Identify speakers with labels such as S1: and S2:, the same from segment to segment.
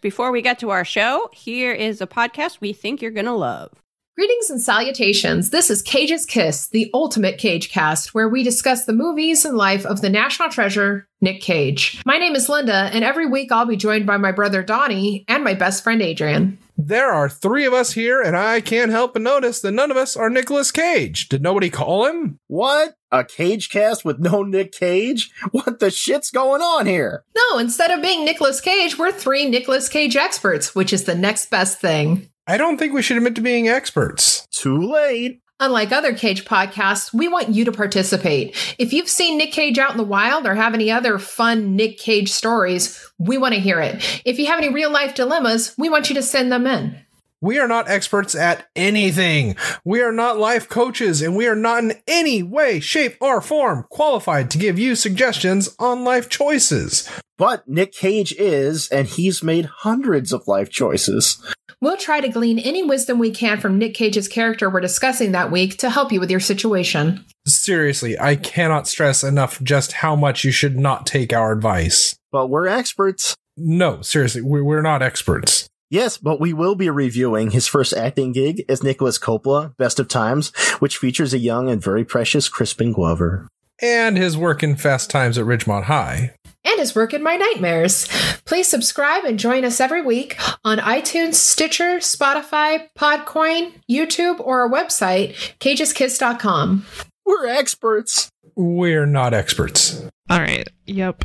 S1: Before we get to our show, here is a podcast we think you're going to love.
S2: Greetings and salutations. This is Cage's Kiss, the ultimate Cage cast, where we discuss the movies and life of the national treasure, Nick Cage. My name is Linda, and every week I'll be joined by my brother Donnie and my best friend Adrian.
S3: There are three of us here, and I can't help but notice that none of us are Nicolas Cage. Did nobody call him?
S4: What? A cage cast with no Nick Cage? What the shit's going on here?
S2: No, instead of being Nicolas Cage, we're three Nicolas Cage experts, which is the next best thing.
S3: I don't think we should admit to being experts.
S4: Too late.
S2: Unlike other Cage podcasts, we want you to participate. If you've seen Nick Cage out in the wild or have any other fun Nick Cage stories, we want to hear it. If you have any real life dilemmas, we want you to send them in.
S3: We are not experts at anything. We are not life coaches, and we are not in any way, shape, or form qualified to give you suggestions on life choices.
S4: But Nick Cage is, and he's made hundreds of life choices.
S2: We'll try to glean any wisdom we can from Nick Cage's character we're discussing that week to help you with your situation.
S3: Seriously, I cannot stress enough just how much you should not take our advice.
S4: But we're experts.
S3: No, seriously, we- we're not experts.
S4: Yes, but we will be reviewing his first acting gig as Nicholas Coppola, Best of Times, which features a young and very precious Crispin Glover.
S3: And his work in Fast Times at Ridgemont High.
S2: And his work in my nightmares. Please subscribe and join us every week on iTunes, Stitcher, Spotify, Podcoin, YouTube, or our website, cageskiss.com.
S4: We're experts.
S3: We're not experts.
S5: All right. Yep.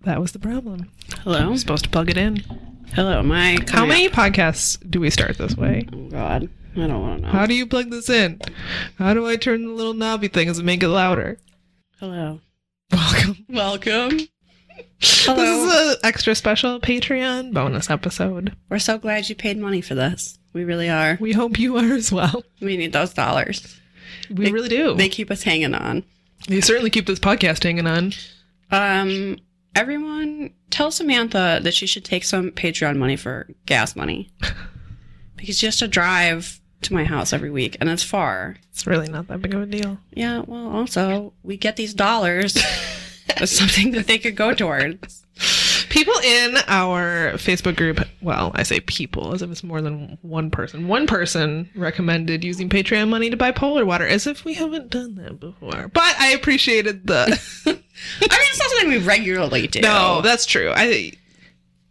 S5: That was the problem.
S6: Hello. Oh,
S5: I'm supposed to plug it in.
S6: Hello, my.
S5: How many podcasts do we start this way?
S6: Oh, God. I don't want to know.
S5: How do you plug this in? How do I turn the little knobby things and make it louder?
S6: Hello.
S5: Welcome.
S6: Welcome.
S5: This is an extra special Patreon bonus episode.
S6: We're so glad you paid money for this. We really are.
S5: We hope you are as well.
S6: We need those dollars.
S5: We really do.
S6: They keep us hanging on.
S5: you certainly keep this podcast hanging on.
S6: Um, everyone, tell Samantha that she should take some Patreon money for gas money because she has to drive to my house every week, and it's far.
S5: It's really not that big of a deal.
S6: Yeah. Well, also, we get these dollars as something that they could go towards.
S5: People in our Facebook group, well, I say people as if it's more than one person. One person recommended using Patreon money to buy polar water as if we haven't done that before. But I appreciated the
S6: I mean, it's not something we regularly do.
S5: No, that's true. I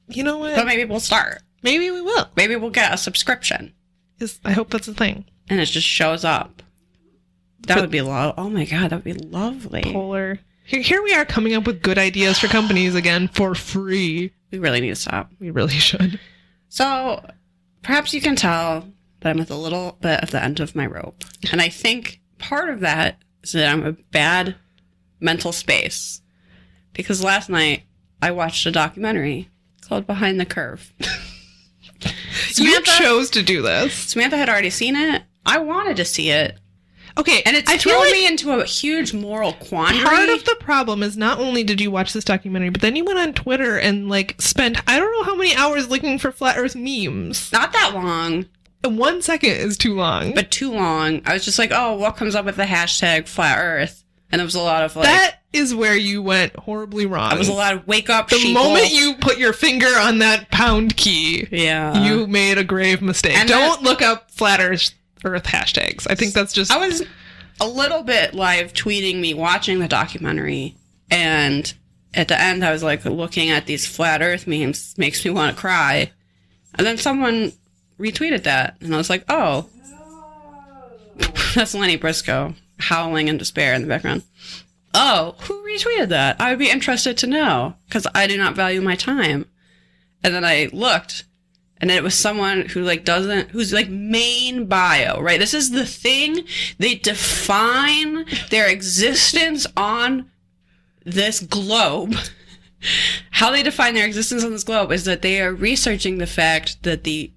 S5: You know
S6: but
S5: what?
S6: maybe we'll start.
S5: Maybe we will.
S6: Maybe we'll get a subscription
S5: Is- I hope that's a thing.
S6: and it just shows up. That
S5: But-
S6: would be love. Oh my god, that would be lovely.
S5: Polar here, here we are coming up with good ideas for companies again for free.
S6: We really need to stop.
S5: We really should.
S6: So, perhaps you can tell that I'm at the little bit of the end of my rope, and I think part of that is that I'm a bad mental space because last night I watched a documentary called Behind the Curve.
S5: You
S6: Samantha-
S5: chose to do this.
S6: Samantha had already seen it. I wanted to see it,
S5: Okay,
S6: and it's
S5: I feel
S6: thrown
S5: like
S6: me into a huge moral quandary.
S5: part of the problem is not only did you watch this documentary, but then you went on Twitter and like spent I don't know how many hours looking for flat Earth memes.
S6: not that long.
S5: And one second is too long.
S6: but too long. I was just like, oh, what comes up with the hashtag flat earth? And it was a lot of like,
S5: that is where you went horribly wrong.
S6: it was a lot of wake up
S5: the
S6: sheeple.
S5: moment you put your finger on that pound key,
S6: Yeah.
S5: you made a grave mistake.
S6: And
S5: Don't look up flat Earth, Earth hashtags. I think that's just
S6: I was a little bit live tweeting me watching the documentary. And at the end, I was like, looking at these flat earth memes makes me want to cry. And then someone retweeted that. And I was like, oh, that's Lenny Briscoe howling in despair in the background. Oh, who retweeted that? I would be interested to know because I do not value my time. And then I looked and then it was someone who like doesn't, who's like main bio, right? This is the thing they define their existence on this globe. How they define their existence on this globe is that they are researching the fact that the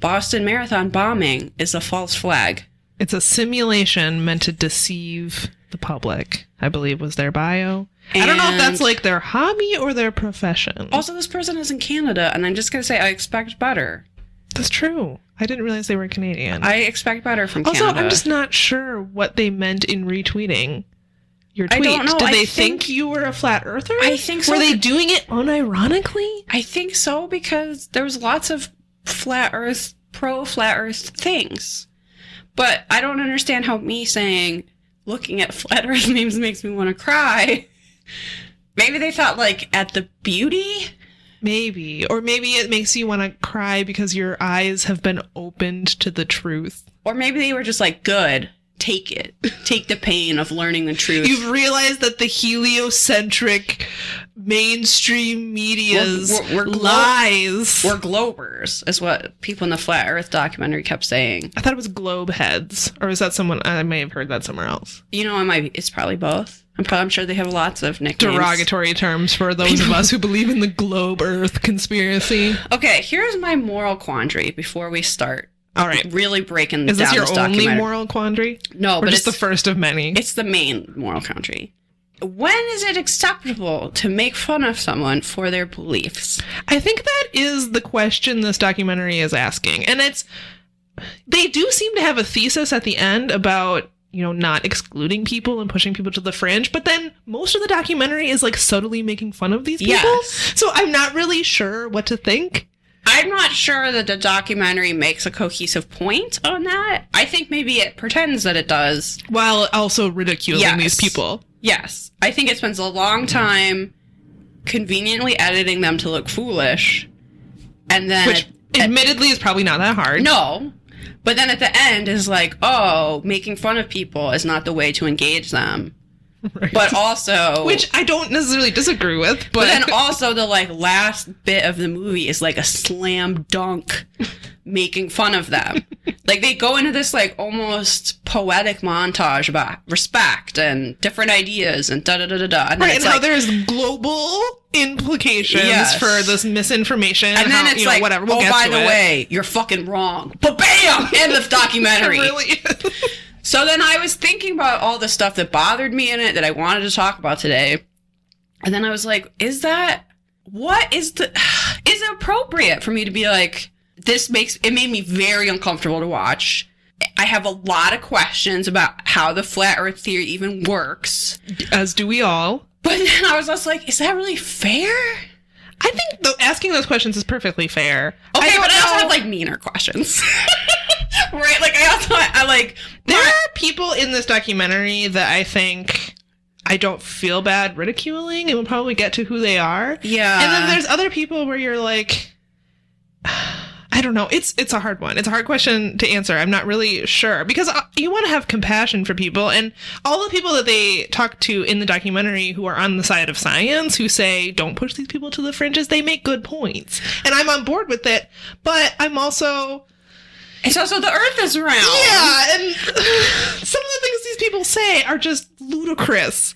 S6: Boston Marathon bombing is a false flag.
S5: it's a simulation meant to deceive the public. I believe was their bio. I don't know if that's
S6: And-
S5: like their hobby or their profession.
S6: Also, this person is in Canada, and I'm just gonna say I expect better.
S5: That's true. I didn't realize they were Canadian.
S6: I expect better from
S5: also,
S6: Canada.
S5: I'm just not sure what they meant in retweeting. your
S6: I
S5: tweet.
S6: don't know.
S5: Did
S6: I
S5: they
S6: think-
S5: think, you were a flat earther?
S6: I think so.
S5: Were they doing it unironically?
S6: I think so because there was lots of flat earth pro flat earth things. But I don't understand how me saying looking at flat earth memes makes me want to cry. Maybe they thought like at the beauty?
S5: Maybe. Or maybe it makes you want to cry because your eyes have been opened to the truth.
S6: Or maybe they were just like, good, take it. Take the pain of learning the truth.
S5: You've realized that the heliocentric mainstream media's
S6: We're- we're- we're glo-
S5: lies.
S6: We're globers, is what people in the flat earth documentary kept saying.
S5: I thought it was globe heads, or is that someone I may have heard that somewhere else?
S6: You know, I might, it's probably both. I'm, probably, I'm sure they have lots of nicknames.
S5: Derogatory terms for those of us who believe in the globe Earth conspiracy.
S6: Okay, here's my moral quandary before we start
S5: All right,
S6: really breaking
S5: is
S6: down
S5: this your
S6: this
S5: only
S6: documentary.
S5: moral quandary,
S6: no,
S5: or
S6: but
S5: just
S6: it's
S5: the first of many?
S6: it's the main moral quandary. When is it acceptable to make fun of someone for their beliefs?
S5: I think that is the question this documentary is asking. And it's they do seem to have a thesis at the end about, you know, not excluding people and pushing people to the fringe, but then most of the documentary is like subtly making fun of these people.
S6: Yes.
S5: So I'm not really sure what to think.
S6: I'm not sure that the documentary makes a cohesive point on that. I think maybe it pretends that it does.
S5: While also ridiculing
S6: Yes.
S5: these people.
S6: Yes, I think it spends a long time conveniently editing them to look foolish, and then
S5: Which admittedly is probably not that hard.
S6: No. But then at the end is like, oh, making fun of people is not the way to engage them.
S5: Right.
S6: But also
S5: Which I don't necessarily disagree with, but,
S6: but then also the like last bit of the movie is like a slam dunk making fun of them. like they go into this like almost poetic montage about respect and different ideas and da da da da da. And then
S5: Right, and
S6: it's
S5: how
S6: like,
S5: there's global implications
S6: Yes.
S5: for this misinformation.
S6: and then
S5: how-
S6: it's
S5: you know,
S6: like,
S5: whatever. We'll
S6: oh,
S5: get
S6: by
S5: to
S6: the
S5: it.
S6: way, you're fucking wrong. But bam, end of documentary.
S5: Really?
S6: So then I was thinking about all the stuff that bothered me in it that I wanted to talk about today. And then I was like, is that what is the is it appropriate for me to be like this makes it made me very uncomfortable to watch. I have a lot of questions about how the flat earth theory even works.
S5: As do we all.
S6: But then I was just like, is that really fair?
S5: I think though asking those questions is perfectly fair.
S6: Okay,
S5: don't
S6: but I also
S5: know-
S6: have like meaner questions. right? Like I also I like
S5: there are people in this documentary that I think I don't feel bad ridiculing, and we'll probably get to who they are.
S6: yeah.
S5: and then there's other people where you're like, I don't know. It's it's a hard one. It's a hard question to answer. I'm not really sure because uh, you want to have compassion for people, and all the people that they talk to in the documentary who are on the side of science who say don't push these people to the fringes, they make good points, and I'm on board with it. But I'm also
S6: it's also the earth is round.
S5: yeah, and some of the things these people say are just ludicrous,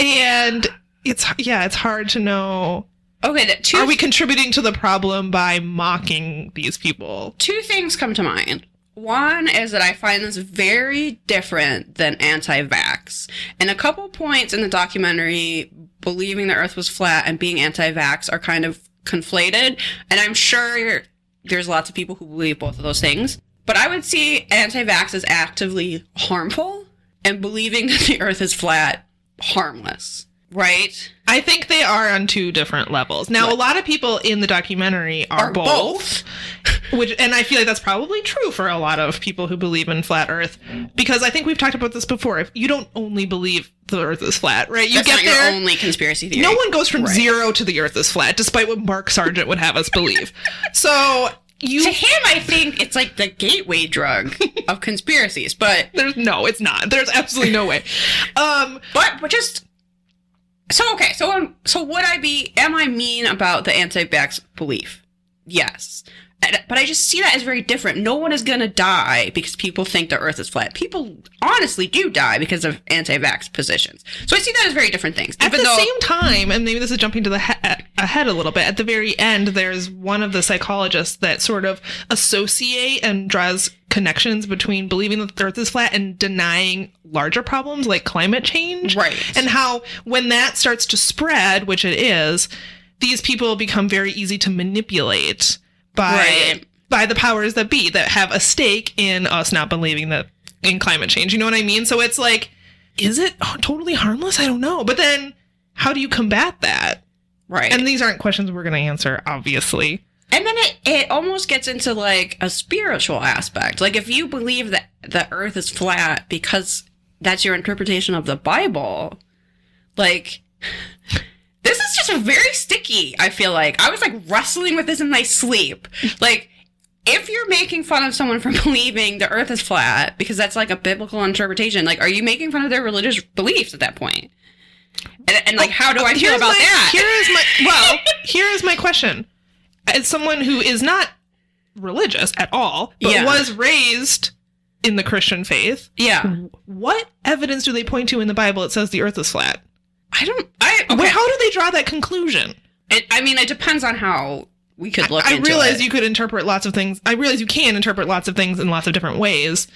S5: and it's yeah, it's hard to know.
S6: Okay, that two
S5: Are we contributing to the problem by mocking these people?
S6: two things come to mind. One is that I find this very different than anti vax. And a couple points in the documentary, believing the earth was flat and being anti vax are kind of conflated. And I'm sure there's lots of people who believe both of those things. But I would see anti vax as actively harmful and believing that the earth is flat harmless, right?
S5: I think they are on two different levels. Now, a lot of people in the documentary are,
S6: Are both.
S5: both, which, and I feel like that's probably true for a lot of people who believe in flat Earth, because I think we've talked about this before. If you don't only believe the Earth is flat, right? You
S6: That's
S5: get
S6: not
S5: there.
S6: your only conspiracy theory.
S5: No one goes from
S6: Right.
S5: zero to the earth is flat, despite what Mark Sargent would have us believe. So you
S6: to him, I think it's like the gateway drug of conspiracies. But
S5: there's no, it's not. There's absolutely no way. Um
S6: But but just so okay. So um, so would I be? Am I mean about the anti-vax belief? Yes. And- But I just see that as very different. No one is gonna die because people think the Earth is flat. People honestly do die because of anti-vax positions. So I see that as very different things.
S5: at
S6: even
S5: the
S6: though
S5: same time, and maybe this is jumping to the he- ahead a little bit. At the very end, there's one of the psychologists that sort of associate and draws connections between believing that the Earth is flat and denying larger problems like climate change.
S6: Right.
S5: And how when that starts to spread, which it is, these people become very easy to manipulate by
S6: Right.
S5: by the powers that be that have a stake in us not believing that in climate change. You know what I mean? So it's like is it totally harmless? I don't know. But then how do you combat that?
S6: Right.
S5: And these aren't questions we're going to answer, obviously.
S6: And then it, it almost gets into like a spiritual aspect. Like if you believe that the earth is flat because that's your interpretation of the Bible, like this is just very sticky, I feel like. I was like wrestling with this in my sleep. Like if you're making fun of someone for believing the earth is flat because that's like a biblical interpretation, like are you making fun of their religious beliefs at that point? And, and like how do I feel
S5: Here's
S6: about
S5: my-
S6: that?
S5: Here is my well. here is my question. As someone who is not religious at all, but
S6: Yeah.
S5: was raised in the Christian faith,
S6: yeah.
S5: what evidence do they point to in the Bible that says the Earth is flat?
S6: I don't I okay.
S5: Wh- How do they draw that conclusion?
S6: It, I mean, it depends on how we could look.
S5: I
S6: into
S5: realize
S6: it.
S5: you could interpret lots of things. I realize you can interpret lots of things in lots of different ways,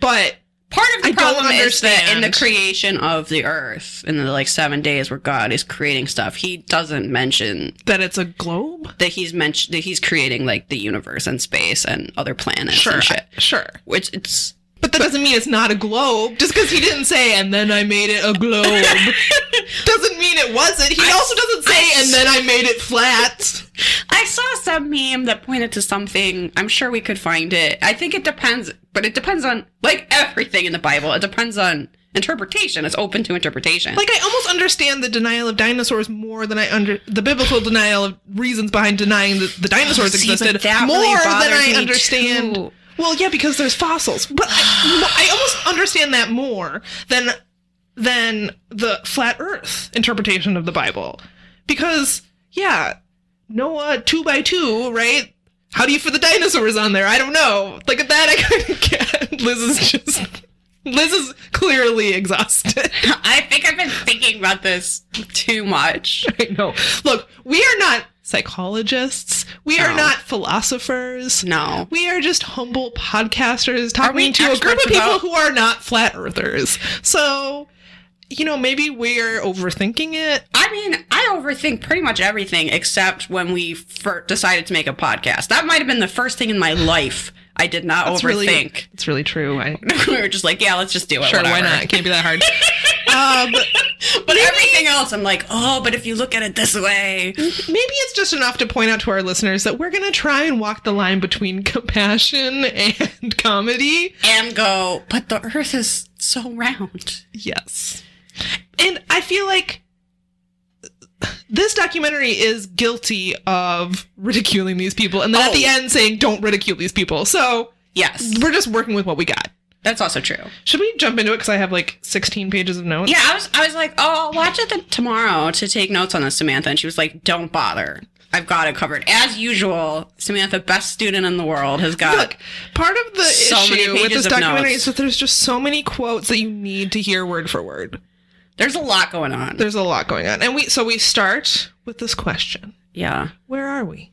S5: but
S6: Part of the
S5: I don't
S6: problem is that in the
S5: understand.
S6: creation of the earth, in the like seven days where God is creating stuff, He doesn't mention
S5: that it's a globe.
S6: that He's mentioned that He's creating like the universe and space and other planets and shit.
S5: sure.
S6: Which it's
S5: But that doesn't mean it's not a globe. Just because he didn't say, and then I made it a globe, doesn't mean it wasn't. He also doesn't say, and then I made it flat.
S6: I saw some meme that pointed to something. I'm sure we could find it. I think it depends, but it depends on like everything in the Bible. It depends on interpretation. It's open to interpretation.
S5: Like, I almost understand the denial of dinosaurs more than I under the biblical denial of reasons behind denying that the dinosaurs
S6: Oh, See, but
S5: existed
S6: that
S5: more
S6: really
S5: than
S6: bothers
S5: I
S6: me,
S5: understand.
S6: too.
S5: Well, yeah, because there's fossils, but I, I almost understand that more than than the flat Earth interpretation of the Bible, because yeah, Noah two by two, right? How do you fit the dinosaurs on there? I don't know. Like at that, I couldn't get. Liz is just Liz is clearly exhausted.
S6: I think I've been thinking about this too much.
S5: I know. Look, we are not psychologists. We are
S6: No.
S5: not philosophers.
S6: No.
S5: We are just humble podcasters
S6: we
S5: talking to a group
S6: experts
S5: of people
S6: about-
S5: who are not flat earthers. So, you know, maybe we're overthinking it.
S6: I mean, I overthink pretty much everything except when we fir- decided to make a podcast. That might have been the first thing in my life I did not
S5: It's really,
S6: overthink.
S5: it's really true. I,
S6: we were just like, yeah, let's just do it.
S5: sure, why
S6: whatever.
S5: not? It can't be that hard. um,
S6: But everything else, I'm like, oh, but if you look at it this way,
S5: maybe it's just enough to point out to our listeners that we're going to try and walk the line between compassion and comedy.
S6: and go, but the Earth is so round.
S5: Yes. And I feel like this documentary is guilty of ridiculing these people and then at
S6: Oh.
S5: the end saying don't ridicule these people. So
S6: Yes,
S5: we're just working with what we got.
S6: that's also true.
S5: Should we jump into it? Because I have like 16 pages of notes.
S6: Yeah, I was, I was like, oh, I'll watch it the- tomorrow to take notes on this, Samantha, and she was like, don't bother. I've got it covered. As usual, Samantha, best student in the world, has got.
S5: Look, part of the
S6: So many
S5: issue with
S6: pages
S5: this
S6: of
S5: documentary
S6: notes.
S5: is that there's just so many quotes that you need to hear word for word.
S6: There's a lot going on.
S5: There's a lot going on. And we so we start with this question.
S6: yeah.
S5: where are we?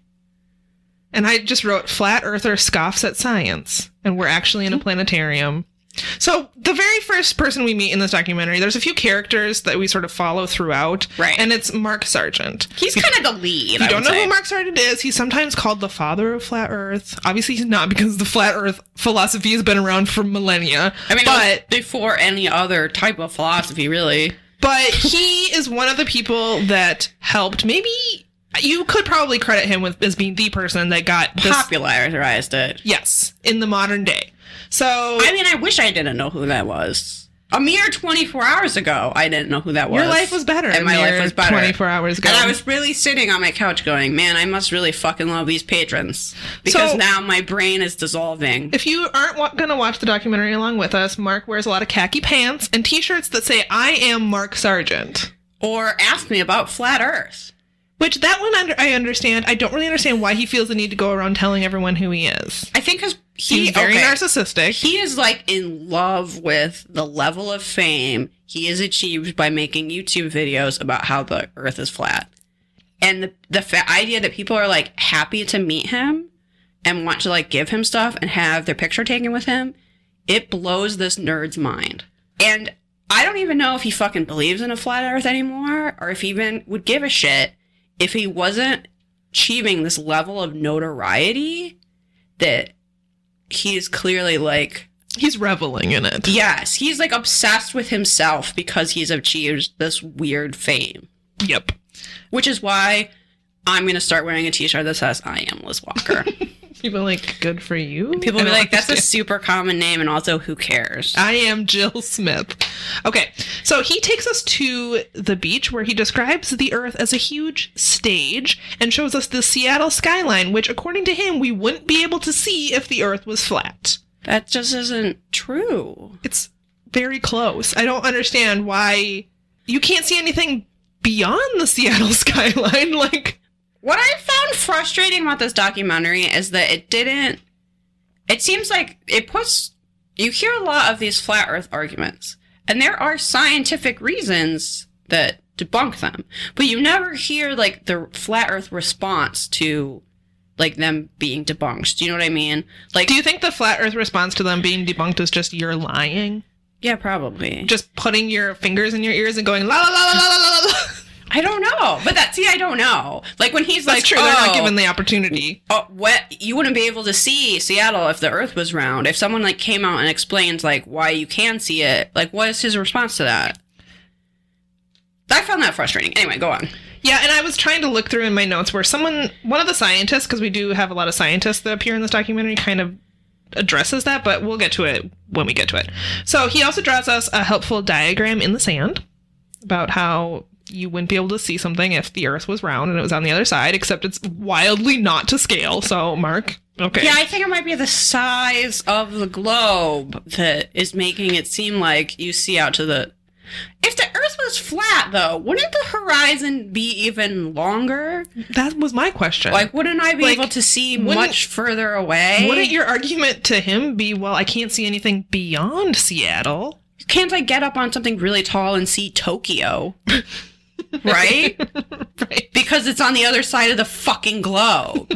S5: And I just wrote, Flat Earther scoffs at science, and we're actually
S6: Hmm.
S5: in a planetarium. So, the very first person we meet in this documentary, there's a few characters that we sort of follow throughout.
S6: Right.
S5: And it's Mark Sargent.
S6: He's kind of the lead.
S5: If you
S6: I
S5: don't
S6: would
S5: know
S6: say.
S5: who Mark Sargent is, he's sometimes called the father of Flat Earth. Obviously, he's not because the Flat Earth philosophy has been around for millennia.
S6: I mean,
S5: but.
S6: but before any other type of philosophy, really.
S5: But he is one of the people that helped. Maybe you could probably credit him with as being the person that got this
S6: popularized it.
S5: Yes, in the modern day. So
S6: I mean, I wish I didn't know who that was. A mere 24 hours ago, I didn't know who that was.
S5: your life was better.
S6: And my
S5: a
S6: life
S5: mere
S6: was better.
S5: 24 hours ago.
S6: And I was really sitting on my couch going, man, I must really fucking love these patrons. Because
S5: So-
S6: now my brain is dissolving.
S5: if you aren't wa- going to watch the documentary along with us, Mark wears a lot of khaki pants and t-shirts that say "I am Mark Sargent,"
S6: Or ask me about Flat Earth.
S5: which that one under- I understand. I don't really understand why he feels the need to go around telling everyone who he is.
S6: I think because he,
S5: He's very
S6: okay.
S5: narcissistic.
S6: He is like in love with the level of fame he has achieved by making YouTube videos about how the earth is flat. And the, the fa- idea that people are like happy to meet him and want to like give him stuff and have their picture taken with him, it blows this nerd's mind. And I don't even know if he fucking believes in a flat earth anymore or if he even would give a shit if he wasn't achieving this level of notoriety that he is clearly like
S5: He's reveling in it.
S6: Yes, he's like obsessed with himself because he's achieved this weird fame,
S5: Yep.
S6: which is why I'm going to start wearing a t shirt that says, I am Liz Walker.
S5: People are like, good for you.
S6: People
S5: I Uh,
S6: will be
S5: don't
S6: like, that's a
S5: understand.
S6: super common name, and also, who cares?
S5: I am Jill Smith. Okay, so he takes us to the beach where he describes the Earth as a huge stage and shows us the Seattle skyline, which, according to him, we wouldn't be able to see if the Earth was flat.
S6: That just isn't true.
S5: It's very close. I don't understand why you can't see anything beyond the Seattle skyline. Like,
S6: What I found frustrating about this documentary is that it didn't. It seems like it puts. You hear a lot of these flat earth arguments, and there are scientific reasons that debunk them, but you never hear, like, the flat earth response to, like, them being debunked. Do you know what I mean? Like,
S5: do you think the flat Earth response to them being debunked is just you're lying?
S6: yeah, probably.
S5: Just putting your fingers in your ears and going, la la la la la la la la?
S6: I don't know. But that, see, I don't know. Like, when he's
S5: That's
S6: like,
S5: true. They're
S6: "Oh,
S5: not given the opportunity.
S6: Oh, what you wouldn't be able to see Seattle if the Earth was round. If someone like came out and explained like why you can see it, like what is his response to that? I found that frustrating. Anyway, go on.
S5: Yeah, and I was trying to look through in my notes where someone, one of the scientists, because we do have a lot of scientists that appear in this documentary, kind of addresses that, but we'll get to it when we get to it. So he also draws us a helpful diagram in the sand about how you wouldn't be able to see something if the Earth was round and it was on the other side, except it's wildly not to scale. So, Mark, okay.
S6: Yeah, I think it might be the size of the globe that is making it seem like you see out to the. If the Earth was flat, though, wouldn't the horizon be even longer?
S5: that was my question.
S6: Like, wouldn't I be
S5: Like,
S6: able to see
S5: wouldn't-
S6: much further away?
S5: wouldn't your argument to him be, well, I can't see anything beyond Seattle?
S6: can't I get up on something really tall and see Tokyo? right?
S5: Right.
S6: Because it's on the other side of the fucking globe.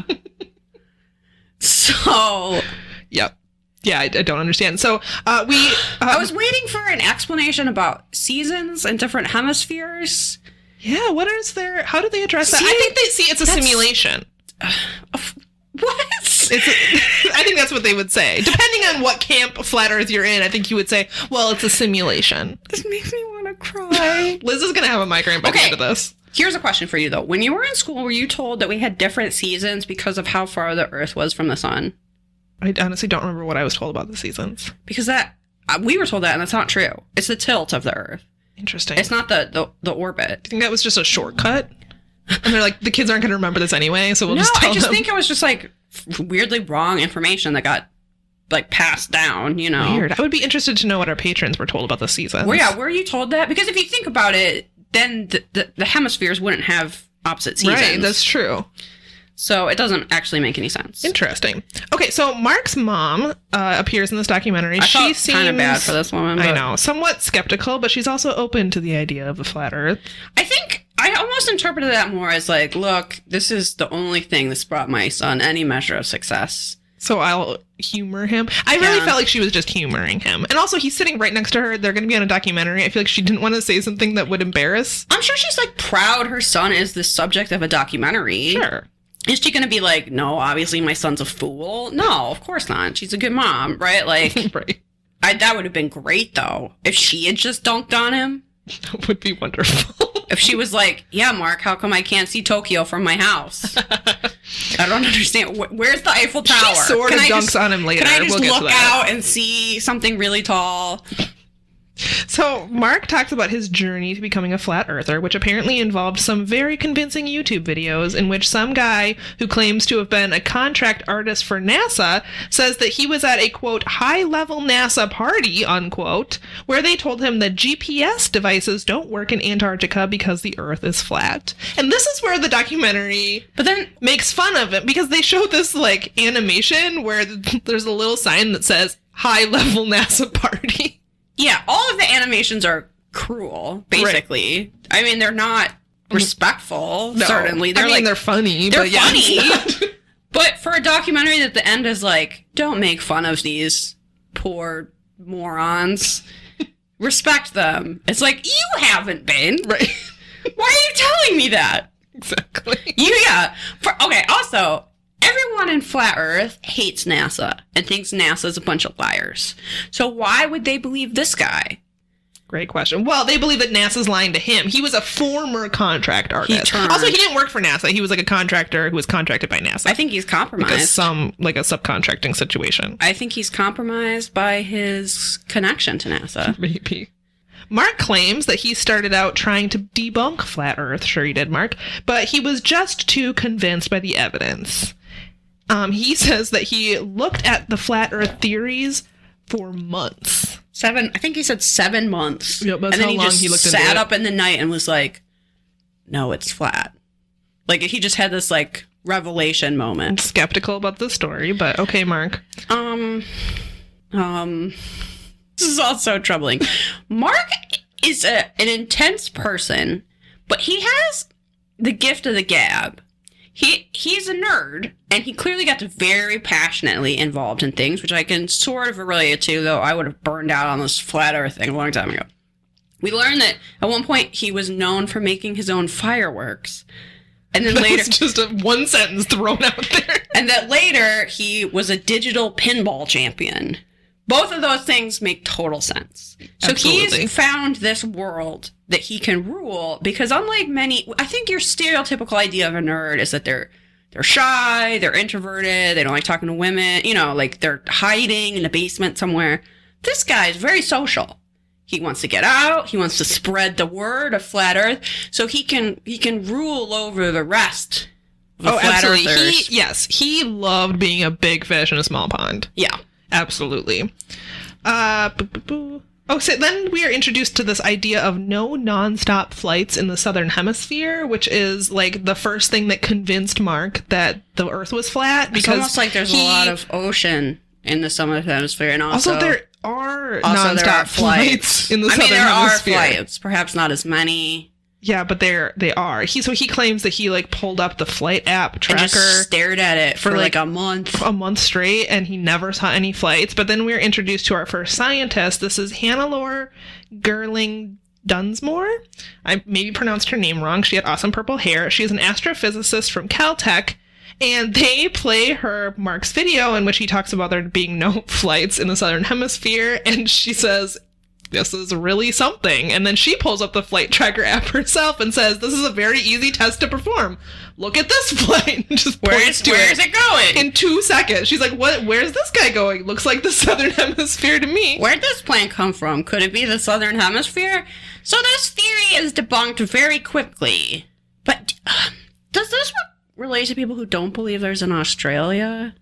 S6: so
S5: Yep. Yeah, I, I don't understand. So uh, we. Uh,
S6: I was waiting for an explanation about seasons and different hemispheres.
S5: Yeah. What is their? How do they address that? I
S6: See?
S5: think they see it's a
S6: That's-
S5: simulation.
S6: What?
S5: It's. A, I think that's what they would say. Depending on what camp flat Earth you're in, I think you would say, "Well, it's a simulation."
S6: This makes me want to cry.
S5: Liz is gonna have a migraine by
S6: Okay.
S5: the end of this.
S6: Here's a question for you though. When you were in school, were you told that we had different seasons because of how far the Earth was from the sun?
S5: I honestly don't remember what I was told about the seasons.
S6: Because that uh, we were told that, and that's not true. It's the tilt of the Earth.
S5: Interesting.
S6: It's not the the, the orbit.
S5: I think that was just a shortcut. And they're like, the kids aren't gonna remember this anyway, so we'll just
S6: no,
S5: tell
S6: I just
S5: them.
S6: think it was just like weirdly wrong information that got like passed down. You know,
S5: Weird. I would be interested to know what our patrons were told about the seasons.
S6: Well, yeah, were you told that? Because if you think about it, then the, the, the hemispheres wouldn't have opposite seasons.
S5: Right, that's true.
S6: so it doesn't actually make any sense.
S5: Interesting. Okay, so Mark's mom uh, appears in this documentary.
S6: I
S5: she
S6: felt
S5: seems
S6: kind of bad for this woman.
S5: I
S6: but-
S5: know, somewhat skeptical, but she's also open to the idea of a flat Earth.
S6: I think I almost interpreted that more as like, look, this is the only thing that's brought my son any measure of success.
S5: So I'll humor him. I really
S6: Yeah.
S5: felt like she was just humoring him, and also he's sitting right next to her. They're going to be on a documentary. I feel like she didn't want to say something that would embarrass.
S6: I'm sure she's like proud her son is the subject of a documentary.
S5: Sure.
S6: is she gonna be like, no, obviously my son's a fool? No, of course not. She's a good mom, right? Like,
S5: right.
S6: I, that would have been great though if she had just dunked on him.
S5: That would be wonderful.
S6: If she was like, yeah, Mark, how come I can't see Tokyo from my house? I don't understand. Wh- Where's the Eiffel Tower?
S5: she sort
S6: Can
S5: of
S6: I
S5: dunks
S6: just-
S5: on him later.
S6: Can I just
S5: we'll get to
S6: look
S5: that.
S6: out and see something really tall?
S5: So Mark talks about his journey to becoming a flat earther, which apparently involved some very convincing YouTube videos in which some guy who claims to have been a contract artist for NASA says that he was at a quote high level NASA party unquote where they told him that GPS devices don't work in Antarctica because the earth is flat. And this is where the documentary
S6: But then
S5: makes fun of it because they show this like animation where there's a little sign that says high level NASA party.
S6: Yeah, all of the animations are cruel, basically. I mean, they're not respectful, certainly.
S5: Mm-hmm. I
S6: They're
S5: mean,
S6: like
S5: they're funny.
S6: they're
S5: but yeah,
S6: funny.
S5: it's not-
S6: but for a documentary that the end is like, don't make fun of these poor morons. Respect them. It's like, you haven't been.
S5: right?
S6: Why are you telling me that?
S5: Exactly.
S6: You, yeah. For, okay, also, Everyone in flat Earth hates NASA and thinks NASA's a bunch of liars. So why would they believe this guy?
S5: Great question. Well, they believe that NASA's lying to him. He was a former contract artist.
S6: turned-
S5: also, he didn't work for NASA. He was like a contractor who was contracted by NASA.
S6: I think he's compromised.
S5: like a some like a subcontracting situation.
S6: I think he's compromised by his connection to NASA.
S5: Maybe. Mark claims that he started out trying to debunk flat Earth. Sure, he did, Mark, but he was just too convinced by the evidence. Um, he says that he looked at the flat Earth theories for months.
S6: Seven, I think he said seven months.
S5: Yep, that's
S6: and then
S5: how
S6: he
S5: long
S6: just
S5: he looked into
S6: sat
S5: it.
S6: up in the night and was like, "No, it's flat." Like he just had this like revelation
S5: I'm
S6: moment.
S5: skeptical about the story, but okay, Mark.
S6: Um, um, this is also troubling. Mark is a, an intense person, but he has the gift of the gab. He he's a nerd, and he clearly got very passionately involved in things, which I can sort of relate to, though I would have burned out on this flat Earth thing a long time ago. We learned that at one point he was known for making his own fireworks, and then later
S5: It's just a one sentence thrown out there.
S6: and that later he was a digital pinball champion. Both of those things make total sense. So
S5: Absolutely.
S6: he's found this world that he can rule because unlike many I think your stereotypical idea of a nerd is that they're they're shy, they're introverted, they don't like talking to women, you know, like they're hiding in a basement somewhere. This guy is very social. He wants to get out, he wants to spread the word of flat earth so he can he can rule over the rest. of the flat earthers.
S5: Oh, He, yes, he loved being a big fish in a small pond.
S6: Yeah.
S5: Absolutely. Uh, boo, boo, boo. Oh, so then we are introduced to this idea of no nonstop flights in the southern hemisphere, which is like the first thing that convinced Mark that the Earth was flat. Because
S6: It's almost like there's
S5: he-
S6: a lot of ocean in the southern hemisphere, and also,
S5: also there are
S6: also
S5: nonstop
S6: there are
S5: flights
S6: flights
S5: in the
S6: I
S5: southern
S6: mean, there
S5: hemisphere.
S6: are flights, perhaps not as many.
S5: Yeah, but they're they are. He so he claims that he like pulled up the flight app
S6: I
S5: tracker.
S6: just stared at it
S5: For,
S6: for, like,
S5: like,
S6: a month.
S5: a month straight and he never saw any flights. But then we were introduced to our first scientist. This is Hannelore Gerling Dunsmore. I maybe pronounced her name wrong. She had awesome purple hair. She's an astrophysicist from Caltech. And they play her Mark's video in which he talks about there being no flights in the southern hemisphere. And she says, this is really something. And then she pulls up the flight tracker app herself and says, This is a very easy test to perform. Look at this flight. And Just
S6: Where
S5: points
S6: is
S5: to
S6: where is it going?
S5: in two seconds. She's like, "What? Where's this guy going? Looks like the Southern Hemisphere to me."
S6: Where'd this plane come from? Could it be the southern hemisphere? So this theory is debunked very quickly. But um, does this relate to people who don't believe there's an Australia?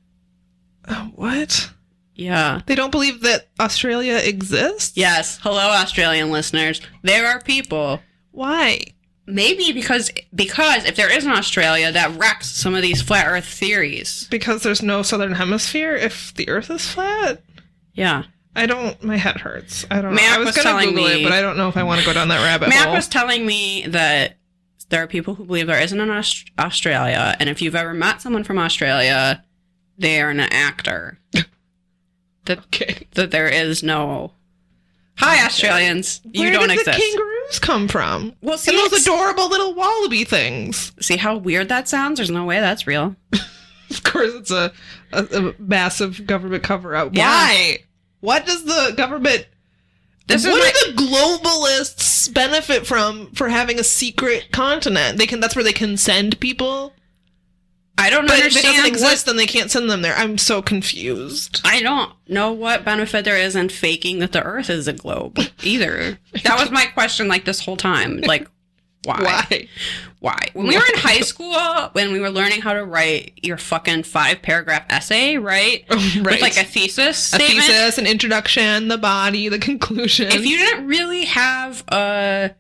S5: Uh, what?
S6: Yeah.
S5: They don't believe that Australia exists.
S6: Yes. Hello, Australian listeners. There are people
S5: Why?
S6: Maybe because because if there is an Australia, that wrecks some of these flat Earth theories.
S5: Because there's no Southern Hemisphere if the Earth is flat.
S6: Yeah,
S5: I don't. My head hurts. I don't. know.
S6: Mac
S5: I was,
S6: was
S5: gonna
S6: telling
S5: Google
S6: me-
S5: it, but I don't know if I want to go down that rabbit
S6: Mac
S5: hole.
S6: was telling me that there are people who believe there isn't an Aus- Australia, and if you've ever met someone from Australia, they are an actor. that
S5: okay.
S6: that there is no. Hi, Australians. You
S5: Where
S6: don't
S5: did
S6: exist.
S5: the kangaroos come from?
S6: well,
S5: And
S6: see,
S5: those
S6: it's-
S5: adorable little wallaby things.
S6: see how weird that sounds. There's no way that's real.
S5: Of course, it's a, a, a massive government cover up.
S6: Yeah.
S5: Why? What does the government
S6: This is
S5: what
S6: like-
S5: do the globalists benefit from for having a secret continent? They can that's where they can send people.
S6: I don't
S5: But if it
S6: understand
S5: doesn't
S6: what-
S5: exist, then they can't send them there. I'm so confused.
S6: I don't know what benefit there is in faking that the Earth is a globe either. that was my question, like this whole time. Like, why? Why?
S5: Why?
S6: When we were in high school, when we were learning how to write your fucking five paragraph essay, right?
S5: right.
S6: With like a thesis
S5: a
S6: statement.
S5: thesis, an introduction, the body, the conclusion.
S6: If you didn't really have a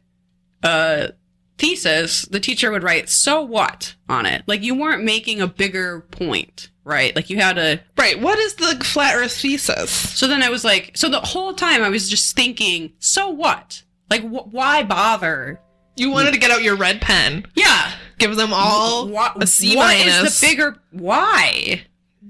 S6: a thesis, the teacher would write "so what" on it. Like you weren't making a bigger point, right? Like you had a
S5: right, what is the flat Earth thesis?
S6: So then I was like, so the whole time I was just thinking, so what? Like, wh- why bother?
S5: You wanted to get out your red pen,
S6: Yeah.
S5: give them all
S6: Wha-
S5: a C
S6: what
S5: minus.
S6: is the bigger why?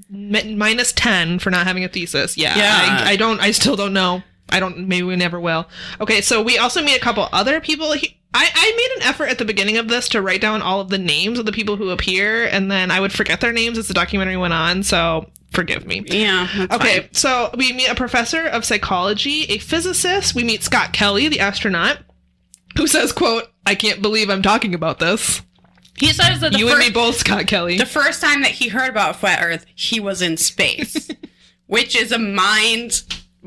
S5: mi- minus 10 for not having a thesis. Yeah.
S6: Yeah.
S5: I, I don't, I still don't know. I don't, maybe we never will. Okay. So we also meet a couple other people he- I, I made an effort at the beginning of this to write down all of the names of the people who appear, and then I would forget their names as the documentary went on, so forgive me.
S6: Yeah. that's
S5: Okay,
S6: fine.
S5: so we meet a professor of psychology, a physicist. We meet Scott Kelly, the astronaut, who says, "quote I can't believe I'm talking about this."
S6: He says that the,
S5: you
S6: fir-
S5: and me both, Scott Kelly.
S6: the first time that he heard about flat Earth, he was in space, which is a mind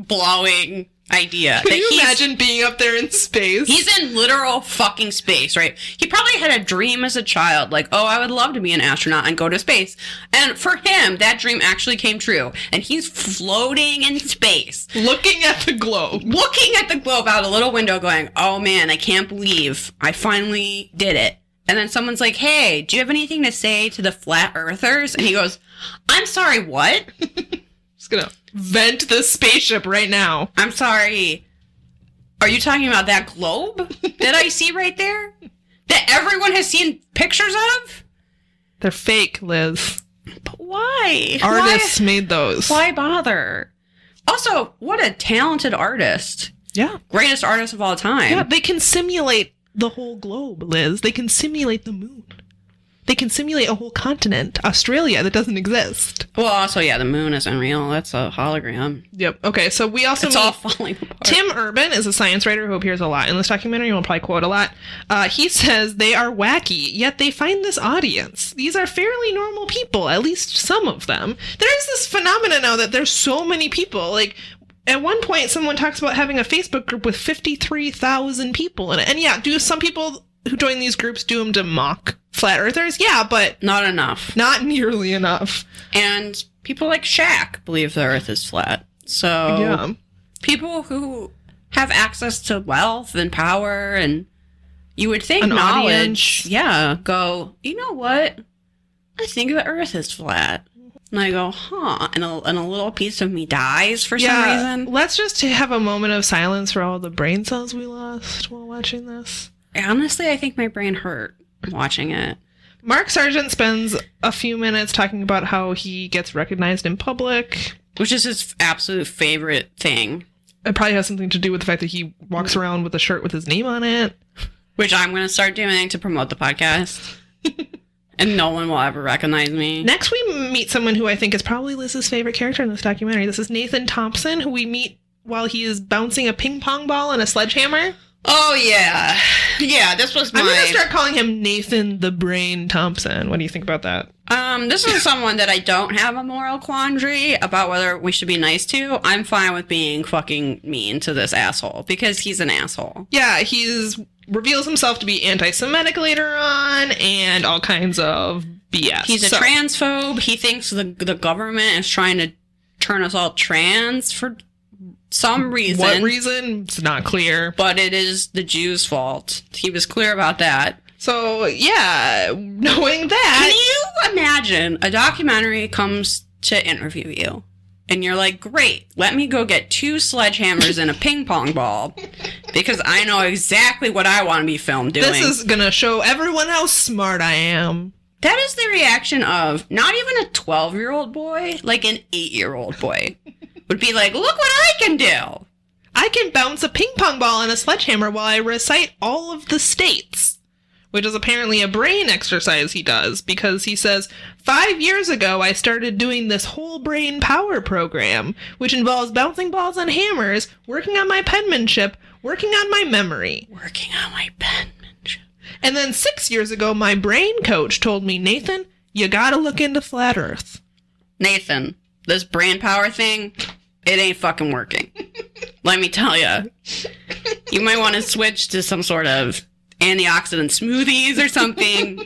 S6: blowing idea.
S5: Can
S6: that
S5: you
S6: he's-
S5: imagine being up there in space?
S6: He's in literal fucking space, right? He probably had a dream as a child, like, oh, I would love to be an astronaut and go to space. And for him, that dream actually came true. And he's floating in space,
S5: looking at the globe.
S6: looking at the globe out a little window, going, oh man, I can't believe I finally did it. And then someone's like, hey, do you have anything to say to the flat earthers? And he goes, I'm sorry, what?
S5: Just gonna vent this spaceship right now.
S6: I'm sorry. Are you talking about that globe that I see right there? That everyone has seen pictures of?
S5: They're fake, Liz.
S6: But why?
S5: Artists made those.
S6: Why, why bother? Also, what a talented artist.
S5: Yeah.
S6: Greatest artist of all time.
S5: Yeah, they can simulate the whole globe, Liz. They can simulate the moon. They can simulate a whole continent, Australia, that doesn't exist.
S6: well, also, yeah, the moon isn't real. That's a hologram.
S5: Yep. Okay, so we also
S6: it's
S5: meet
S6: all falling apart.
S5: Tim Urban is a science writer who appears a lot in this documentary and will probably quote a lot. Uh, he says they are wacky, yet they find this audience. These are fairly normal people, at least some of them. There is this phenomenon now that there's so many people. Like at one point, someone talks about having a Facebook group with fifty-three thousand people in it. And yeah, do some people who join these groups do them to mock flat earthers? Yeah, but
S6: Not enough.
S5: not nearly enough.
S6: And people like Shaq believe the earth is flat. So
S5: Yeah.
S6: people who have access to wealth and power and you would think
S5: An
S6: knowledge
S5: audience.
S6: yeah go you know what i think the earth is flat and i go huh and a, and a little piece of me dies for some reason
S5: Let's just have a moment of silence for all the brain cells we lost while watching this.
S6: honestly i think my brain hurt watching it
S5: Mark Sargent spends a few minutes talking about how he gets recognized in public.
S6: which is his absolute favorite thing
S5: It probably has something to do with the fact that he walks around with a shirt with his name on it.
S6: which i'm going to start doing to promote the podcast and no one will ever recognize me
S5: Next, we meet someone who I think is probably Liz's favorite character in this documentary. This is Nathan Thompson, who we meet while he is bouncing a ping pong ball and a sledgehammer.
S6: oh yeah yeah this was my
S5: I'm going to start calling him Nathan the Brain Thompson. What do you think about that?
S6: Um, this is someone that I don't have a moral quandary about whether we should be nice to. I'm fine with being fucking mean to this asshole because he's an asshole.
S5: Yeah, he's reveals himself to be anti-Semitic later on, and all kinds of BS.
S6: He's a
S5: So,
S6: transphobe. He thinks the the government is trying to turn us all trans for some reason.
S5: What reason? It's not clear.
S6: but it is the Jews' fault. He was clear about that.
S5: So yeah, knowing
S6: Can
S5: that,
S6: you imagine a documentary comes to interview you? And you're like, great, let me go get two sledgehammers and a ping pong ball because I know exactly what I want to be filmed doing.
S5: this is gonna show everyone how smart I am.
S6: that is the reaction of not even a 12 year old boy, like an eight year old boy would be like, look what I can do.
S5: I can bounce a ping pong ball and a sledgehammer while I recite all of the states, which is apparently a brain exercise he does because he says, Five years ago, I started doing this whole brain power program, which involves bouncing balls and hammers, working on my penmanship, working on my memory.
S6: Working on my penmanship.
S5: And then six years ago, my brain coach told me, Nathan, you gotta look into flat earth.
S6: Nathan, this brand power thing, it ain't fucking working. Let me tell you. You might want to switch to some sort of antioxidant smoothies or something.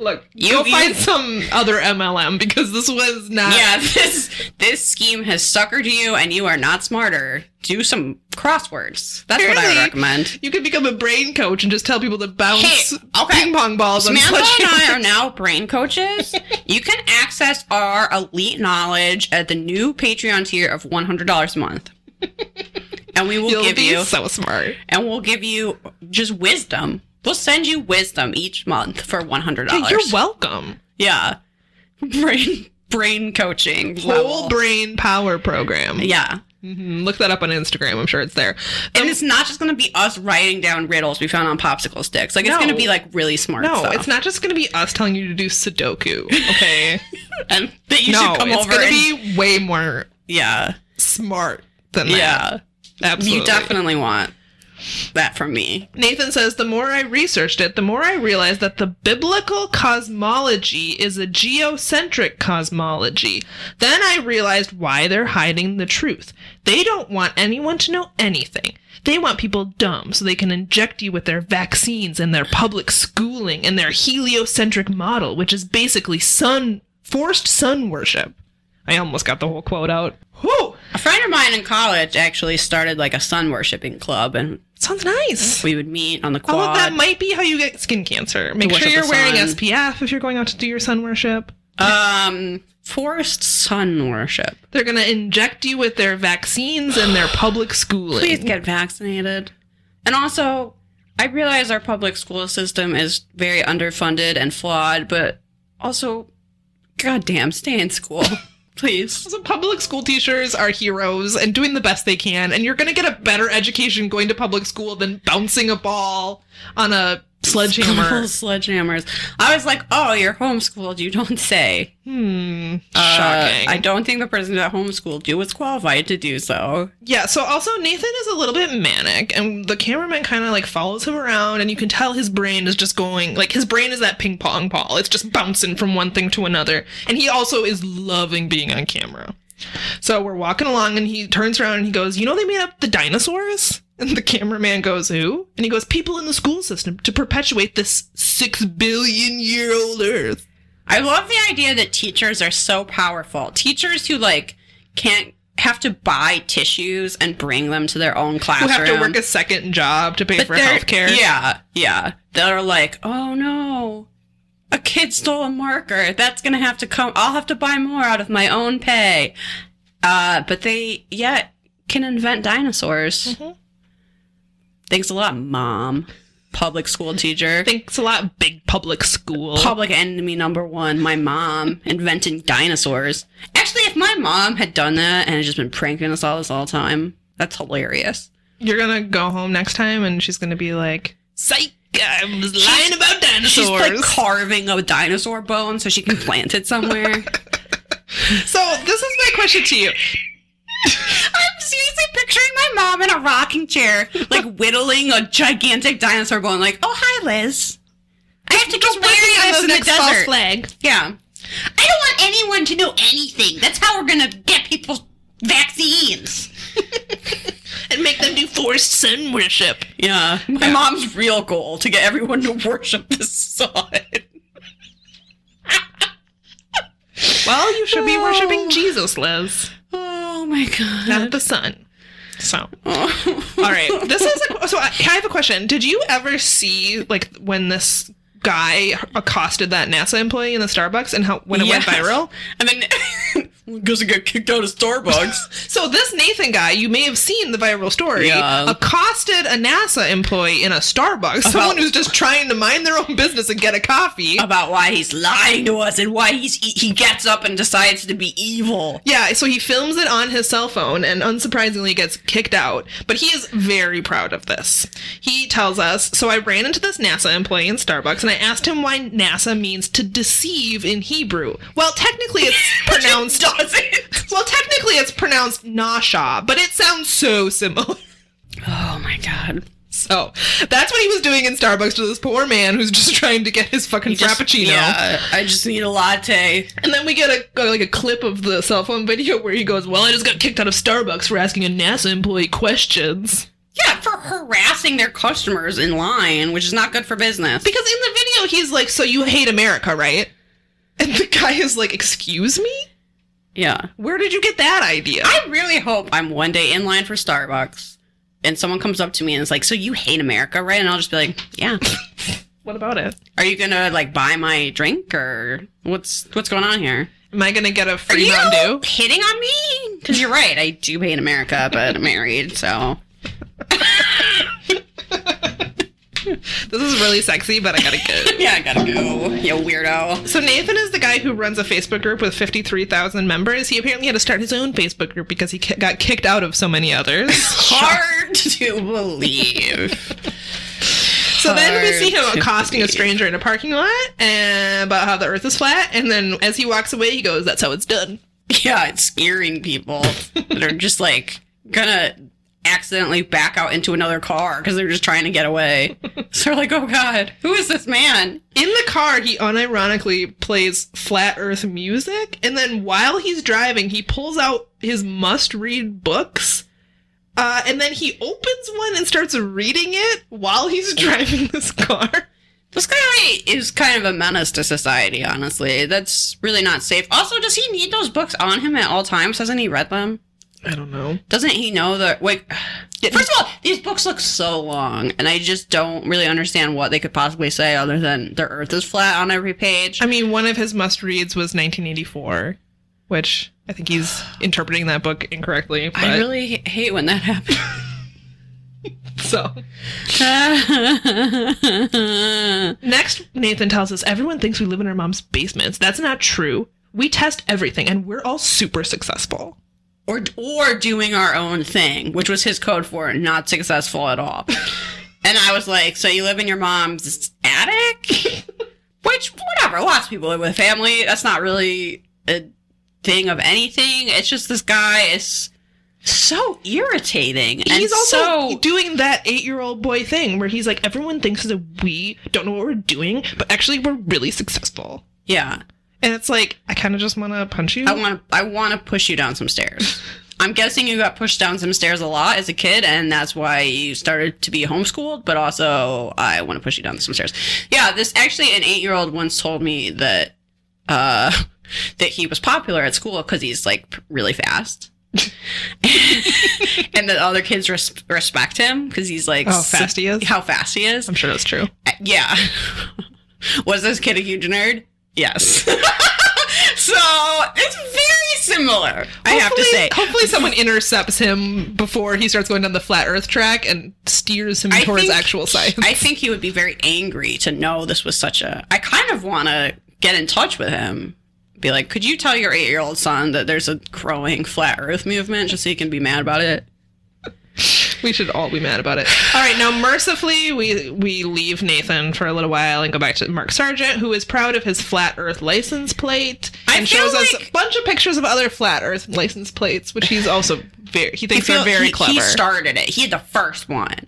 S5: Look,
S6: you-
S5: go
S6: you-
S5: find some other MLM because this was not.
S6: yeah, this this scheme has suckered you and you are not smarter. Do some crosswords. That's what I would
S5: Apparently,
S6: recommend.
S5: You could become a brain coach and just tell people to bounce
S6: Hey, okay.
S5: ping pong balls on
S6: Samantha and I are
S5: sledgehammers.
S6: now brain coaches. you can access our elite knowledge at the new Patreon tier of $100 a month. And we will
S5: You'll
S6: give
S5: be
S6: you
S5: so smart.
S6: and we'll give you just wisdom. We'll send you wisdom each month for one hundred
S5: Hey,
S6: dollars.
S5: you're welcome.
S6: yeah, brain brain coaching
S5: Whole
S6: level.
S5: brain power program.
S6: Yeah,
S5: Mhm. Look that up on Instagram. I'm sure it's there.
S6: And
S5: Um,
S6: it's not just going to be us writing down riddles we found on popsicle sticks. Like, it's
S5: No.
S6: going to be, like, really smart
S5: no,
S6: stuff.
S5: it's not just going to be us telling you to do Sudoku. Okay.
S6: And that you
S5: no,
S6: should come
S5: it's
S6: over
S5: gonna
S6: and...
S5: be way more
S6: yeah.
S5: smart than that.
S6: Yeah.
S5: Absolutely.
S6: You definitely want that from me.
S5: Nathan says the more I researched it, the more I realized that the biblical cosmology is a geocentric cosmology. Then I realized why they're hiding the truth. They don't want anyone to know anything. They want people dumb so they can inject you with their vaccines and their public schooling and their heliocentric model, which is basically sun forced sun worship. I almost got the whole quote out. Whew!
S6: A friend of mine in college actually started, like, a sun worshipping club, and
S5: Sounds nice.
S6: we would meet on the quad.
S5: All of that might be how you get skin cancer. Make
S6: worship
S5: sure you're
S6: the
S5: wearing
S6: sun.
S5: SPF if you're going out to do your sun worship.
S6: Um, forced sun worship.
S5: They're going to inject you with their vaccines and their public schooling.
S6: Please get vaccinated. And also, I realize our public school system is very underfunded and flawed, but also, goddamn, stay in school, please.
S5: So public school teachers are heroes and doing the best they can, and you're going to get a better education going to public school than bouncing a ball on a sledgehammer.
S6: Sledgehammers. I was like, oh, you're homeschooled. You don't say.
S5: hmm.
S6: Uh,
S5: Shocking.
S6: I don't think the person that homeschooled you was qualified to do so.
S5: Yeah, so also Nathan is a little bit manic and the cameraman kind of like follows him around and you can tell his brain is just going like his brain is that ping pong ball. It's just bouncing from one thing to another and he also is loving being on camera. So we're walking along and he turns around and he goes, "You know they made up the dinosaurs?" And the cameraman goes, "Who?" And he goes, "People in the school system to perpetuate this 6 billion year old earth."
S6: I love the idea that teachers are so powerful. Teachers who like can't have to buy tissues and bring them to their own
S5: Who
S6: classroom.
S5: have to work a second job to pay for
S6: they're-
S5: healthcare.
S6: Yeah, yeah. They're like, oh no, a kid stole a marker. That's gonna have to come. I'll have to buy more out of my own pay. Uh, but they yet can invent dinosaurs.
S5: Mm-hmm.
S6: Thanks a lot, mom. Public school teacher.
S5: Thanks a lot, big public school.
S6: Public enemy number one, my mom inventing dinosaurs. Actually, if my mom had done that and had just been pranking us all this all time, that's hilarious.
S5: You're gonna go home next time, and she's gonna be like, "Psych, I was lying about
S6: She's
S5: dinosaurs."
S6: like carving a dinosaur bone so she can plant it somewhere.
S5: so this is my question to you.
S6: I'm seriously picturing my mom in a rocking chair, like whittling a gigantic dinosaur bone, like, oh, hi, Liz. I have to get married on this in the desert.
S5: flag.
S6: Yeah. I don't want anyone to know anything. That's how we're going to get people vaccines.
S5: and make them do forced sun worship.
S6: Yeah. My mom's real goal to get everyone to worship the sun.
S5: Well, you should be
S6: Oh.
S5: worshiping Jesus, Liz,
S6: Oh, my
S5: not
S6: God.
S5: the sun. So,
S6: Oh.
S5: all right, this is a, so. I, I have a question. Did you ever see like when this guy accosted that NASA employee in the Starbucks and how when it
S6: Yes.
S5: went viral?
S6: And then, goes to get kicked out of Starbucks.
S5: So this Nathan guy, you may have seen the viral story,
S6: Yeah. Uh-huh.
S5: accosted a NASA employee in a Starbucks, someone who's just trying to mind their own business and get a coffee.
S6: about why he's lying to us and why he's he, he gets up and decides to be evil.
S5: yeah, so he films it on his cell phone and unsurprisingly gets kicked out, but he is very proud of this. He tells us, "So I ran into this NASA employee in Starbucks and I asked him why NASA means to deceive in Hebrew. Well, technically it's pronounced
S6: doesn't.
S5: Well, technically it's pronounced nasha, but it sounds so similar.
S6: Oh my god.
S5: So that's what he was doing in Starbucks to this poor man who's just trying to get his fucking frappuccino.
S6: Yeah, I just need a latte.
S5: And then we get a like a clip of the cell phone video where he goes, "Well, I just got kicked out of Starbucks for asking a NASA employee questions."
S6: Yeah, for harassing their customers in line, which is not good for business.
S5: Because in the video he's like, "So you hate America, right?" And the guy is like, "Excuse me?
S6: Yeah.
S5: Where did you get that idea?"
S6: I really hope I'm one day in line for Starbucks and someone comes up to me and is like, "So you hate America, right?" And I'll just be like, "Yeah."
S5: what about it?
S6: Are you going to like buy my drink or what's what's going on here?
S5: Am I gonna get a
S6: Are
S5: free
S6: you
S5: Mountain Dew?
S6: hitting on me? Because you're right, I do hate America, but I'm married, so
S5: This is really sexy, but I gotta go.
S6: Yeah, I gotta go. You weirdo.
S5: So Nathan is the guy who runs a Facebook group with 53,000 members. He apparently had to start his own Facebook group because he ki- got kicked out of so many others.
S6: Hard to believe.
S5: So then we see him
S6: Hard to
S5: accosting a
S6: believe.
S5: stranger in a parking lot and about how the earth is flat. And then as he walks away, he goes, That's how it's done.
S6: Yeah, it's scaring people that are just like gonna accidentally back out into another car because they're just trying to get away. So they're like, oh god, who is this man?
S5: In the car, he unironically plays flat earth music. And then while he's driving, he pulls out his must read books. Uh, and then he opens one and starts reading it while he's driving this car.
S6: This guy is kind of a menace to society, honestly. That's really not safe. Also, does he need those books on him at all times? Hasn't he read them?
S5: I don't know.
S6: Doesn't he know that? Like, first of all, these books look so long, and I just don't really understand what they could possibly say other than the Earth is flat on every page.
S5: I mean, one of his must reads was 1984, which I think he's interpreting that book incorrectly. But,
S6: I really h- hate when that happens.
S5: so
S6: That's
S5: next, Nathan tells us everyone thinks we live in our mom's basements. That's not true. We test everything, and we're all super successful.
S6: or or doing our own thing, which was his code for not successful at all. and I was like, so you live in your mom's attic? which whatever, lots of people live with a family. That's not really a thing of anything. It's just this guy is so irritating. and
S5: he's also
S6: so-
S5: doing that eight-year-old boy thing where he's like, everyone thinks that we don't know what we're doing, but actually we're really successful.
S6: yeah.
S5: And it's like, I kind of just want to punch you.
S6: I want to. I want to push you down some stairs. I'm guessing you got pushed down some stairs a lot as a kid, and that's why you started to be homeschooled. But also, I want to push you down some stairs. Yeah, this actually, an eight year old once told me that uh, that he was popular at school because he's like p- really fast, and that other kids res- respect him because he's like
S5: How fast he is?
S6: How fast he is?
S5: I'm sure that's true.
S6: Uh, Yeah. Was this kid a huge nerd? Yes. so it's very similar, I have to
S5: Hopefully-
S6: say.
S5: Hopefully, someone intercepts him before he starts going down the flat Earth track and steers him
S6: I
S5: towards
S6: think-
S5: actual science.
S6: I think he would be very angry to know this was such a. I kind of want to get in touch with him. Be like, could you tell your eight year old son that there's a growing flat earth movement just so he can be mad about it?
S5: we should all be mad about it. All right, now mercifully, we we leave Nathan for a little while and go back to Mark Sargent, who is proud of his flat Earth license plate
S6: I
S5: and
S6: feel
S5: shows us
S6: like-
S5: a bunch of pictures of other flat Earth license plates, which he's also very he
S6: I
S5: thinks are
S6: feel
S5: very
S6: he,
S5: clever.
S6: He started it. He had the first one.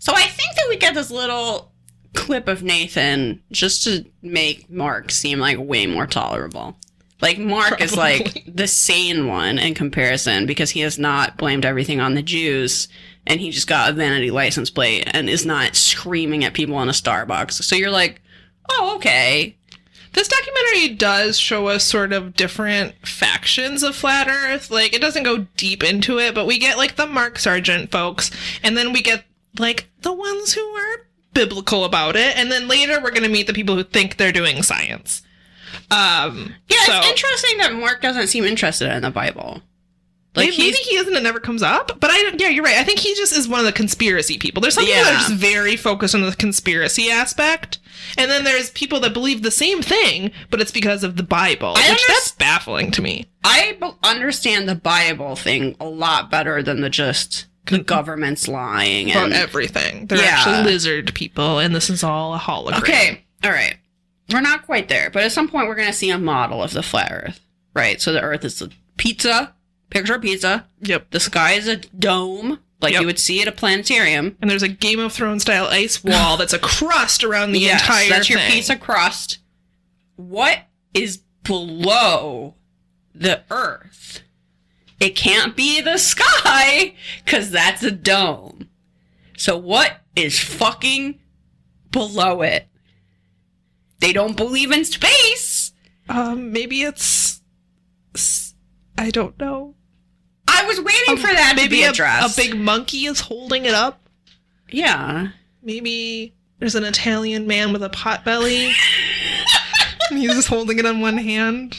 S6: So I think that we get this little clip of Nathan just to make Mark seem like way more tolerable. Like Mark is like the sane one in comparison because he has not blamed everything on the Jews and he just got a vanity license plate and is not screaming at people in a Starbucks. So you're like, oh okay.
S5: This documentary does show us sort of different factions of flat Earth. Like it doesn't go deep into it, but we get like the Mark Sargent folks, and then we get like the ones who are biblical about it, and then later we're gonna meet the people who think they're doing science. Um,
S6: Yeah,
S5: so
S6: it's interesting that Mark doesn't seem interested in the Bible. Like
S5: maybe,
S6: he's
S5: maybe he isn't. It never comes up. But I don't. Yeah, you're right. I think he just is one of the conspiracy people. There's some people that
S6: Yeah.
S5: are just very focused on the conspiracy aspect, and then there's people that believe the same thing, but it's because of the Bible,
S6: I
S5: which
S6: underst-
S5: that's baffling to me.
S6: I b- understand the Bible thing a lot better than the just the government's lying
S5: about
S6: and
S5: Mm-hmm. everything. They're
S6: Yeah.
S5: actually lizard people, and this is all a hologram.
S6: okay, all right. We're not quite there, but at some point we're gonna see a model of the flat Earth, right? So the Earth is a pizza, picture of pizza.
S5: Yep.
S6: The sky is a dome, like
S5: Yep.
S6: you would see at a planetarium.
S5: And there's a Game of Thrones style ice wall that's a crust around the entire
S6: that's your
S5: thing.
S6: pizza crust. What is below the Earth? It can't be the sky because that's a dome. So what is fucking below it? They don't believe in space.
S5: um, maybe it's. s- I don't know.
S6: I was waiting for that
S5: maybe
S6: to be
S5: a-
S6: addressed.
S5: A, big monkey is holding it up.
S6: yeah.
S5: Maybe there's an Italian man with a pot belly. and he's just holding it on one hand.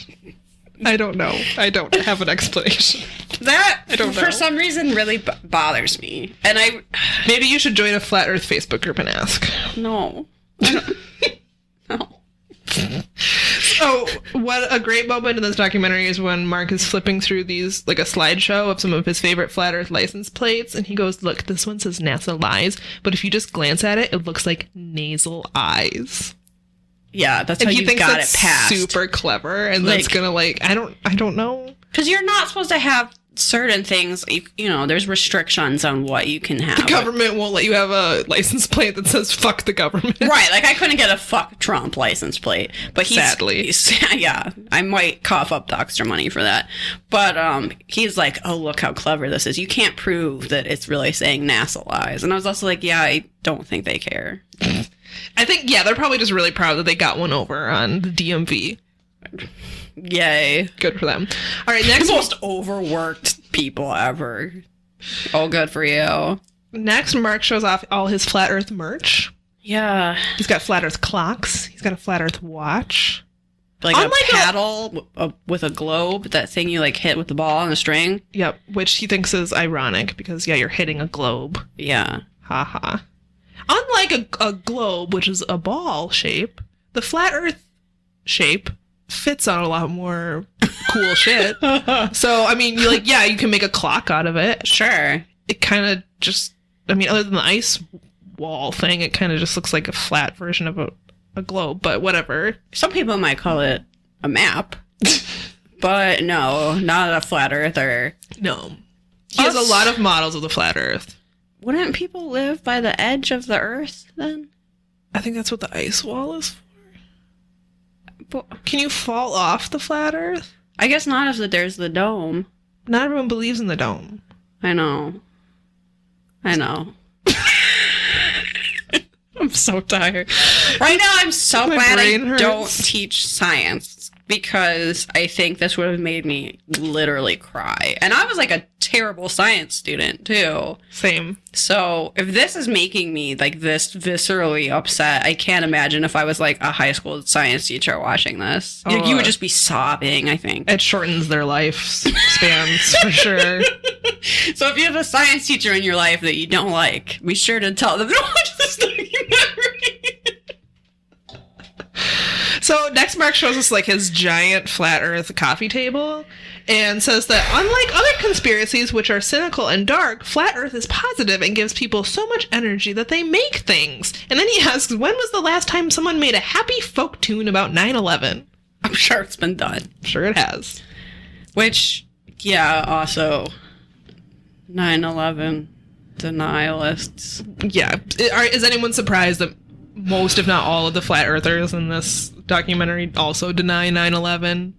S5: I don't know. I don't have an explanation.
S6: That
S5: I don't know.
S6: for some reason really b- bothers me, and I
S5: Maybe you should join a flat Earth Facebook group and ask.
S6: no, I don't- no.
S5: Oh, what a great moment in this documentary is when Mark is flipping through these, like a slideshow of some of his favorite flat Earth license plates, and he goes, Look, this one says NASA lies, but if you just glance at it, it looks like nasal eyes.
S6: Yeah, that's
S5: And
S6: how
S5: he
S6: you
S5: thinks
S6: got it
S5: that's
S6: passed.
S5: super clever, and that's
S6: Like-
S5: gonna, like, I don't, I don't know.
S6: Because you're not supposed to have certain things. You, you know, there's restrictions on what you can have.
S5: The government won't let you have a license plate that says fuck the government.
S6: Right, like I couldn't get a fuck Trump license plate, but he's,
S5: Sadly.
S6: he's- yeah, I might cough up the extra money for that. But um, he's like, oh look how clever this is. You can't prove that it's really saying NASA lies, and I was also like, yeah, I don't think they care.
S5: I think, yeah, they're probably just really proud that they got one over on the DMV.
S6: Yay,
S5: Good for them. All right, next
S6: the most overworked people ever. Oh, good for you.
S5: Next, Mark shows off all his flat Earth merch.
S6: Yeah,
S5: He's got flat Earth clocks. He's got a flat Earth watch.
S6: like
S5: Unlike a-
S6: a paddle w- a- with a globe, that thing you like hit with the ball and a string.
S5: Yep, which he thinks is ironic because yeah, you're hitting a globe.
S6: Yeah,
S5: Ha ha. Unlike a, a globe, which is a ball shape, the flat Earth shape fits on a lot more cool shit. So Oh, I mean, you like yeah, you can make a clock out of it.
S6: sure.
S5: It kind of just, I mean, other than the ice wall thing, it kind of just looks like a flat version of a, a globe. But whatever.
S6: some people might call it a map, but no, not a flat earther.
S5: No. He has a
S6: Us-
S5: lot of models of the flat earth.
S6: Wouldn't people live by the edge of the earth then?
S5: I think that's what the ice wall is for.
S6: But
S5: Can you fall off the flat earth?
S6: I guess not if there's the dome.
S5: Not everyone believes in the dome.
S6: I know. I know. I'm so tired. Right now, I'm so
S5: My
S6: glad I
S5: brain hurts.
S6: don't teach science because I think this would have made me literally cry. And I was like a terrible science student, too.
S5: Same.
S6: So if this is making me like this viscerally upset, I can't imagine if I was like a high school science teacher watching this. Like, you
S5: Oh.
S6: would just be sobbing, I think.
S5: It shortens their life spans for sure.
S6: So if you have a science teacher in your life that you don't like, be sure to tell them to watch this documentary.
S5: So next, Mark shows us like his giant flat Earth coffee table, and says that unlike other conspiracies which are cynical and dark, flat Earth is positive and gives people so much energy that they make things. And then he asks, when was the last time someone made a happy folk tune about 9/11?
S6: I'm sure it's been done.
S5: Sure, it has.
S6: Which, yeah, also 9 11, the nihilists.
S5: yeah. Are, is anyone surprised that most, if not all, of the flat earthers in this documentary also deny 9 11?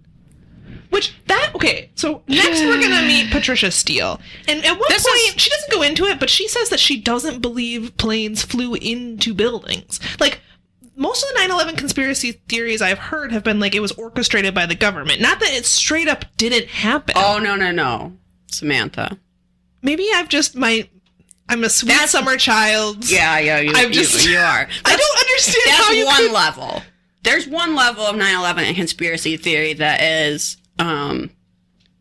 S5: Which that okay. So next we're gonna meet Patricia Steele, and at one
S6: This
S5: point
S6: is-
S5: she doesn't go into it, but she says that she doesn't believe planes flew into buildings. Like most of the 9/11 conspiracy theories I've heard have been like it was orchestrated by the government, not that it straight up didn't happen.
S6: Oh, no, no, no. Samantha.
S5: Maybe I've just my I'm a sweet
S6: That's-
S5: summer child.
S6: Yeah, yeah, you,
S5: I'm just-
S6: you, you are.
S5: I don't understand how
S6: That's
S5: you
S6: one
S5: could-
S6: level. There's one level of 9/11 and conspiracy theory that is um,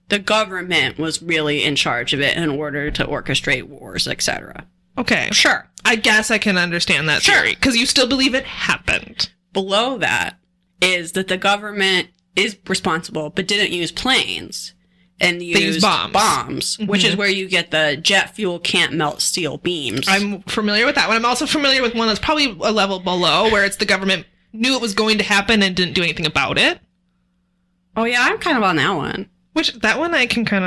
S6: the government was really in charge of it in order to orchestrate wars, etc.
S5: Okay.
S6: Sure.
S5: I guess I can understand that
S6: Sure.
S5: theory because you still believe it happened.
S6: Below that is that the government is responsible but didn't use planes and used
S5: used bombs.
S6: bombs, Mm-hmm. which is
S5: Mhm.
S6: where you get the jet fuel can't melt steel beams.
S5: I'm familiar with that one. I'm also familiar with one that's probably a level below where it's the government knew it was going to happen and didn't do anything about it.
S6: oh yeah, I'm kind of on that one.
S5: Which that one I can kind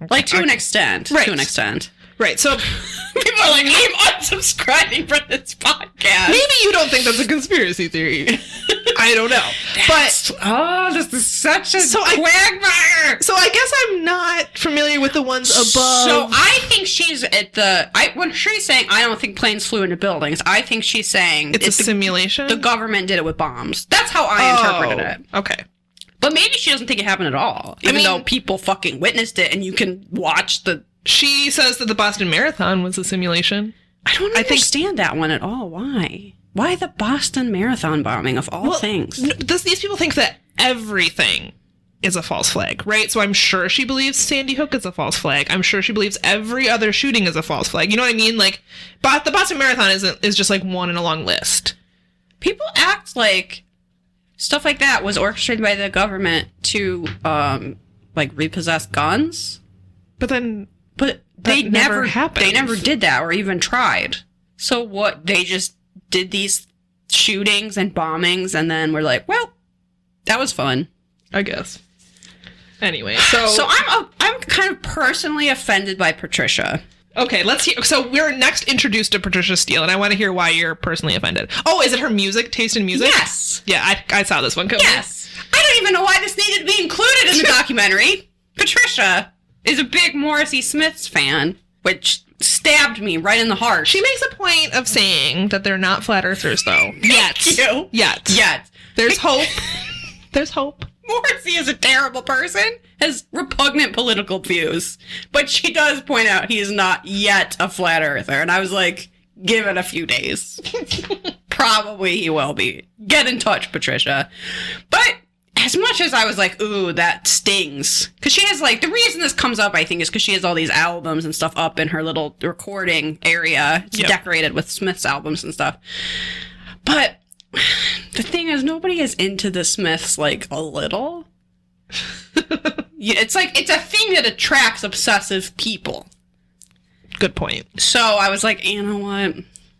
S5: of
S6: Like to an extent.
S5: Right.
S6: To an extent.
S5: right. So
S6: People are like, I'm unsubscribing from this podcast.
S5: maybe you don't think that's a conspiracy theory. I don't know, but
S6: Oh, this is such a
S5: So I-
S6: quagmire.
S5: so I guess I'm not familiar with the ones above.
S6: So I think she's at the. I when she's saying I don't think planes flew into buildings. I think she's saying
S5: it's a
S6: it- the,
S5: simulation. Oh,
S6: the government did it with bombs. That's how I interpreted it.
S5: Okay.
S6: But maybe she doesn't think it happened at all, even
S5: mean-
S6: though people fucking witnessed it, and you can watch the.
S5: She says that the Boston Marathon was a simulation.
S6: I don't
S5: I think-
S6: understand that one at all. Why? Why the Boston Marathon bombing of all
S5: Well,
S6: things?
S5: n- this, these people think that everything is a false flag, right? So I'm sure she believes Sandy Hook is a false flag. I'm sure she believes every other shooting is a false flag. You know what I mean? Like, but the Boston Marathon isn't is just like one in a long list.
S6: people act like stuff like that was orchestrated by the government to um like repossess guns
S5: But then
S6: but they
S5: That
S6: never,
S5: never happens.
S6: they never did that or even tried so what they just did these shootings and bombings and then we're like well that was fun
S5: I guess. Anyway, so
S6: so i'm a, i'm kind of personally offended by patricia
S5: okay, let's hear. So we're next introduced to Patricia Steele, and I want to hear why you're personally offended. Oh, is it her music taste in music?
S6: yes
S5: Yeah, I, I saw this one coming.
S6: yes i don't even know why this needed to be included in the documentary patricia is a big morrissey smiths fan which stabbed me right in the heart
S5: She makes a point of saying that they're not flat earthers, though. Yet.
S6: you.
S5: Yet.
S6: yet
S5: There's hope. There's hope.
S6: Morrissey is a terrible person, has repugnant political views, but she does point out he is not yet a flat earther. And I was like, give it a few days. Probably he will be. Get in touch, Patricia. But as much as I was like, ooh, that stings. Because she has like, the reason this comes up, I think, is because she has all these albums and stuff up in her little recording area. It's
S5: Yep.
S6: decorated with Smith's albums and stuff. But the thing is, nobody is into the Smiths like a little. Yeah, it's like it's a thing that attracts obsessive people.
S5: Good point.
S6: So I was like, you know what?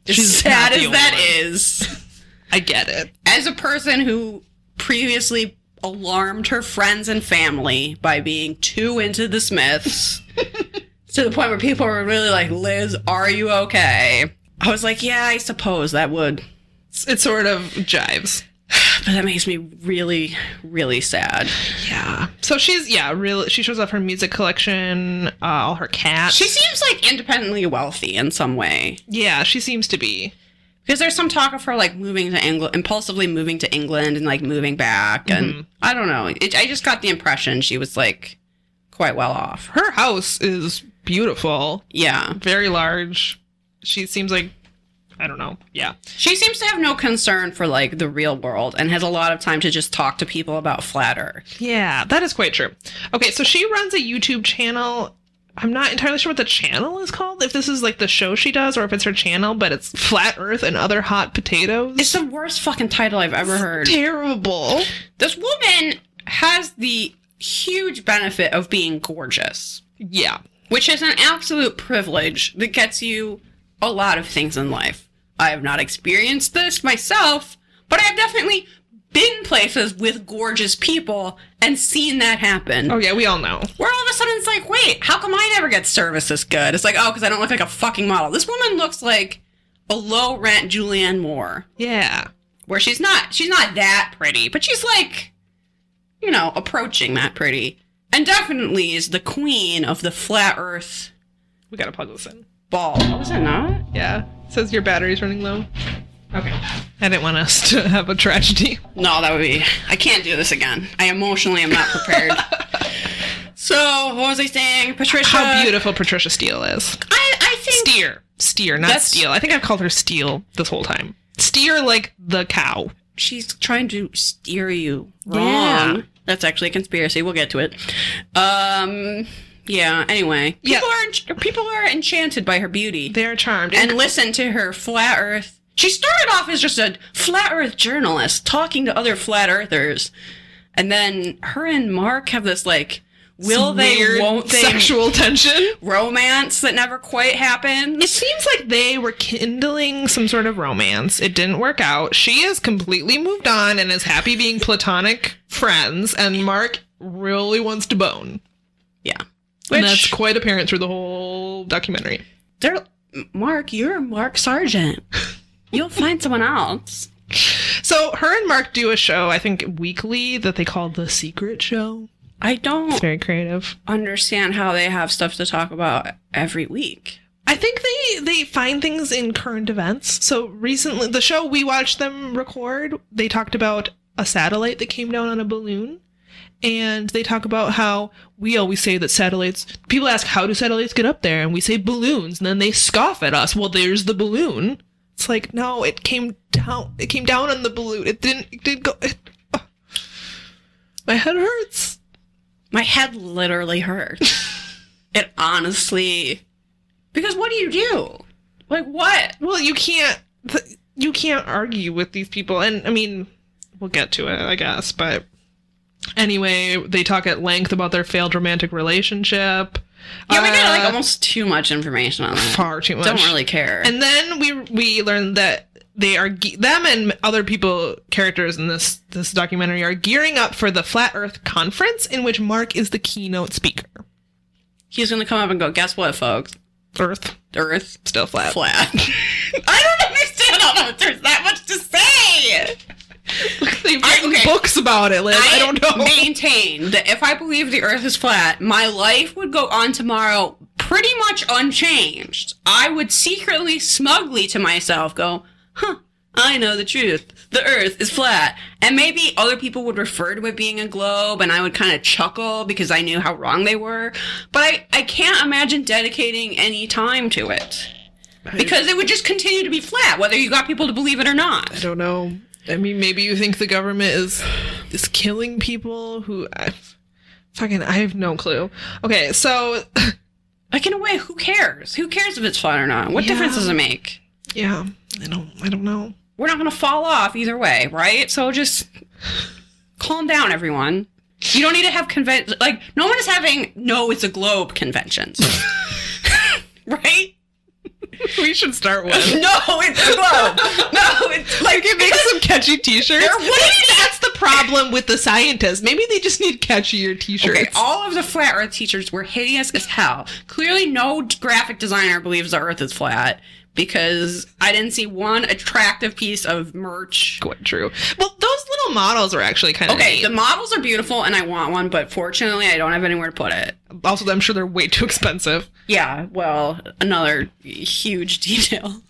S6: As
S5: She's
S6: sad
S5: not the
S6: as that
S5: only
S6: is,
S5: I get it.
S6: as a person who previously alarmed her friends and family by being too into the Smiths, to the point where people were really like, "Liz, are you okay?" I was like, "Yeah, I suppose that would."
S5: It's- It sort of jives.
S6: But that makes me really, really sad.
S5: Yeah. So she's yeah, real. She shows off her music collection, uh, all her cats.
S6: She seems like independently wealthy in some way.
S5: yeah, she seems to be.
S6: Because there's some talk of her like moving to England, impulsively moving to England and like moving back. And I don't know. It, I just got the impression she was like quite well off.
S5: Her house is beautiful,
S6: Yeah.
S5: very large. She seems like I don't know. Yeah.
S6: She seems to have no concern for like the real world and has a lot of time to just talk to people about flat earth.
S5: Yeah, that is quite true. Okay, so she runs a YouTube channel. I'm not entirely sure what the channel is called. If this is like the show she does, or if it's her channel, but it's Flat Earth and Other Hot Potatoes.
S6: It's the worst fucking title I've ever heard.
S5: terrible.
S6: This woman has the huge benefit of being gorgeous,
S5: Yeah,
S6: which is an absolute privilege that gets you a lot of things in life. I have not experienced this myself, but I have definitely been places with gorgeous people and seen that happen.
S5: Oh yeah, we all know.
S6: Where all of a sudden it's like, wait, how come I never get service this good? It's like, oh, because I don't look like a fucking model. This woman looks like a low rent Julianne Moore,
S5: Yeah.
S6: where she's not she's not that pretty, but she's like, you know, approaching that pretty. And definitely is the queen of the flat earth
S5: We gotta plug this in.
S6: ball.
S5: Oh,
S6: Was it not?
S5: Yeah. It says your battery's running low. Okay. I didn't want us to have a tragedy.
S6: No, that would be. I can't do this again. I emotionally am not prepared. so, what was I saying? Patricia.
S5: How beautiful Patricia Steele is.
S6: I, I think.
S5: Steer. Steer, not
S6: That's-
S5: Steele. I think I've called her Steele this whole time. Steer like the cow.
S6: she's trying to steer you wrong.
S5: Yeah.
S6: That's actually a conspiracy. We'll get to it. Um, yeah. Anyway,
S5: Yeah.
S6: people are people are enchanted by her beauty
S5: They're charmed.
S6: and listen to her flat Earth. She started off as just a flat Earth journalist talking to other flat Earthers, and then her and Mark have this like. Will they,
S5: Weird
S6: won't they
S5: sexual tension?
S6: romance that never quite happened?
S5: It seems like they were kindling some sort of romance. It didn't work out. She has completely moved on and is happy being platonic friends, and Mark really wants to bone.
S6: Yeah.
S5: and that's quite apparent through the whole documentary.
S6: They're Mark, you're Mark Sargent. You'll find someone else.
S5: So her and Mark do a show, I think weekly, that they call the Secret Show.
S6: I don't
S5: It's very creative.
S6: understand how they have stuff to talk about every week.
S5: I think they they find things in current events. So recently, the show we watched them record, they talked about a satellite that came down on a balloon, and they talk about how we always say that satellites. People ask how do satellites get up there, and we say balloons, and then they scoff at us. Well, there's the balloon. It's like no, it came down. It came down on the balloon. It didn't. It didn't go. It, oh. My head hurts.
S6: my head literally hurt. it honestly, because what do you do? Like what?
S5: Well, you can't th- you can't argue with these people, and I mean, we'll get to it, I guess. But anyway, they talk at length about their failed romantic relationship.
S6: Yeah, we got like
S5: Uh,
S6: almost too much information on that.
S5: far too much.
S6: Don't really care.
S5: And then we we learn that they are ge- them and other people characters in this this documentary are gearing up for the Flat Earth conference in which Mark is the keynote speaker.
S6: He's gonna come up and go. Guess what, folks?
S5: Earth
S6: Earth
S5: still flat.
S6: flat. I don't understand how there's that much to say.
S5: They've
S6: I-
S5: written
S6: okay.
S5: books about it, Liz. I, don't know.
S6: Maintain that if I believe the Earth is flat, my life would go on tomorrow pretty much unchanged. I would secretly, smugly to myself go, "Huh, I know the truth. The Earth is flat." And maybe other people would refer to it being a globe, and I would kind of chuckle because I knew how wrong they were. But I, I can't imagine dedicating any time to it. Because it would just continue to be flat, whether you got people to believe it or not.
S5: I don't know. I mean, maybe you think the government is is killing people who I, fucking I have no clue. Okay, so
S6: Like in a way, who cares? Who cares if it's flat or not? What
S5: Yeah.
S6: difference does it make?
S5: yeah, I don't I don't know.
S6: We're not gonna fall off either way, right? So just calm down, everyone. You don't need to have convention. Like no one is having no, it's a globe conventions, right?
S5: We should start with.
S6: No, it's a globe. No, it's like
S5: can make some catchy t-shirts.
S6: There
S5: Maybe that's the problem with the scientists. Maybe they just need catchier t-shirts.
S6: Okay, all of the flat earth teachers were hideous as hell. Clearly, no d- graphic designer believes the earth is flat because I didn't see one attractive piece of merch.
S5: Quite true. Well, those little models are actually kind of
S6: Okay,
S5: okay.
S6: the models are beautiful and I want one, but fortunately, I don't have anywhere to put it.
S5: also, I'm sure they're way too expensive.
S6: Yeah, well, another huge detail.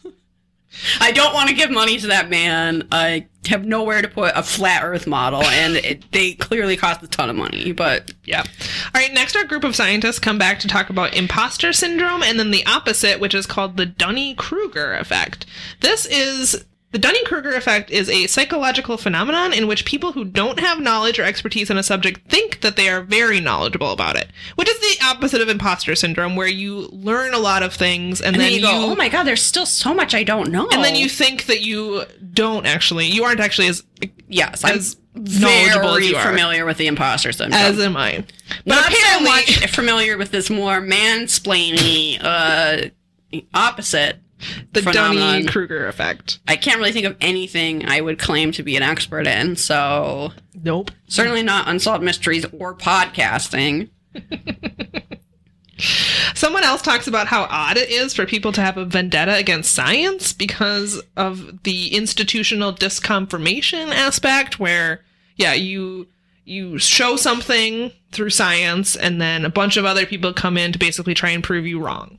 S6: I don't want to give money to that man. I have nowhere to put a flat earth model, and it, they clearly cost a ton of money, but
S5: Yeah. All right. Next, our group of scientists come back to talk about imposter syndrome and then the opposite, which is called the Dunning Kruger effect. This is the Dunning Kruger effect is a psychological phenomenon in which people who don't have knowledge or expertise in a subject think that they are very knowledgeable about it, which is the opposite of imposter syndrome, where you learn a lot of things and,
S6: and then you go, oh my god, there's still so much I don't know.
S5: and then you think that you don't actually, you aren't actually as
S6: Yes, I'm
S5: as knowledgeable as
S6: very
S5: you are.
S6: familiar with the imposter syndrome.
S5: As am I. But
S6: Not so
S5: apparently,
S6: much familiar with this more mansplaining uh, opposite.
S5: the Dunning
S6: phenomenon.
S5: Kruger effect.
S6: I can't really think of anything I would claim to be an expert in, so
S5: Nope.
S6: certainly not unsolved mysteries or podcasting.
S5: Someone else talks about how odd it is for people to have a vendetta against science because of the institutional disconfirmation aspect where yeah, you you show something through science and then a bunch of other people come in to basically try and prove you wrong.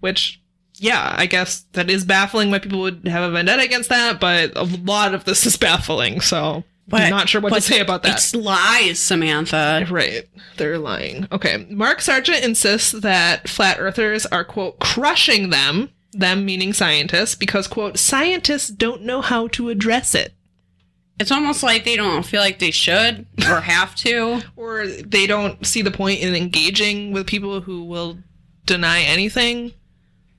S5: Which yeah, I guess that is baffling why people would have a vendetta against that, but a lot of this is baffling, so
S6: But-
S5: I'm not sure what to
S6: but
S5: say about that.
S6: It's lies, Samantha.
S5: Right. They're lying. Okay. Mark Sargent insists that flat earthers are, quote, crushing them, them meaning scientists, because, quote, scientists don't know how to address it.
S6: It's almost like they don't feel like they should or have to.
S5: Or they don't see the point in engaging with people who will deny anything.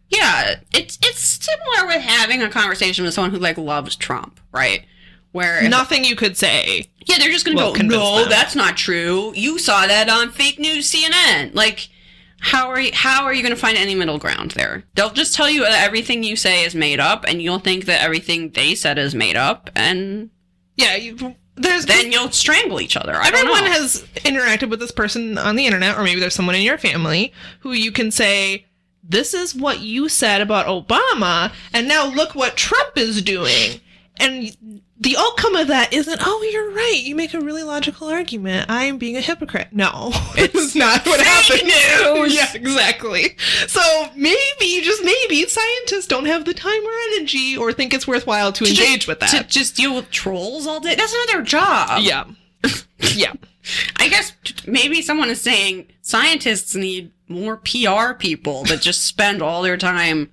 S6: Yeah, it's it's similar with having a conversation with someone who like loves Trump, right? Where if-
S5: Nothing you could say.
S6: yeah, they're just gonna
S5: Well,
S6: go,
S5: convince
S6: no,
S5: them."
S6: that's not true. You saw that on fake news CNN. Like, how are you, how are you gonna find any middle ground there? They'll just tell you that everything you say is made up, and you'll think that everything they said is made up, and
S5: Yeah. You, there's
S6: then you'll strangle each other. I don't
S5: everyone
S6: know.
S5: has interacted with this person on the internet, or maybe there's someone in your family who you can say, This is what you said about Obama, and now look what Trump is doing. And the outcome of that isn't, Oh, you're right. You make a really logical argument. I am being a hypocrite. No, it's not what happened. News. yeah, exactly. So maybe, just maybe, scientists don't have the time or energy or think it's worthwhile to,
S6: To ju-
S5: engage with
S6: to
S5: that.
S6: just deal with trolls all day. That's not their job.
S5: yeah. yeah.
S6: I guess t- maybe someone is saying scientists need more PR people that just spend all their time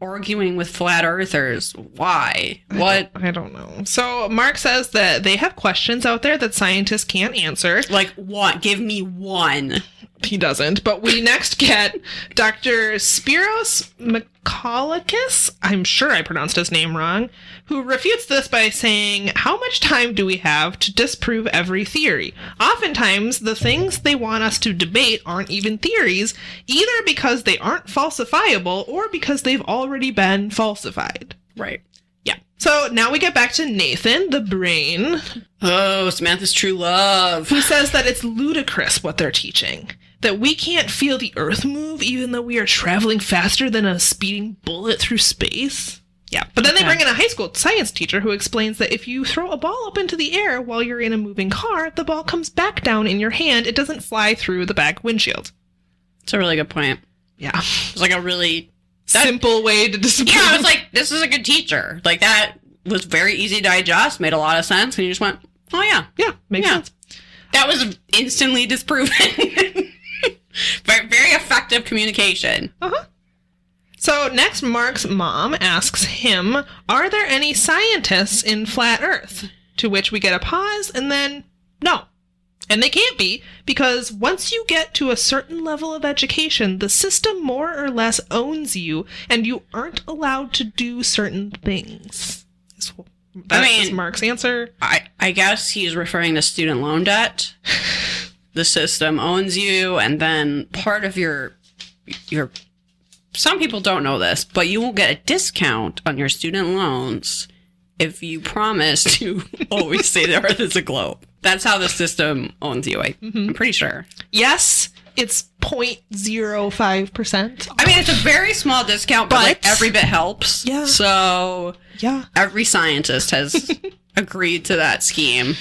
S6: arguing with flat earthers. Why? What?
S5: I don't know. So Mark says that they have questions out there that scientists can't answer.
S6: Like what? Give me one.
S5: He doesn't. But we next get Dr. Spiros Mikolakis. I'm sure I pronounced his name wrong. Who refutes this by saying, "How much time do we have to disprove every theory? Oftentimes, the things they want us to debate aren't even theories, either because they aren't falsifiable or because they've already been falsified."
S6: Right.
S5: Yeah. So now we get back to Nathan, the brain,
S6: Oh, Samantha's true love.
S5: who says that it's ludicrous what they're teaching. That we can't feel the earth move even though we are traveling faster than a speeding bullet through space. Yeah. But then they bring in a high school science teacher who explains that if you throw a ball up into the air while you're in a moving car, the ball comes back down in your hand. It doesn't fly through the back windshield.
S6: It's a really good point.
S5: Yeah.
S6: It's like a really That-
S5: Simple way to disprove.
S6: yeah. I was like, this is a good teacher. Like that was very easy to digest. Made a lot of sense, and you just went, oh yeah,
S5: yeah, makes
S6: Yeah.
S5: sense.
S6: that was instantly disproven. but very effective communication.
S5: Uh-huh. So next, Mark's mom asks him, "Are there any scientists in flat Earth?" To which we get a pause, and then no, and they can't be because once you get to a certain level of education, the system more or less owns you, and you aren't allowed to do certain things. That's
S6: mean-
S5: Mark's answer.
S6: I I guess he's referring to student loan debt. the system owns you, and then part of your your some people don't know this, but you will get a discount on your student loans if you promise to always say the Earth is a globe. That's how the system owns you. I,
S5: Mm-hmm.
S6: I'm pretty sure.
S5: Yes, it's 0.05 percent.
S6: I mean, it's a very small discount, but, like
S5: But-
S6: every bit helps.
S5: Yeah.
S6: So
S5: Yeah.
S6: every scientist has agreed to that scheme.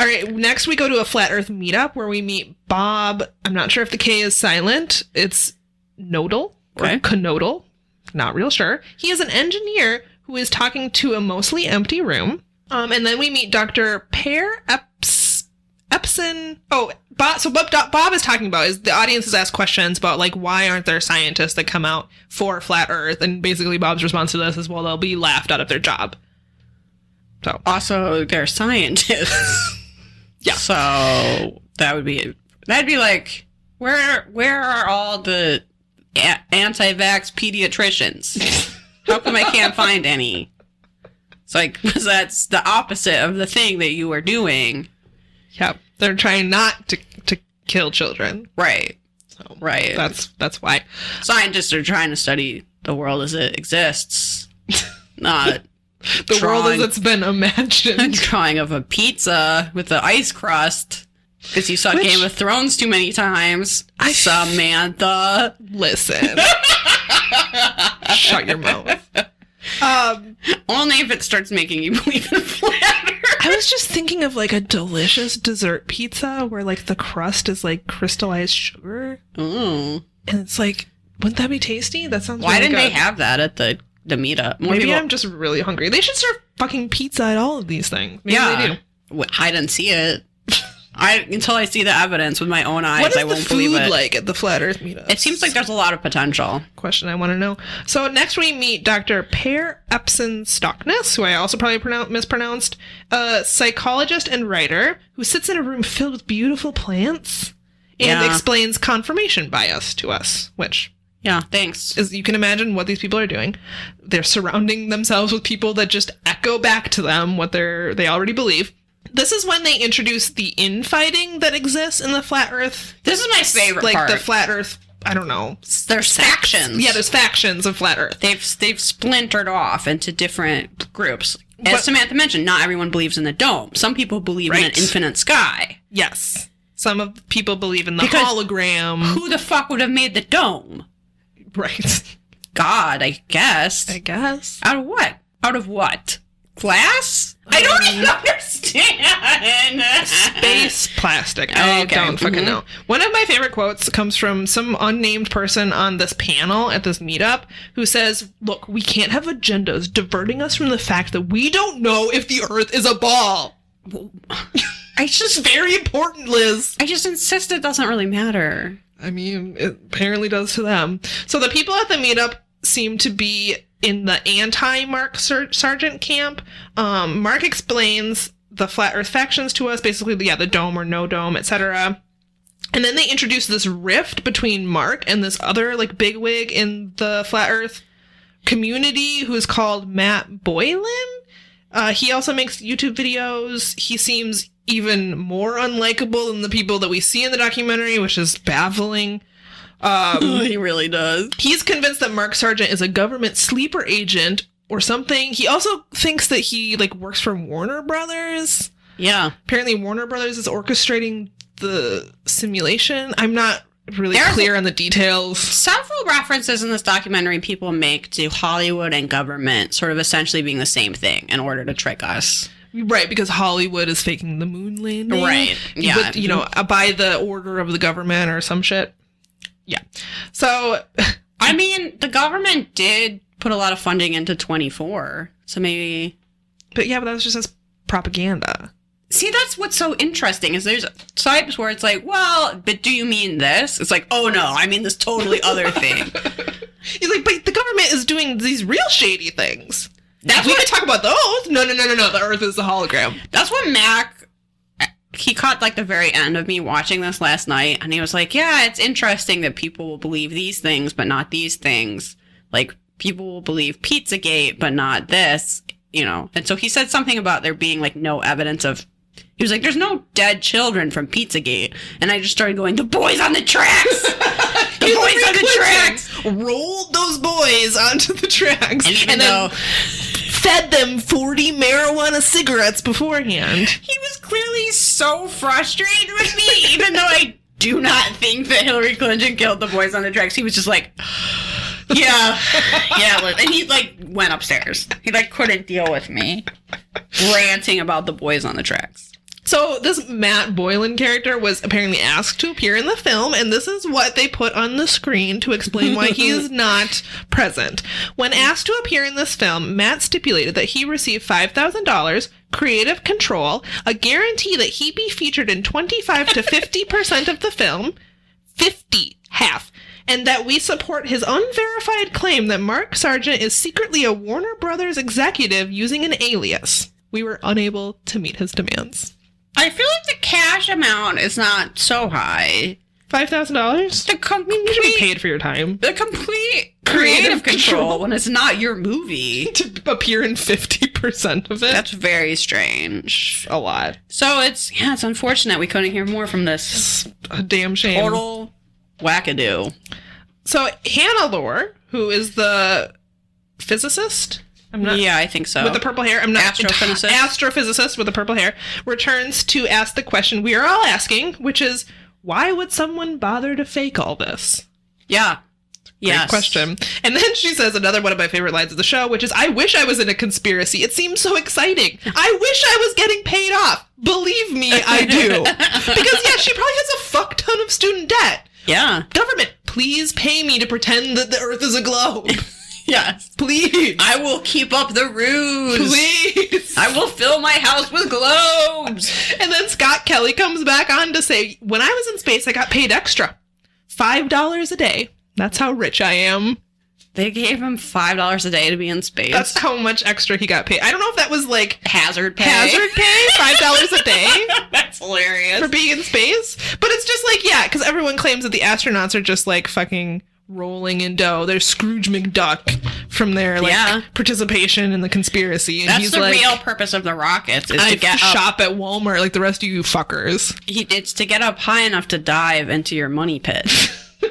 S5: All right, next we go to a flat earth meetup where we meet Bob. I'm not sure if the K is silent. It's Nodal or
S6: Okay.
S5: Knodal. Not real sure. He is an engineer who is talking to a mostly empty room. Um, and then we meet Dr. Per Eps- Epson. Oh, Bob. So what Do- Bob is talking about is the audience has asked questions about like why aren't there scientists that come out for flat Earth? And basically Bob's response to this is well they'll be laughed out of their job. So
S6: also they're scientists.
S5: Yeah.
S6: So that would be that'd be like where where are all the a- anti-vax pediatricians? How come I can't find any? It's like 'cause that's the opposite of the thing that you were doing,
S5: Yeah, they're trying not to to kill children.
S6: right? Right.
S5: That's that's why.
S6: Scientists are trying to study the world as it exists, not
S5: The world as
S6: Drawing.
S5: it's been
S6: a
S5: imagined.
S6: drawing of a pizza with the ice crust because you saw
S5: Which-
S6: Game of Thrones too many times. Samantha.
S5: Listen. Shut your mouth. Um,
S6: Only if it starts making you believe in flat Earth.
S5: I was just thinking of like a delicious dessert pizza where like the crust is like crystallized sugar,
S6: Ooh.
S5: and it's like, wouldn't that be tasty? That sounds.
S6: Why
S5: really
S6: didn't they
S5: good.
S6: have that at the the meetup? More
S5: Maybe
S6: people
S5: I'm just really hungry. They should serve fucking pizza at all of these things. Maybe
S6: Yeah.
S5: they do.
S6: w- hide and see it. I until I see the evidence with my own eyes,
S5: What
S6: I
S5: is the
S6: won't believe
S5: food
S6: it.
S5: like at the Flat Earth meetup?
S6: it seems like there's a lot of potential.
S5: question I want to know. So next we meet Dr. Per Epson Stockness, who I also probably pronoun- mispronounced, a psychologist and writer who sits in a room filled with beautiful plants and
S6: Yeah.
S5: explains confirmation bias to us, which
S6: Yeah, thanks.
S5: is you can imagine what these people are doing. They're surrounding themselves with people that just echo back to them what they're they already believe. This is when they introduce the infighting that exists in the flat earth.
S6: This is my favorite
S5: like
S6: part.
S5: the flat earth, I don't know,
S6: there's factions.
S5: yeah, there's factions of flat Earth.
S6: they've they've splintered off into different groups. As
S5: But-
S6: Samantha mentioned, not everyone believes in the dome. Some people believe in an
S5: Right.
S6: infinite sky.
S5: Yes, some of people believe in the
S6: Because-
S5: hologram.
S6: Who the fuck would have made the dome?
S5: right,
S6: God, I guess.
S5: I guess.
S6: Out of what? Out of what? Glass? I don't even understand.
S5: Um, Space plastic. I
S6: Oh, Okay.
S5: don't fucking
S6: Mhm.
S5: know. One of my favorite quotes comes from some unnamed person on this panel at this meetup who says, Look, we can't have agendas diverting us from the fact that we don't know if the Earth is a ball.
S6: I just
S5: Very important, Liz.
S6: I just insist it doesn't really matter.
S5: I mean, it apparently does to them. So the people at the meetup seem to be in the anti Mark Ser- Sergeant camp. Um, Mark explains the flat Earth factions to us, basically, yeah, the dome or no dome, etc. And then they introduce this rift between Mark and this other like bigwig in the flat Earth community who is called Matt Boylan. Uh, he also makes YouTube videos. He seems even more unlikable than the people that we see in the documentary, which is baffling. Um,
S6: he really does.
S5: he's convinced that Mark Sargent is a government sleeper agent or something. He also thinks that he like works for Warner Brothers.
S6: Yeah.
S5: Apparently, Warner Brothers is orchestrating the simulation. I'm not really
S6: There's-
S5: clear on the details.
S6: Several references in this documentary people make to Hollywood and government sort of essentially being the same thing in order to trick us.
S5: Right, because Hollywood is faking the moon landing.
S6: Right, yeah.
S5: But, you know, uh, by the order of the government or some shit. Yeah. So,
S6: I mean, the government did put a lot of funding into 24. So maybe.
S5: but yeah, but that was just as propaganda.
S6: See, that's what's so interesting is there's types where it's like, well, but do you mean this? It's like, oh no, I mean this totally other thing.
S5: He's like, but the government is doing these real shady things.
S6: That's
S5: we
S6: what-
S5: can talk about those. No, no, no, no, no. The Earth is a hologram.
S6: That's what Mac. He caught like the very end of me watching this last night, and he was like, "Yeah, it's interesting that people will believe these things, but not these things. Like people will believe Pizzagate, but not this. You know." And so he said something about there being like no evidence of. He was like, "There's no dead children from Pizzagate," and I just started going, "The boys on the tracks, the
S5: Hillary
S6: boys on the
S5: Clinton
S6: tracks."
S5: Rolled those boys onto the tracks
S6: And
S5: then
S6: even though-
S5: fed them 40 marijuana cigarettes beforehand.
S6: He was clearly so frustrated with me, even though I do not think that Hillary Clinton killed the boys on the tracks. He was just like, yeah, yeah. li- And he like went upstairs. He like couldn't deal with me ranting about the boys on the tracks.
S5: So this Matt Boylan character was apparently asked to appear in the film, and this is what they put on the screen to explain why he is not present. When asked to appear in this film, Matt stipulated that he received five thousand dollars, creative control, a guarantee that he be featured in twenty-five to fifty percent of the film, fifty half. And that we support his unverified claim that Mark Sargent is secretly a Warner Brothers executive using an alias. We were unable to meet his demands.
S6: I feel like the cash amount is not so high.
S5: Five thousand dollars.
S6: The complete,
S5: for your time
S6: the complete
S5: Creative
S6: creative
S5: control.
S6: control when it's not your movie.
S5: to appear in fifty percent of it.
S6: That's very strange.
S5: a lot.
S6: So it's yeah, it's unfortunate we couldn't hear more from this
S5: It's a damn shame.
S6: total wackadoo.
S5: So Hannah Lore, who is the physicist, I'm not
S6: yeah, I think so.
S5: with the purple hair. I'm not
S6: Astrophysicist?
S5: astrophysicist with the purple hair returns to ask the question we are all asking, which is why would someone bother to fake all this?
S6: yeah.
S5: Great
S6: Yes.
S5: question. And then she says another one of my favorite lines of the show, which is I wish I was in a conspiracy. It seems so exciting. I wish I was getting paid off. Believe me, I do. because, yeah, she probably has a fuck ton of student debt.
S6: Yeah.
S5: Government, please pay me to pretend that the earth is a globe.
S6: Yes.
S5: Please.
S6: I will keep up the ruse.
S5: Please.
S6: I will fill my house with globes.
S5: And then Scott Kelly comes back on to say, When I was in space, I got paid extra $5 a day. That's how rich I am.
S6: They gave him five dollars a day to be in space.
S5: That's how much extra he got paid. I don't know if that was like
S6: hazard pay.
S5: hazard pay five dollars a day
S6: That's
S5: for
S6: hilarious.
S5: being in space but it's just like yeah because everyone claims that the astronauts are just like fucking rolling in dough they're scrooge mcduck from their like
S6: Yeah.
S5: participation in the conspiracy and
S6: That's
S5: he's
S6: the
S5: like
S6: real purpose of the rockets is
S5: I
S6: to get up.
S5: shop at Walmart like the rest of you fuckers.
S6: He, it's to get up high enough to dive into your money pit.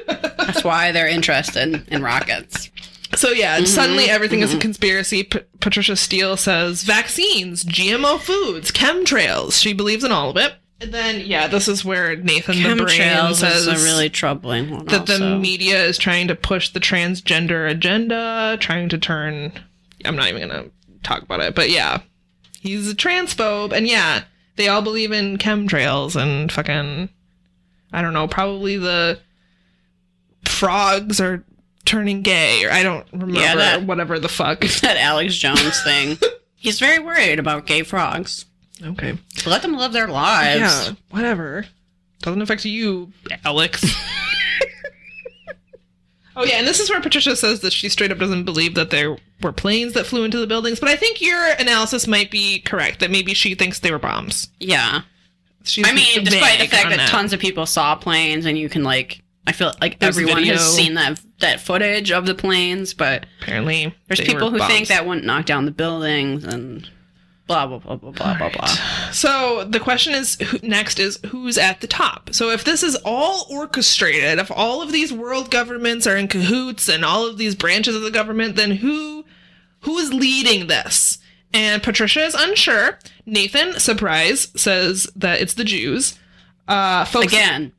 S6: That's why they're interested in rockets.
S5: So yeah, suddenly
S6: Mm-hmm.
S5: everything is a conspiracy. P- Patricia Steele says vaccines, GMO foods, chemtrails. She believes in all of it. And then yeah, this is where Nathan the brain
S6: Chemtrails
S5: says
S6: is a really troubling one.
S5: that the
S6: also.
S5: media is trying to push the transgender agenda, trying to turn. I'm not even gonna talk about it, but yeah, he's a transphobe, and yeah, they all believe in chemtrails and fucking. I don't know. Probably the frogs are turning gay, or I don't remember
S6: Yeah, that-
S5: whatever the fuck.
S6: that Alex Jones thing. He's very worried about gay frogs.
S5: okay.
S6: Let them live their lives.
S5: Yeah. Whatever. Doesn't affect you, Alex. Oh yeah, and this is where Patricia says that she straight up doesn't believe that there were planes that flew into the buildings. But I think your analysis might be correct that maybe she thinks they were bombs.
S6: Yeah.
S5: She's
S6: I mean, despite the
S5: vague
S6: fact
S5: on
S6: that, tons of people saw planes and you can like I feel like
S5: There's
S6: everyone
S5: video.
S6: has seen that that footage of the planes, but
S5: apparently
S6: there's
S5: they
S6: people
S5: were
S6: who think
S5: bombs.
S6: that wouldn't knock down the buildings and blah blah blah blah blah blah blah.
S5: So the question is who, next is who's at the top. So if this is all orchestrated, if all of these world governments are in cahoots and all of these branches of the government, then who who is leading this? And Patricia is unsure. Nathan, surprise, says that it's the Jews. Uh, folks,
S6: Again,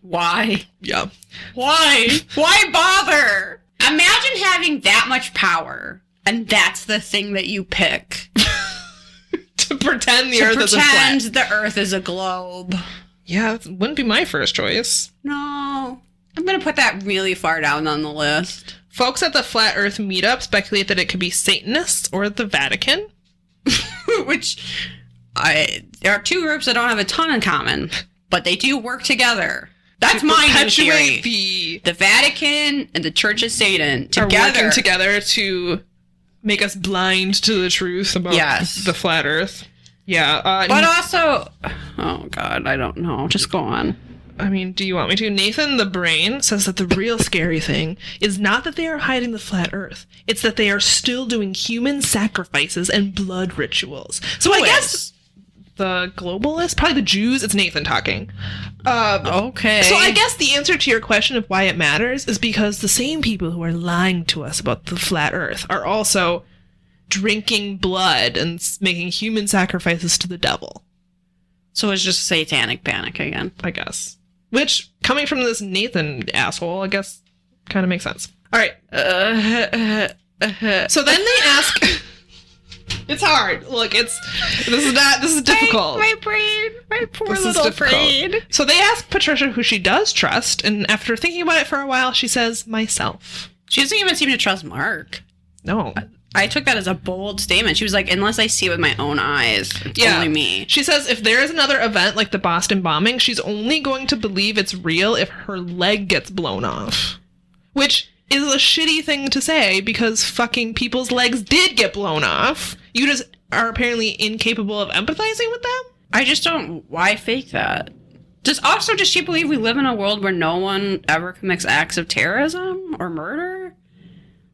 S6: why?
S5: yeah.
S6: Why? Why bother? Imagine having that much power and that's the thing that you pick.
S5: to pretend the
S6: to
S5: Earth is
S6: pretend
S5: flat.
S6: the earth is a globe.
S5: Yeah, that wouldn't be my first choice.
S6: No. I'm going to put that really far down on the list.
S5: Folks at the Flat Earth meetup speculate that it could be Satanists or the Vatican.
S6: which I there are two groups that don't have a ton in common, but they do work together. That's my new theory.
S5: Perpetuate
S6: The-,
S5: the
S6: Vatican and the Church of Satan
S5: are working
S6: together.
S5: together to make us blind to the truth about
S6: Yes.
S5: the flat Earth. Yeah, uh,
S6: But also, oh god, I don't know. Just go on.
S5: I mean, do you want me to? Nathan the Brain says that the real scary thing is not that they are hiding the flat earth, it's that they are still doing human sacrifices and blood rituals. So I
S6: Who
S5: guess the globalists, probably the Jews, it's Nathan talking. Uh,
S6: Okay.
S5: so I guess the answer to your question of why it matters is because the same people who are lying to us about the flat earth are also drinking blood and s- making human sacrifices to the devil.
S6: so it's just satanic panic again.
S5: I guess. Which, coming from this Nathan asshole, I guess kind of makes sense. All right. Uh, so then they ask. it's hard. Look, it's this is not this is difficult.
S6: My, my brain, my poor
S5: This is
S6: little
S5: difficult.
S6: brain.
S5: so they ask Patricia who she does trust, and after thinking about it for a while, she says myself.
S6: She doesn't even seem to trust Mark.
S5: No.
S6: Uh, I took that as a bold statement. She was like, "Unless I see it with my own eyes, it's
S5: Yeah.
S6: only me."
S5: She says if there is another event like the Boston bombing, she's only going to believe it's real if her leg gets blown off. Which is a shitty thing to say because fucking people's legs did get blown off. You just are apparently incapable of empathizing with them?
S6: I just don't. Why fake that? Does also does she believe we live in a world where no one ever commits acts of terrorism or murder?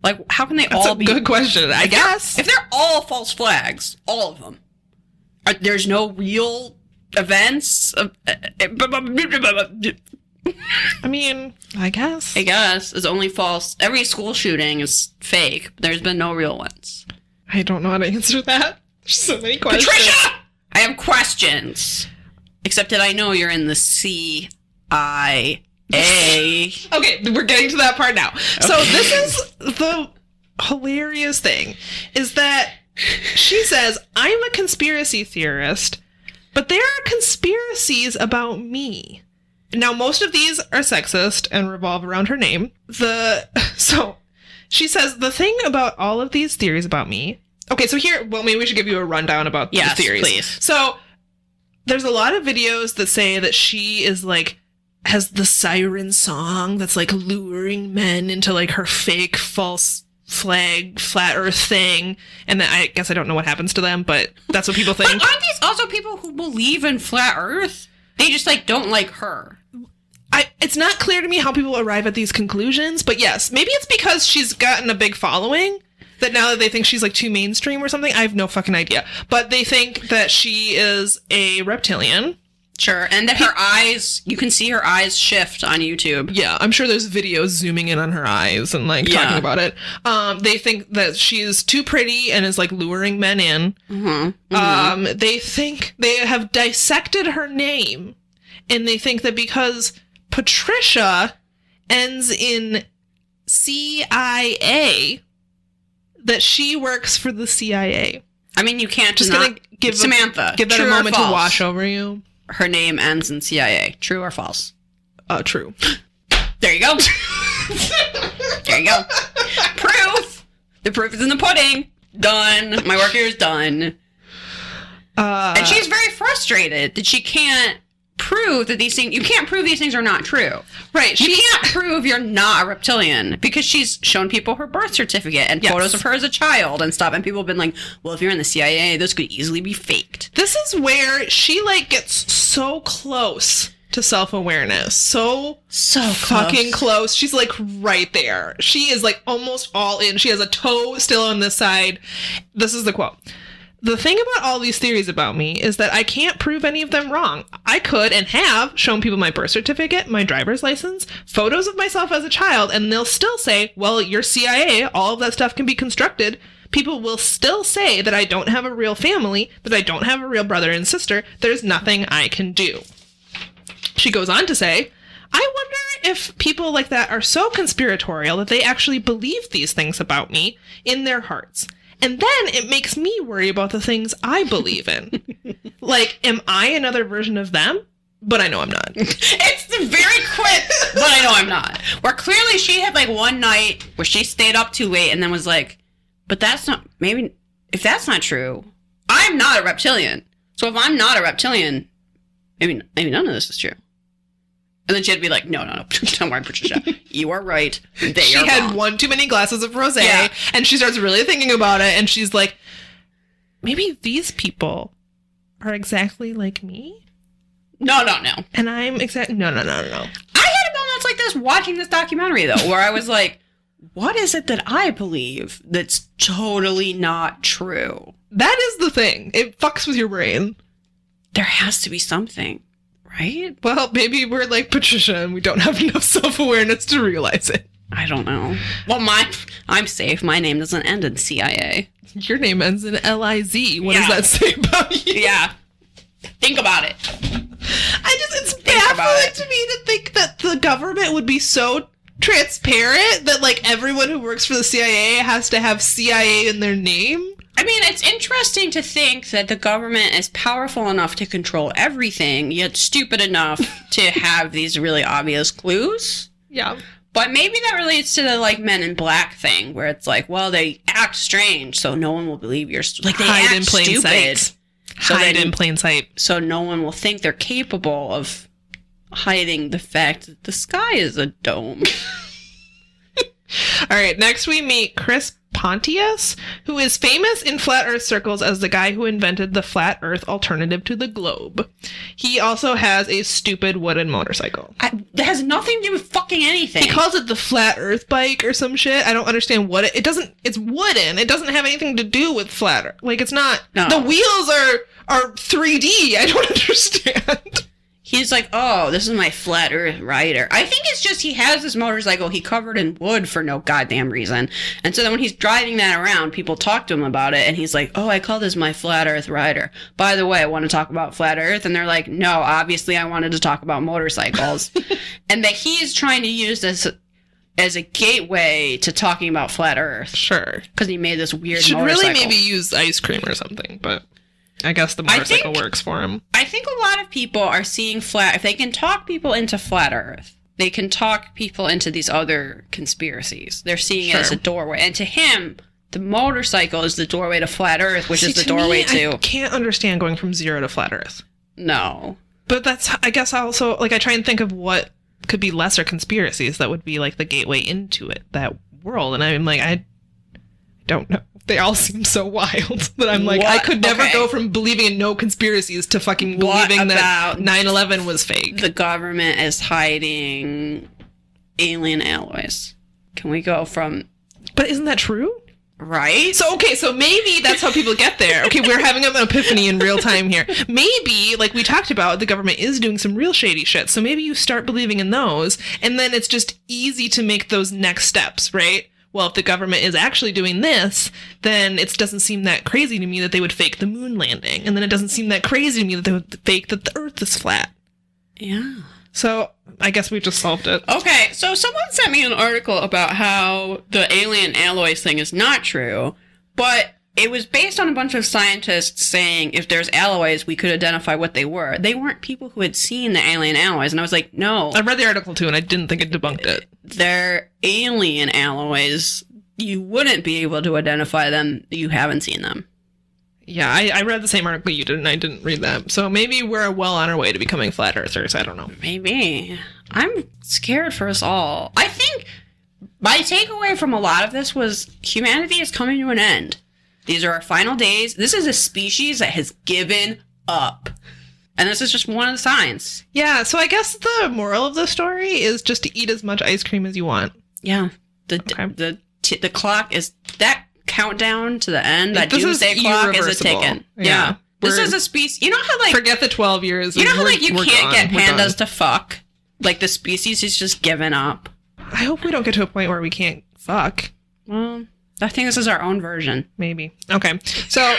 S6: Like, how can they
S5: That's
S6: all
S5: a
S6: be?
S5: good question, I guess.
S6: If they're all false flags, all of them, are, there's no real events. Of, eh, I
S5: I mean, I guess.
S6: guess it's only false. Every school shooting is fake. But there's been no real ones.
S5: I don't know how to answer that. There's so many questions.
S6: Patricia, I have questions. Except that I know you're in the C I A.
S5: Okay, we're getting to that part now. So this is the hilarious thing is that she says, "I'm a conspiracy theorist, but there are conspiracies about me." Now most of these are sexist and revolve around her name. The so she says the thing about all of these theories about me. Okay, so here, well, maybe we should give you a rundown about
S6: Yes,
S5: the theories.
S6: please.
S5: So there's a lot of videos that say that she is like has the siren song that's like luring men into like her fake false flag flat earth thing and then i guess i don't know what happens to them but that's what people think
S6: But aren't these also people who believe in flat Earth? They just like don't like her.
S5: I, it's not clear to me how people arrive at these conclusions but yes maybe it's because she's gotten a big following that now that they think she's like too mainstream or something i have no fucking idea but they think that she is a reptilian
S6: Sure, and that her eyes, you can see her eyes shift on YouTube.
S5: Yeah, I'm sure there's videos zooming in on her eyes and like
S6: Yeah.
S5: talking about it. Um, they think that she's too pretty and is like luring men in.
S6: Mm-hmm.
S5: Um, they think they have dissected her name, and they think that because Patricia ends in CIA, that she works for the CIA.
S6: I mean, you can't
S5: Just
S6: just not
S5: gonna give a-
S6: Samantha.
S5: Give that
S6: true
S5: a
S6: or
S5: moment to
S6: false?
S5: wash over you.
S6: Her name ends in CIA. True or false?
S5: Uh, true.
S6: There you go. there you go. proof. The proof is in the pudding. Done. My work here is done.
S5: Uh,
S6: and she's very frustrated that she can't prove that these things you can't prove these things are not true.
S5: Right.
S6: You
S5: She
S6: can't prove you're not a reptilian because she's shown people her birth certificate and
S5: Yes.
S6: photos of her as a child and stuff. And people have been like, well, if you're in the CIA, this could easily be faked.
S5: this is where she like gets so close to self-awareness so
S6: So
S5: fucking close she's like right there she is like almost all in she has a toe still on this side this is the quote the thing about all these theories about me is that I can't prove any of them wrong. I could and have shown people my birth certificate, my driver's license, photos of myself as a child, and they'll still say, well, you're CIA, all of that stuff can be constructed. People will still say that I don't have a real family, that I don't have a real brother and sister. There's nothing I can do. She goes on to say, I wonder if people like that are so conspiratorial that they actually believe these things about me in their hearts. And then it makes me worry about the things I believe in. like, am I another version of them? But I know I'm not.
S6: It's the very quick, but I know I'm not. Where clearly she had like one night where she stayed up too late and then was like, but that's not, maybe, if that's not true, I'm not a reptilian. So if I'm not a reptilian, maybe, maybe none of this is true. And then she had to be like, no, no, no, don't worry, Patricia. You are right. They
S5: she
S6: are
S5: had
S6: wrong.
S5: one too many glasses of rosé,
S6: Yeah.
S5: and she starts really thinking about it, and she's like, maybe these people are exactly like me,
S6: No, no, no.
S5: and I'm exactly no, no, no, no, no.
S6: I had a moment like this watching this documentary though, where I was like, what is it that I believe that's totally not true?
S5: That is the thing. It fucks with your brain.
S6: There has to be something, right?
S5: Well, maybe we're like Patricia and we don't have enough self awareness to realize it.
S6: I don't know. Well, my I'm safe. My name doesn't end in CIA.
S5: Your name ends in L I Z. What does
S6: Yeah.
S5: that say about you?
S6: Yeah. Think about it.
S5: I just, it's
S6: about
S5: baffling
S6: it.
S5: to me to think that the government would be so transparent that like everyone who works for the CIA has to have CIA in their name.
S6: I mean, it's interesting to think that the government is powerful enough to control everything, yet stupid enough to have these really obvious clues.
S5: Yeah.
S6: But maybe that relates to the like Men in Black thing, where it's like, well, they act strange, so no one will believe you're st- like they act
S5: Hide in plain
S6: stupid,
S5: sight.
S6: So
S5: Hide
S6: then-
S5: in plain sight.
S6: so no one will think they're capable of hiding the fact that the sky is a dome.
S5: All right, next we meet Chris Pontius, who is famous in flat earth circles as the guy who invented the flat earth alternative to the globe. He also has a stupid wooden motorcycle.
S6: I, that has nothing to do with fucking anything.
S5: He calls it the flat earth bike or some shit. I don't understand what it, it doesn't it's wooden. It doesn't have anything to do with flat earth. Like it's not
S6: No.
S5: the wheels are are 3D. I don't understand.
S6: He's like, oh, this is my flat earth rider. I think it's just he has this motorcycle he covered in wood for no goddamn reason. And so then when he's driving that around, people talk to him about it and he's like, oh, I call this my flat earth rider. By the way, I want to talk about flat earth. And they're like, no, obviously I wanted to talk about motorcycles. and that he is trying to use this as a gateway to talking about flat earth
S5: Sure.
S6: because he made this weird
S5: Should
S6: motorcycle.
S5: really maybe use ice cream or something, but I guess the
S6: I
S5: motorcycle
S6: think-
S5: works for him.
S6: I think a lot of people are seeing flat. If they can talk people into flat Earth, they can talk people into these other conspiracies. They're seeing it as a
S5: Sure.
S6: doorway, and to him, the motorcycle is the doorway to flat Earth, which
S5: See,
S6: is the
S5: to
S6: doorway
S5: me,
S6: to
S5: I can't understand going from zero to flat Earth.
S6: no.
S5: But that's, I guess, also like I try and think of what could be lesser conspiracies that would be like the gateway into it that world, and I'm like, I don't know. They all seem so wild that I'm like, I
S6: What-
S5: could never
S6: okay.
S5: go from believing in no conspiracies to fucking
S6: What
S5: believing that
S6: about-
S5: 9/11 was fake.
S6: The government is hiding alien alloys. Can we go from
S5: but isn't that true?
S6: right?
S5: So okay, so maybe that's how people get there. Okay, we're having an epiphany in real time here. Maybe, like we talked about, the government is doing some real shady shit. So maybe you start believing in those, and then it's just easy to make those next steps, right? Well, if the government is actually doing this, then it doesn't seem that crazy to me that they would fake the moon landing, and then it doesn't seem that crazy to me that they would fake that the Earth is flat.
S6: yeah.
S5: So I guess we just solved it.
S6: Okay, so someone sent me an article about how the alien alloys thing is not true, but it was based on a bunch of scientists saying if there's alloys, we could identify what they were. They weren't people who had seen the alien alloys, and I was like, no,
S5: I read the article too, and I didn't think it debunked it.
S6: they're alien alloys. You wouldn't be able to identify them. You haven't seen them.
S5: Yeah, I, I read the same article you did, and I didn't read that. So maybe we're well on our way to becoming flat earthers. I don't know.
S6: Maybe. I'm scared for us all. I think my takeaway from a lot of this was humanity is coming to an end. These are our final days. This is a species that has given up. And this is just one of the signs.
S5: Yeah, so I guess the moral of the story is just to eat as much ice cream as you want.
S6: Yeah. The
S5: Okay.
S6: the t- the clock is that countdown to the end. That
S5: This is
S6: doomsday clock is a
S5: irreversible.
S6: ticking.
S5: Yeah.
S6: Yeah. This
S5: We're-
S6: is a species. You know how like
S5: Forget the 12 years.
S6: you know how
S5: We're-
S6: like you
S5: we're
S6: can't
S5: gone.
S6: get
S5: We're
S6: pandas
S5: done.
S6: to fuck. Like the species is just given up.
S5: I hope we don't get to a point where we can't fuck.
S6: Well, I think this is our own version.
S5: Maybe. Okay. So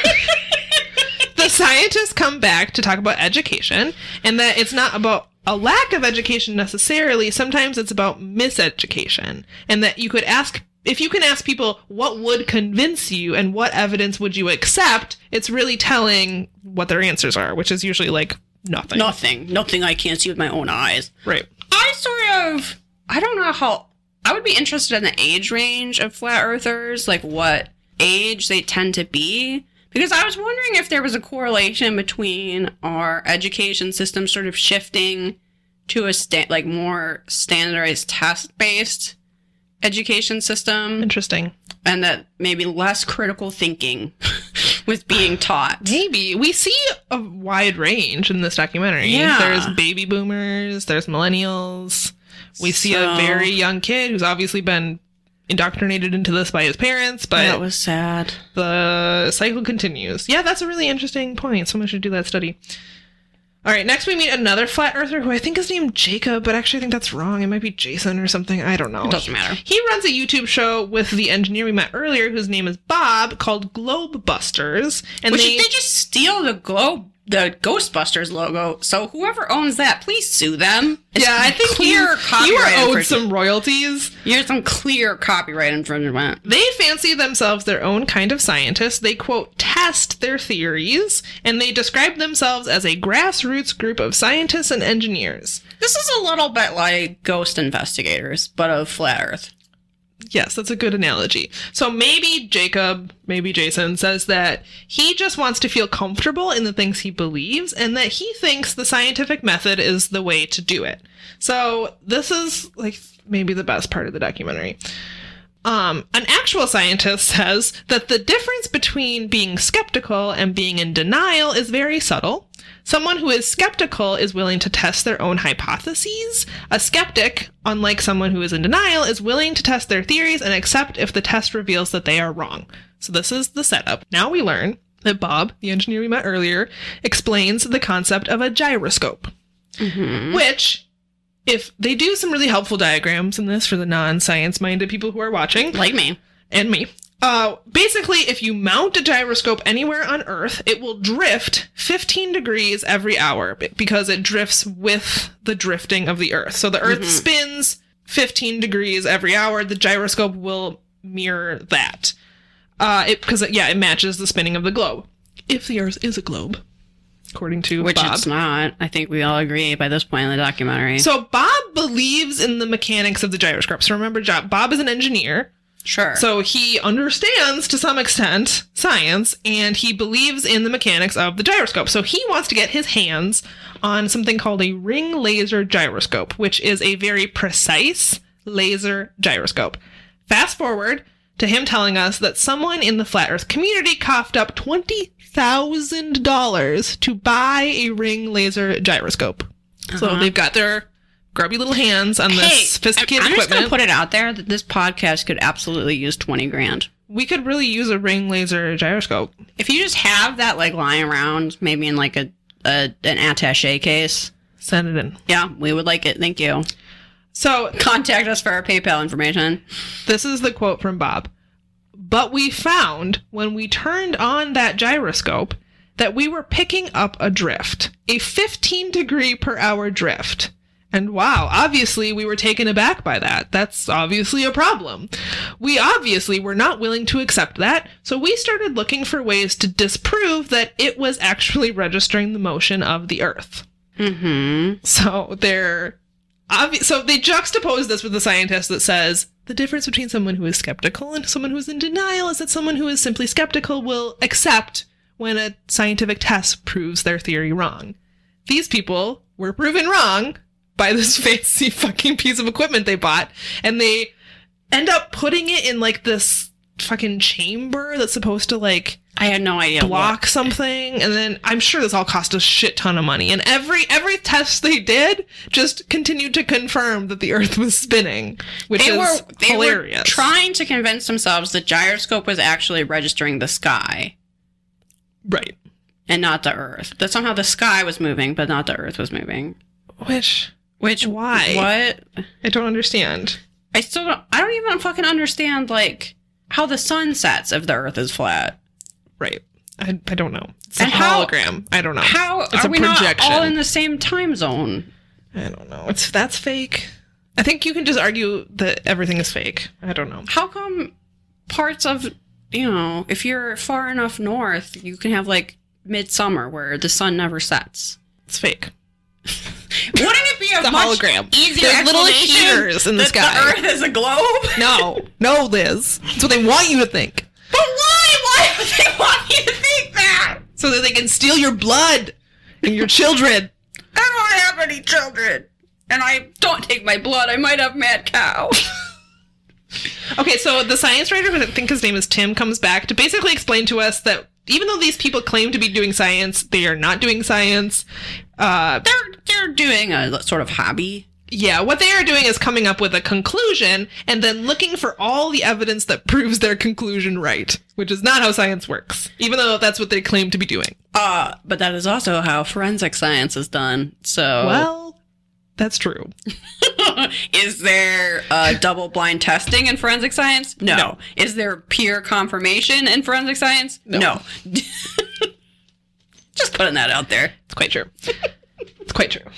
S5: the scientists come back to talk about education and that it's not about a lack of education necessarily. Sometimes it's about miseducation. And that you could ask, if you can ask people what would convince you and what evidence would you accept, it's really telling what their answers are, which is usually like nothing.
S6: Nothing. Nothing I can't see with my own eyes.
S5: right.
S6: I sort of. I don't know how. I would be interested in the age range of flat earthers, like what age they tend to be. Because I was wondering if there was a correlation between our education system sort of shifting to a sta- like more standardized test based education system
S5: Interesting.
S6: and that maybe less critical thinking was being taught.
S5: Maybe we see a wide range in this documentary.
S6: Yeah.
S5: There's baby boomers, there's millennials. We see a
S6: So-
S5: very young kid who's obviously been indoctrinated into this by his parents,
S6: That
S5: but
S6: was sad.
S5: the cycle continues. Yeah, that's a really interesting point. Someone should do that study. All right, next we meet another flat earther who I think is named Jacob, but actually I think that's wrong. It might be Jason or something. I don't know.
S6: It doesn't matter.
S5: He runs a YouTube show with the engineer we met earlier, whose name is Bob, called Globe Busters, and
S6: Which
S5: they
S6: they just steal the globe, the Ghostbusters logo. So whoever owns that, please sue them. It's
S5: Yeah, I think
S6: clear
S5: you,
S6: copyright
S5: you are owed
S6: infringement.
S5: some royalties.
S6: You're some clear copyright infringement.
S5: They fancy themselves their own kind of scientists. They quote test their theories, and they describe themselves as a grassroots group of scientists and engineers.
S6: This is a little bit like Ghost Investigators, but of flat Earth.
S5: Yes, that's a good analogy. So maybe Jacob, maybe Jason says that he just wants to feel comfortable in the things he believes and that he thinks the scientific method is the way to do it. So this is like maybe the best part of the documentary. Um, an actual scientist says that the difference between being skeptical and being in denial is very subtle. Someone who is skeptical is willing to test their own hypotheses. A skeptic, unlike someone who is in denial, is willing to test their theories and accept if the test reveals that they are wrong. So, this is the setup. Now we learn that Bob, the engineer we met earlier, explains the concept of a gyroscope, which, if they do some really helpful diagrams in this for the non science minded people who are watching,
S6: Like me.
S5: and me. Uh, basically, if you mount a gyroscope anywhere on Earth, it will drift 15 degrees every hour b- because it drifts with the drifting of the Earth. So the
S6: Mm-hmm.
S5: Earth spins 15 degrees every hour. The gyroscope will mirror that. Uh, it because yeah, it matches the spinning of the globe. If the Earth is a globe, according to
S6: Which
S5: Bob.
S6: it's not. I think we all agree by this point in the documentary.
S5: So Bob believes in the mechanics of the gyroscope. So remember, Jo- Bob is an engineer.
S6: sure.
S5: So he understands to some extent science and he believes in the mechanics of the gyroscope. So he wants to get his hands on something called a ring laser gyroscope, which is a very precise laser gyroscope. Fast forward to him telling us that someone in the flat earth community coughed up $20,000 to buy a ring laser gyroscope. So they've got their grubby little hands on this
S6: Uh-huh. hey,
S5: sophisticated
S6: I'm just
S5: equipment.
S6: going to put it out there that this podcast could absolutely use 20 grand.
S5: we could really use a ring laser gyroscope.
S6: If you just have that like lying around, maybe in like a, a an attaché case,
S5: Send it in.
S6: yeah, we would like it. Thank you.
S5: So
S6: Contact us for our PayPal information.
S5: this is the quote from Bob. But we found when we turned on that gyroscope that we were picking up a drift, a 15 degree per hour drift. And wow, obviously we were taken aback by that. That's obviously a problem. We obviously were not willing to accept that, so we started looking for ways to disprove that it was actually registering the motion of the Earth.
S6: Mm-hmm.
S5: So they're obvi- so they juxtapose this with the scientist that says the difference between someone who is skeptical and someone who is in denial is that someone who is simply skeptical will accept when a scientific test proves their theory wrong. These people were proven wrong by this fancy fucking piece of equipment they bought, and they end up putting it in like this fucking chamber that's supposed to like
S6: I had no idea.
S5: block something and then i'm sure this all cost a shit ton of money and every every test they did just continued to confirm that the earth was spinning which
S6: They
S5: is
S6: were they
S5: hilarious
S6: were trying to convince themselves the gyroscope was actually registering the sky
S5: right
S6: and not the Earth. That somehow the sky was moving, but not the Earth was moving.
S5: which
S6: Which
S5: Why?
S6: What?
S5: i don't understand
S6: I still don't. I don't even fucking understand like how the sun sets if the Earth is flat.
S5: right i, I don't know it's a
S6: And how-
S5: hologram i don't know
S6: How
S5: Oh. It's
S6: are
S5: a
S6: we
S5: projection.
S6: not all in the same time zone?
S5: i don't know it's that's fake i think you can just argue that everything is fake i don't know
S6: How come parts of you know if you're far enough north, you can have like midsummer where the sun never sets.
S5: it's fake
S6: Wouldn't it be a
S5: it's a
S6: much
S5: hologram
S6: easier
S5: There's little
S6: explanation
S5: heaters in the
S6: that
S5: sky
S6: The Earth is a globe.
S5: no no liz that's what they want you to think
S6: But why? Why would they want you to think that?
S5: so that they can steal your blood and your children.
S6: I don't have any children, and I don't take my blood. I might have mad cow.
S5: Okay, so the science writer, who I think his name is Tim, comes back to basically explain to us that even though these people claim to be doing science, they are not doing science. Uh,
S6: they're they're doing a sort of hobby.
S5: yeah, what they are doing is coming up with a conclusion and then looking for all the evidence that proves their conclusion right, which is not how science works, even though that's what they claim to be doing.
S6: Uh, but that is also how forensic science is done. So,
S5: Well, that's true.
S6: is there uh, double blind testing in forensic science? No. Is there peer confirmation in forensic science? No. Just putting that out there.
S5: It's quite true. it's quite true.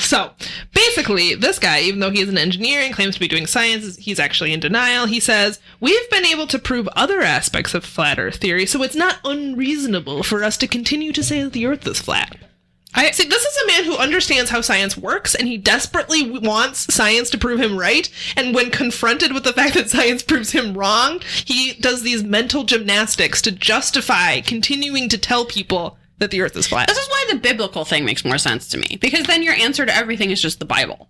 S5: So basically, this guy, even though he is an engineer and claims to be doing science, he's actually in denial. He says, We've been able to prove other aspects of flat Earth theory, so it's not unreasonable for us to continue to say that the Earth is flat. I see. This is a man who understands how science works, and he desperately w- wants science to prove him right. And when confronted with the fact that science proves him wrong, he does these mental gymnastics to justify continuing to tell people that the Earth is flat.
S6: This is why the biblical thing makes more sense to me because then your answer to everything is just the Bible.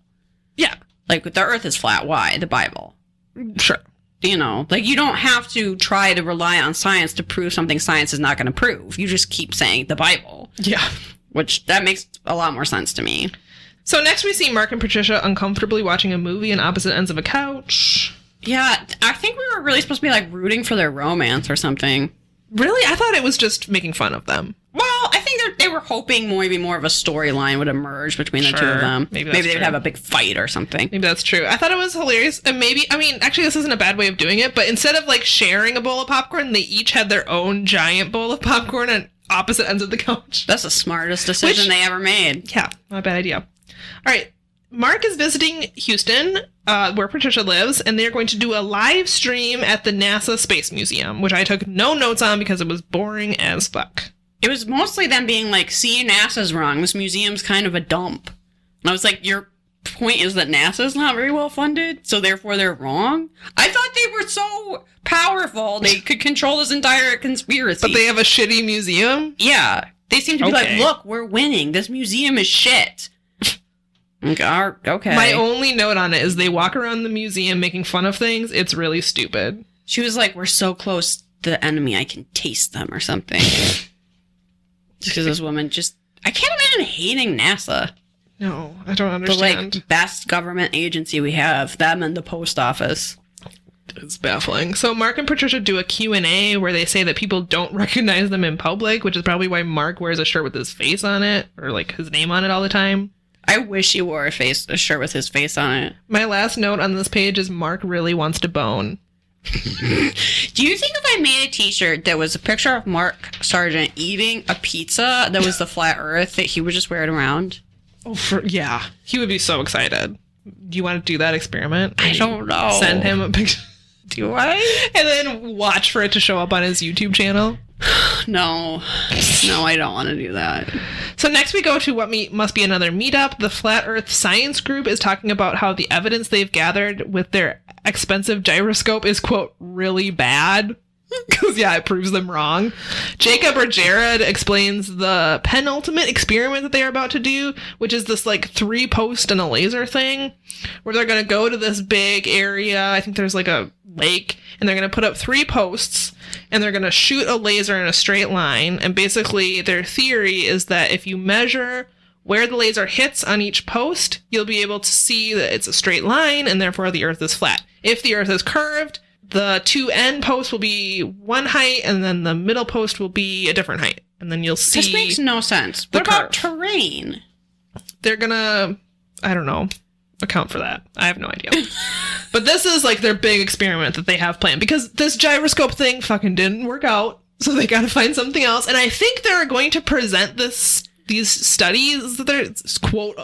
S5: Yeah,
S6: Like the earth is flat. Why? The Bible.
S5: sure.
S6: You know, like you don't have to try to rely on science to prove something science is not going to prove. You just keep saying the Bible,
S5: Yeah.
S6: which that makes a lot more sense to me.
S5: So next we see Mark and Patricia uncomfortably watching a movie on opposite ends of a couch.
S6: Yeah, I think we were really supposed to be like rooting for their romance or something.
S5: Really? I thought it was just making fun of them.
S6: Well, I think they're- they were hoping maybe more of a storyline would emerge between the two
S5: Sure.
S6: of them.
S5: Maybe
S6: Maybe,
S5: that's
S6: they'd
S5: true.
S6: have a big fight or something.
S5: Maybe that's true. I thought it was hilarious. And maybe, I mean, actually, this isn't a bad way of doing it, but instead of like sharing a bowl of popcorn, they each had their own giant bowl of popcorn on opposite ends of the couch.
S6: That's the smartest decision
S5: Which-
S6: they ever made.
S5: Yeah, not a bad idea. All right. Mark is visiting Houston, uh, where Patricia lives, and they're going to do a live stream at the NASA Space Museum, which I took no notes on because it was boring as fuck.
S6: It was mostly them being like, see, NASA's wrong. This museum's kind of a dump. And I was like, your point is that NASA's not very well funded, so therefore they're wrong? I thought they were so powerful they could control this entire conspiracy.
S5: But they have a shitty museum.
S6: Yeah. They seem to be
S5: Okay.
S6: like, look, we're winning. This museum is shit. Like, "Ar- okay.
S5: My only note on it is they walk around the museum making fun of things. It's really stupid.
S6: she was like, we're so close to the enemy, I can taste them or something. Because this woman just. I can't imagine hating NASA,
S5: No, I don't
S6: the
S5: understand.
S6: like best government agency we have, them and the post office.
S5: it's baffling. So Mark and Patricia do a Q&A where they say that people don't recognize them in public, which is probably why Mark wears a shirt with his face on it or like his name on it all the time.
S6: I wish he wore a face a shirt with his face on it.
S5: My last note on this page is Mark really wants to bone.
S6: Do you think if I made a T-shirt that was a picture of Mark Sargent eating a pizza that was the flat Earth that he would just wear it around?
S5: Oh, for, yeah. He would be so excited. Do you want to do that experiment?
S6: I don't know.
S5: Send him a picture
S6: Do I?
S5: and then watch for it to show up on his YouTube channel.
S6: No, no, I don't want to do that.
S5: So next we go to what me- must be another meetup. The Flat Earth Science Group is talking about how the evidence they've gathered with their expensive gyroscope is quote really bad. Because, yeah, it proves them wrong. Jacob or Jared explains the penultimate experiment that they are about to do, which is this like three post and a laser thing where they're going to go to this big area. I think there's like a lake, and they're going to put up three posts and they're going to shoot a laser in a straight line. And basically, their theory is that if you measure where the laser hits on each post, you'll be able to see that it's a straight line and therefore the earth is flat. If the earth is curved, the two end posts will be one height and then the middle post will be a different height. And then you'll see
S6: This makes no sense.
S5: the
S6: What about
S5: curve.
S6: terrain?
S5: they're gonna i don't know account for that i have no idea but this is like their big experiment that they have planned because this gyroscope thing fucking didn't work out so they gotta find something else and i think they're going to present this these studies that they're it's quote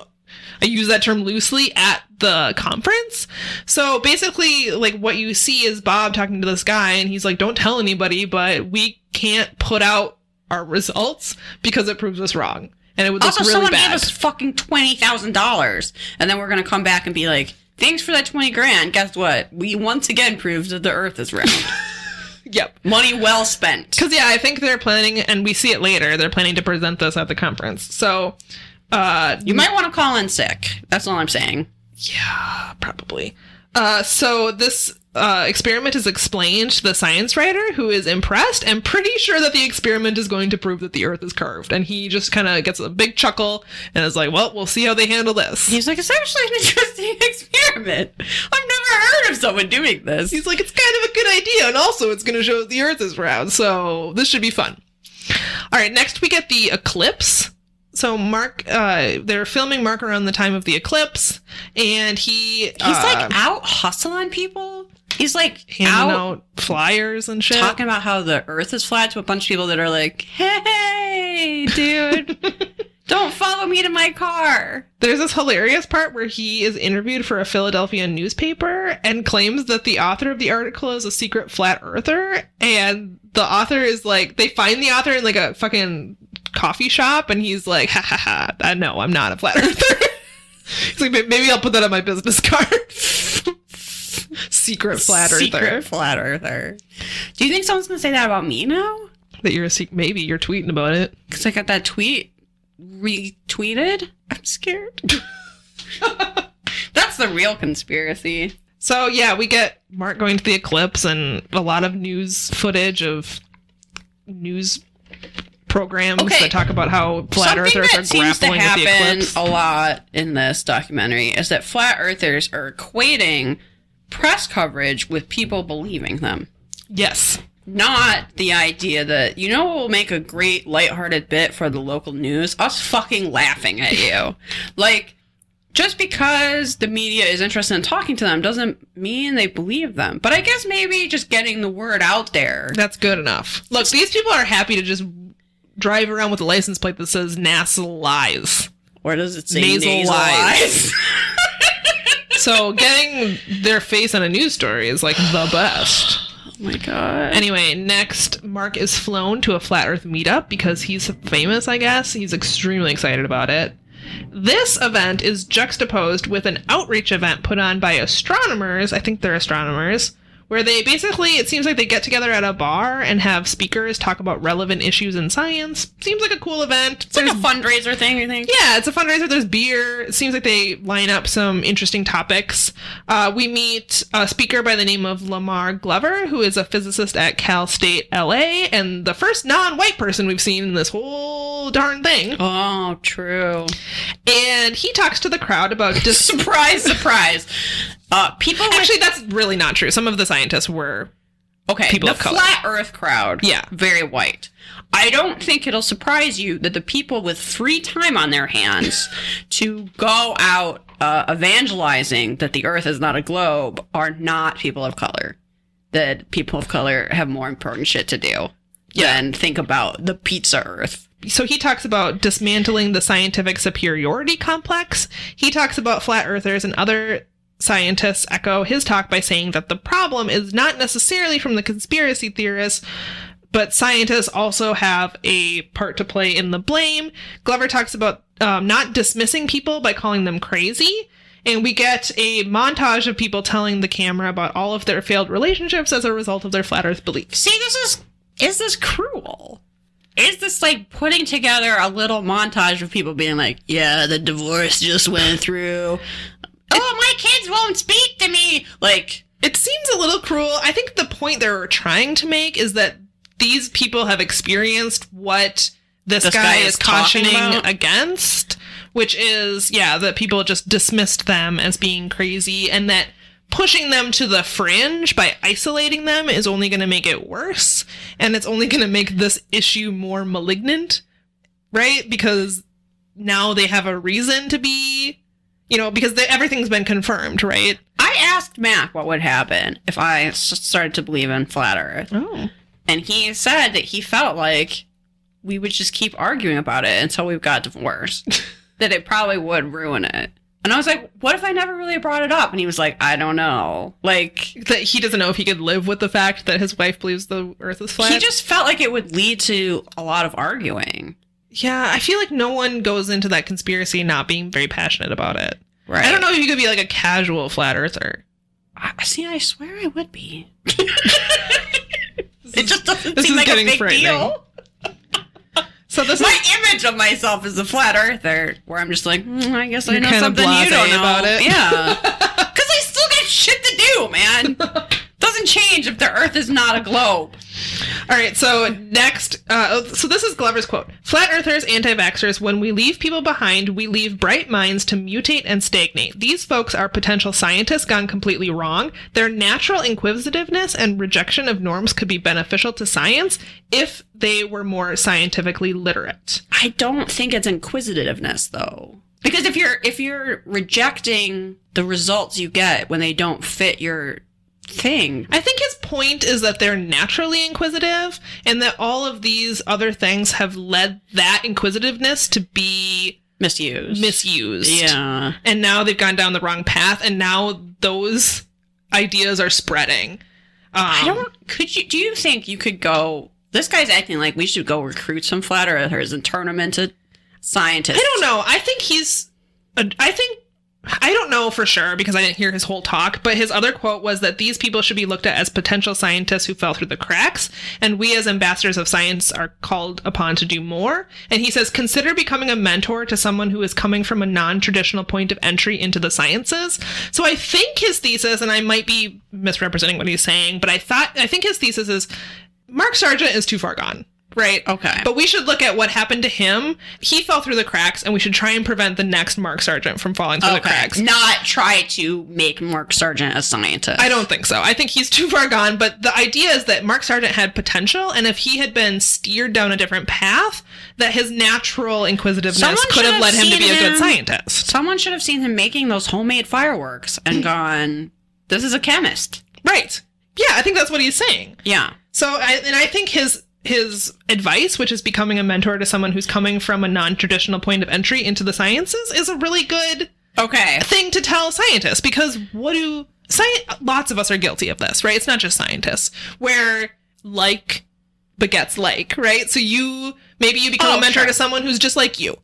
S5: i use that term loosely at the conference so basically like what you see is bob talking to this guy and he's like don't tell anybody but we can't put out our results because it proves us wrong and it was
S6: also,
S5: really
S6: someone
S5: bad.
S6: gave us fucking twenty thousand dollars, and then we're gonna come back and be like, "Thanks for that twenty grand." Guess what? We once again proved that the Earth is round.
S5: Yep.
S6: Money well spent.
S5: Because, yeah, I think they're planning, and we see it later, they're planning to present this at the conference. So, uh,
S6: You might want to call in sick. That's all I'm saying.
S5: yeah, probably. Uh, so this uh, experiment is explained to the science writer, who is impressed and pretty sure that the experiment is going to prove that the Earth is curved. And he just kind of gets a big chuckle and is like, well, we'll see how they handle this.
S6: He's like, "It's actually an interesting experiment. I've never heard of someone doing this."
S5: He's like, it's kind of a good idea, and also it's going to show that the Earth is round, so this should be fun. All right, next we get the eclipse. So Mark, uh, they're filming Mark around the time of the eclipse, and he he's
S6: He's like out hustling people. He's like
S5: handing
S6: out
S5: out flyers and shit.
S6: talking about how the earth is flat to a bunch of people that are like, hey, dude, don't follow me to my car.
S5: There's this hilarious part where he is interviewed for a Philadelphia newspaper and claims that the author of the article is a secret flat earther. And the author is like, they find the author in like a fucking coffee shop and he's like, ha ha ha, I know I'm not a flat earther. he's like, "May- maybe I'll put that on my business card. secret flat earther.
S6: Secret flat earther. Do you think someone's going to say that about me now?
S5: That you're a secret, maybe you're tweeting about it.
S6: Because I got that tweet retweeted. I'm scared. That's the real conspiracy.
S5: So yeah, we get Mark going to the eclipse and a lot of news footage of news programs
S6: Okay.
S5: that talk about how flat
S6: Something
S5: earthers
S6: that
S5: are
S6: seems to
S5: grappling with the
S6: happen
S5: eclipse.
S6: a lot in this documentary is that flat earthers are equating press coverage with people believing them.
S5: Yes.
S6: not the idea that you know what will make a great lighthearted bit for the local news us fucking laughing at you like just because the media is interested in talking to them doesn't mean they believe them but i guess maybe just getting the word out there
S5: That's good enough. Look, these people are happy to just drive around with a license plate that says NASA lies.
S6: or does it say
S5: Nasal
S6: nasal,
S5: lies.
S6: lies?
S5: So getting their face on a news story is like the best.
S6: oh my god
S5: Anyway, next, Mark is flown to a flat Earth meetup because he's famous, I guess. He's extremely excited about it. This event is juxtaposed with an outreach event put on by astronomers. I think they're astronomers. Where they basically, it seems like they get together at a bar and have speakers talk about relevant issues in science. Seems like a cool event.
S6: it's like a fundraiser thing i think
S5: Yeah, it's a fundraiser. There's beer. It seems like they line up some interesting topics. Uh, we meet a speaker by the name of Lamar Glover, who is a physicist at Cal State LA, and the first non white person we've seen in this whole darn thing.
S6: oh true
S5: And he talks to the crowd about. Dis-
S6: surprise surprise uh people with-
S5: Actually, that's really not true. Some of the scientists were.
S6: Okay,
S5: people
S6: the
S5: of color.
S6: flat Earth crowd,
S5: Yeah.
S6: very white. I don't think it'll surprise you that the people with free time on their hands to go out uh, evangelizing that the Earth is not a globe are not people of color. That people of color have more important shit to do than think about the pizza Earth.
S5: So he talks about dismantling the scientific superiority complex. He talks about flat earthers and other scientists echo his talk by saying that the problem is not necessarily from the conspiracy theorists, but scientists also have a part to play in the blame. Glover talks about um, not dismissing people by calling them crazy. And we get a montage of people telling the camera about all of their failed relationships as a result of their flat earth beliefs.
S6: See, this is is this cruel? Is this like putting together a little montage of people being like, "Yeah, the divorce just went through. Oh, my kids won't speak to me." Like,
S5: It seems a little cruel. I think the point they're trying to make is that these people have experienced what this,
S6: This
S5: guy,
S6: guy
S5: is
S6: is talking
S5: cautioning
S6: about?
S5: against, which is, yeah, that people just dismissed them as being crazy and that pushing them to the fringe by isolating them is only going to make it worse and it's only going to make this issue more malignant, right? Because now they have a reason to be, you know, because they, everything's been confirmed, right?
S6: I asked Mac what would happen if I s- started to believe in flat Earth,
S5: Oh.
S6: and he said that he felt like we would just keep arguing about it until we got divorced. that it probably would ruin it. And I was like, "What if I never really brought it up?" And he was like, "I don't know." Like,
S5: that he doesn't know if he could live with the fact that his wife believes the earth is flat.
S6: He just felt like it would lead to a lot of arguing.
S5: yeah, I feel like no one goes into that conspiracy not being very passionate about it.
S6: Right.
S5: I don't know if you could be like a casual flat earther.
S6: I, see, I swear I would be. it just doesn't
S5: this is
S6: seem like a
S5: getting
S6: big
S5: frightening.
S6: deal.
S5: So this is
S6: My image of myself is a flat earther, where I'm just like, "Hmm, I guess I
S5: You're
S6: know
S5: kinda
S6: something you
S5: blasé
S6: don't know
S5: about it.
S6: Yeah, because I still got shit to do, man. doesn't change if the Earth is not a globe.
S5: All right, so next, uh, oh, so this is Glover's quote Flat earthers, anti vaxxers, when we leave people behind, we leave bright minds to mutate and stagnate. These folks are potential scientists gone completely wrong. Their natural inquisitiveness and rejection of norms could be beneficial to science if they were more scientifically literate.
S6: I don't think it's inquisitiveness though. Because if you're if you're rejecting the results you get when they don't fit your thing,
S5: I think his point is that they're naturally inquisitive and that all of these other things have led that inquisitiveness to be
S6: misuse.
S5: misused.
S6: Yeah.
S5: and now they've gone down the wrong path and now those ideas are spreading um,
S6: I don't could you do you think you could go this guy's acting like we should go recruit some flat earthers and turn them into scientists.
S5: I don't know i think he's a- i think i don't know for sure because i didn't hear his whole talk but his other quote was that these people should be looked at as potential scientists who fell through the cracks and we as ambassadors of science are called upon to do more and he says consider becoming a mentor to someone who is coming from a non-traditional point of entry into the sciences so i think his thesis and i might be misrepresenting what he's saying but i thought i think his thesis is Mark Sargent is too far gone. Right.
S6: Okay.
S5: But we should look at what happened to him. He fell through the cracks, and we should try and prevent the next Mark Sargent from falling through the cracks.
S6: Okay. Not try to make Mark Sargent a scientist.
S5: I don't think so. I think he's too far gone. But the idea is that Mark Sargent had potential, and if he had been steered down a different path, that his natural inquisitiveness
S6: Someone
S5: could
S6: should
S5: have
S6: have
S5: led him to
S6: seen
S5: be a good
S6: him.
S5: scientist.
S6: Someone should have seen him making those homemade fireworks and gone, This is a chemist.
S5: Right. Yeah, I think that's what he's saying.
S6: Yeah.
S5: So, I, and I think his his advice, which is becoming a mentor to someone who's coming from a non traditional point of entry into the sciences, is a really good
S6: Okay.
S5: thing to tell scientists because what do sci- lots of us are guilty of this right it's not just scientists where like begets like right so you maybe you become
S6: Oh,
S5: a mentor
S6: sure.
S5: to someone who's just like you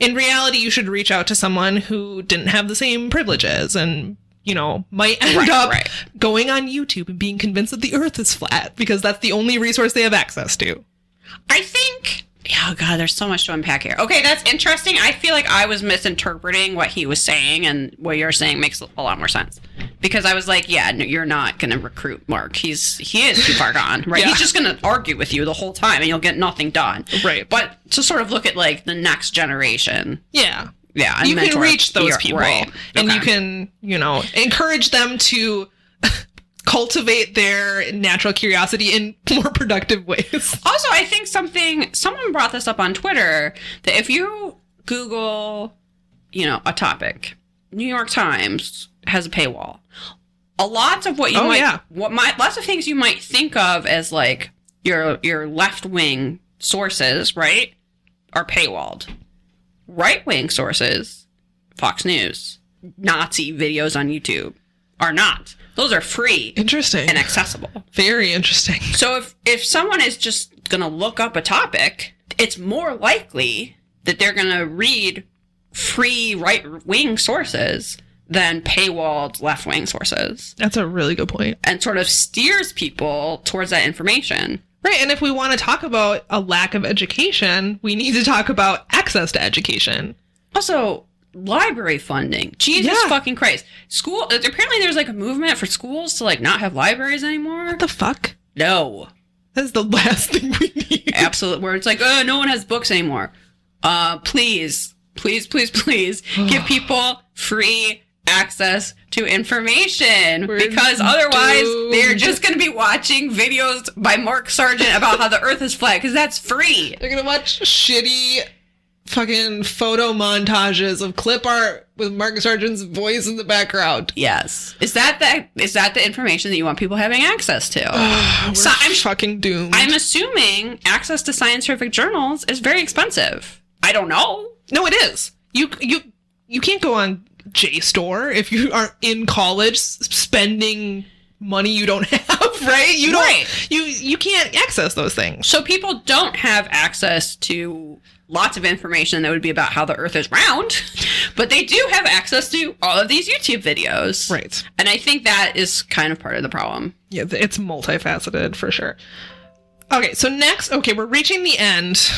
S5: in reality you should reach out to someone who didn't have the same privileges and you know might end
S6: Right,
S5: up
S6: right.
S5: going on youtube and being convinced that the earth is flat because that's the only resource they have access to
S6: I think. Oh god, there's so much to unpack here. Okay, that's interesting. I feel like I was misinterpreting what he was saying, and what you're saying makes a lot more sense. Because I was like, yeah, no, you're not going to recruit Mark. He's he is too far gone, right?
S5: Yeah.
S6: He's just going to argue with you the whole time, and you'll get nothing done.
S5: Right.
S6: But to sort of look at like the next generation,
S5: yeah
S6: yeah, and
S5: you can
S6: mentor-
S5: reach those
S6: you're-
S5: people
S6: right.
S5: and you
S6: Okay.
S5: can you know encourage them to cultivate their natural curiosity in more productive ways
S6: Also, I think something someone brought this up on Twitter that if you Google, you know, a topic, New York Times has a paywall. A lot of what you
S5: Oh,
S6: might,
S5: yeah.
S6: what might, lots of things you might think of as like your your left wing sources, right, are paywalled. Right wing sources, Fox News, Nazi videos on YouTube, are not. Those are free
S5: interesting
S6: and accessible.
S5: very interesting
S6: So if if someone is just going to look up a topic, it's more likely that they're going to read free right wing sources than paywalled left wing sources
S5: That's a really good point.
S6: and sort of steers people towards that information.
S5: Right. And if we want to talk about a lack of education, we need to talk about access to education.
S6: Also, library funding. Jesus
S5: Yeah.
S6: fucking Christ. School apparently there's like a movement for schools to like not have libraries anymore.
S5: What the fuck?
S6: no.
S5: That's the last thing we need.
S6: Absolute where it's like, oh no one has books anymore. Uh please, please, please, please give people free access to information
S5: We're
S6: because otherwise
S5: doomed.
S6: they're just going to be watching videos by Mark Sargent about how the earth is flat because that's free.
S5: They're gonna watch shitty fucking photo montages of clip art with Mark Sargent's voice in the background.
S6: Yes. Is that the is that the information that you want people having access to?
S5: We're
S6: So I'm-
S5: fucking doomed.
S6: I'm assuming access to scientific journals is very expensive. I don't know.
S5: no, it is. You you you can't go on JSTOR if you aren't in college s- spending money you don't have, right? You don't.
S6: Right.
S5: You you can't access those things.
S6: So people don't have access to lots of information that would be about how the earth is round, but they do have access to all of these YouTube videos.
S5: Right.
S6: And I think that is kind of part of the problem.
S5: Yeah, th- it's multifaceted for sure. Okay, so next, okay, we're reaching the end,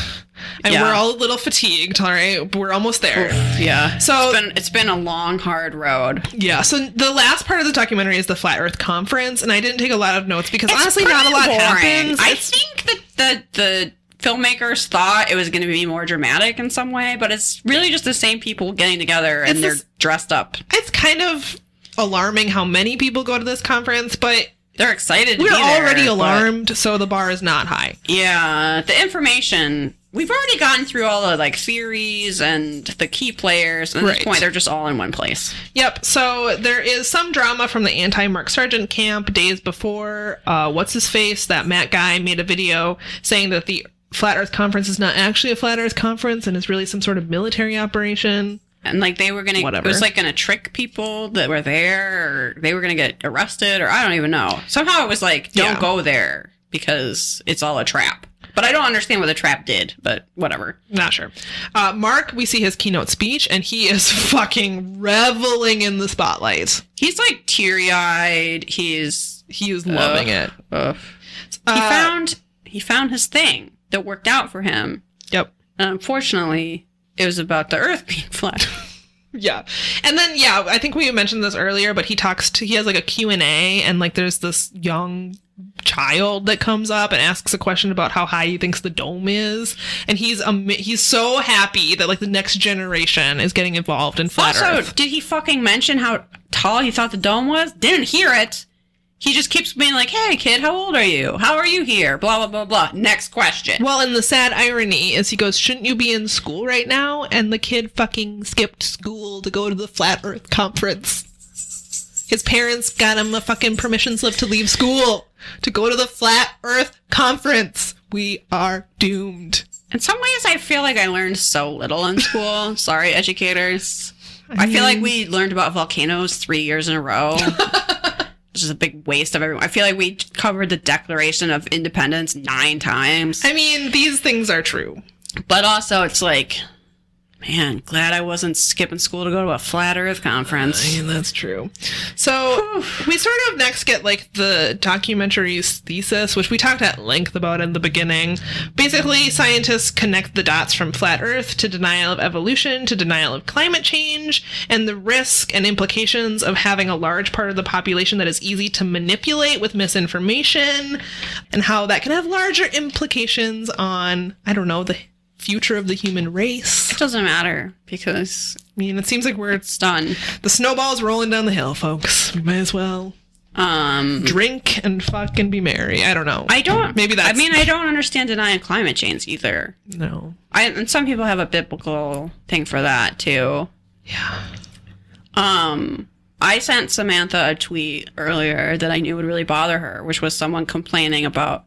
S5: and
S6: Yeah.
S5: we're all a little fatigued. All right, we're almost there.
S6: Yeah. So
S5: So
S6: it's been, it's been a long, hard road.
S5: Yeah, so the last part of the documentary is the Flat Earth Conference, and I didn't take a lot of notes because
S6: It's
S5: honestly, not a
S6: pretty
S5: lot
S6: boring.
S5: happens.
S6: I
S5: It's-
S6: think that the the filmmakers thought it was going to be more dramatic in some way, but it's really just the same people getting together and
S5: It's
S6: they're
S5: just-
S6: dressed up.
S5: it's kind of alarming how many people go to this conference, but
S6: They're excited. To
S5: we're
S6: be there,
S5: already
S6: but-
S5: alarmed, so the bar is not high.
S6: Yeah, the information. We've already gotten through all the like theories and the key players. And at
S5: Right.
S6: this point, they're just all in one place.
S5: Yep. So there is some drama from the anti Mark Sargent camp days before. Uh, what's his face? That Matt guy made a video saying that the Flat Earth Conference is not actually a Flat Earth Conference and is really some sort of military operation.
S6: And like they were gonna,
S5: Whatever.
S6: it was like gonna trick people that were there, or they were gonna get arrested, or I don't even know. Somehow it was like, don't
S5: Yeah.
S6: go there because it's all a trap. But I don't understand what the trap did. But whatever.
S5: Not sure. Uh, Mark, we see his keynote speech, and he is fucking reveling in the spotlight.
S6: He's like teary eyed. He's
S5: He is loving it.
S6: ugh. he
S5: Uh,
S6: found he found his thing that worked out for him.
S5: Yep.
S6: And unfortunately, it was about the Earth being flat.
S5: Yeah. And then, yeah, I think we mentioned this earlier, but he talks to, he has like a Q&A, and like there's this young child that comes up and asks a question about how high he thinks the dome is. And he's, um, he's so happy that like the next generation is getting involved in flat
S6: also,
S5: earth.
S6: did he fucking mention how tall he thought the dome was? Didn't hear it. He just keeps being like, "Hey, kid, how old are you? How are you here?" Blah blah blah blah. Next question.
S5: Well, and the sad irony is he goes, Shouldn't you be in school right now? And the kid fucking skipped school to go to the Flat Earth Conference. His parents got him a fucking permission slip to leave school to go to the Flat Earth Conference. We are doomed.
S6: In some ways, I feel like I learned so little in school. Sorry, educators. I feel like we learned about volcanoes three years in a row. Which is a big waste of everyone. I feel like we covered the Declaration of Independence nine times.
S5: I mean, these things are true.
S6: But also, it's like, man, glad I wasn't skipping school to go to a flat Earth
S5: I
S6: conference.
S5: mean, that's true. So we sort of next get like the documentary's thesis, which we talked at length about in the beginning. Basically, scientists connect the dots from flat Earth to denial of evolution to denial of climate change and the risk and implications of having a large part of the population that is easy to manipulate with misinformation and how that can have larger implications on, I don't know, the future of the human race.
S6: It doesn't matter because
S5: I mean, it seems like we're
S6: it's done.
S5: the snowball's rolling down the hill, folks. We might as well
S6: Um,
S5: drink and fuck and be merry. Mm. I don't know.
S6: I don't.
S5: Maybe that's-
S6: I mean, I don't understand denying climate change either.
S5: no.
S6: I and some people have a biblical thing for that too.
S5: Yeah.
S6: Um, I sent Samantha a tweet earlier that I knew would really bother her, which was someone complaining about.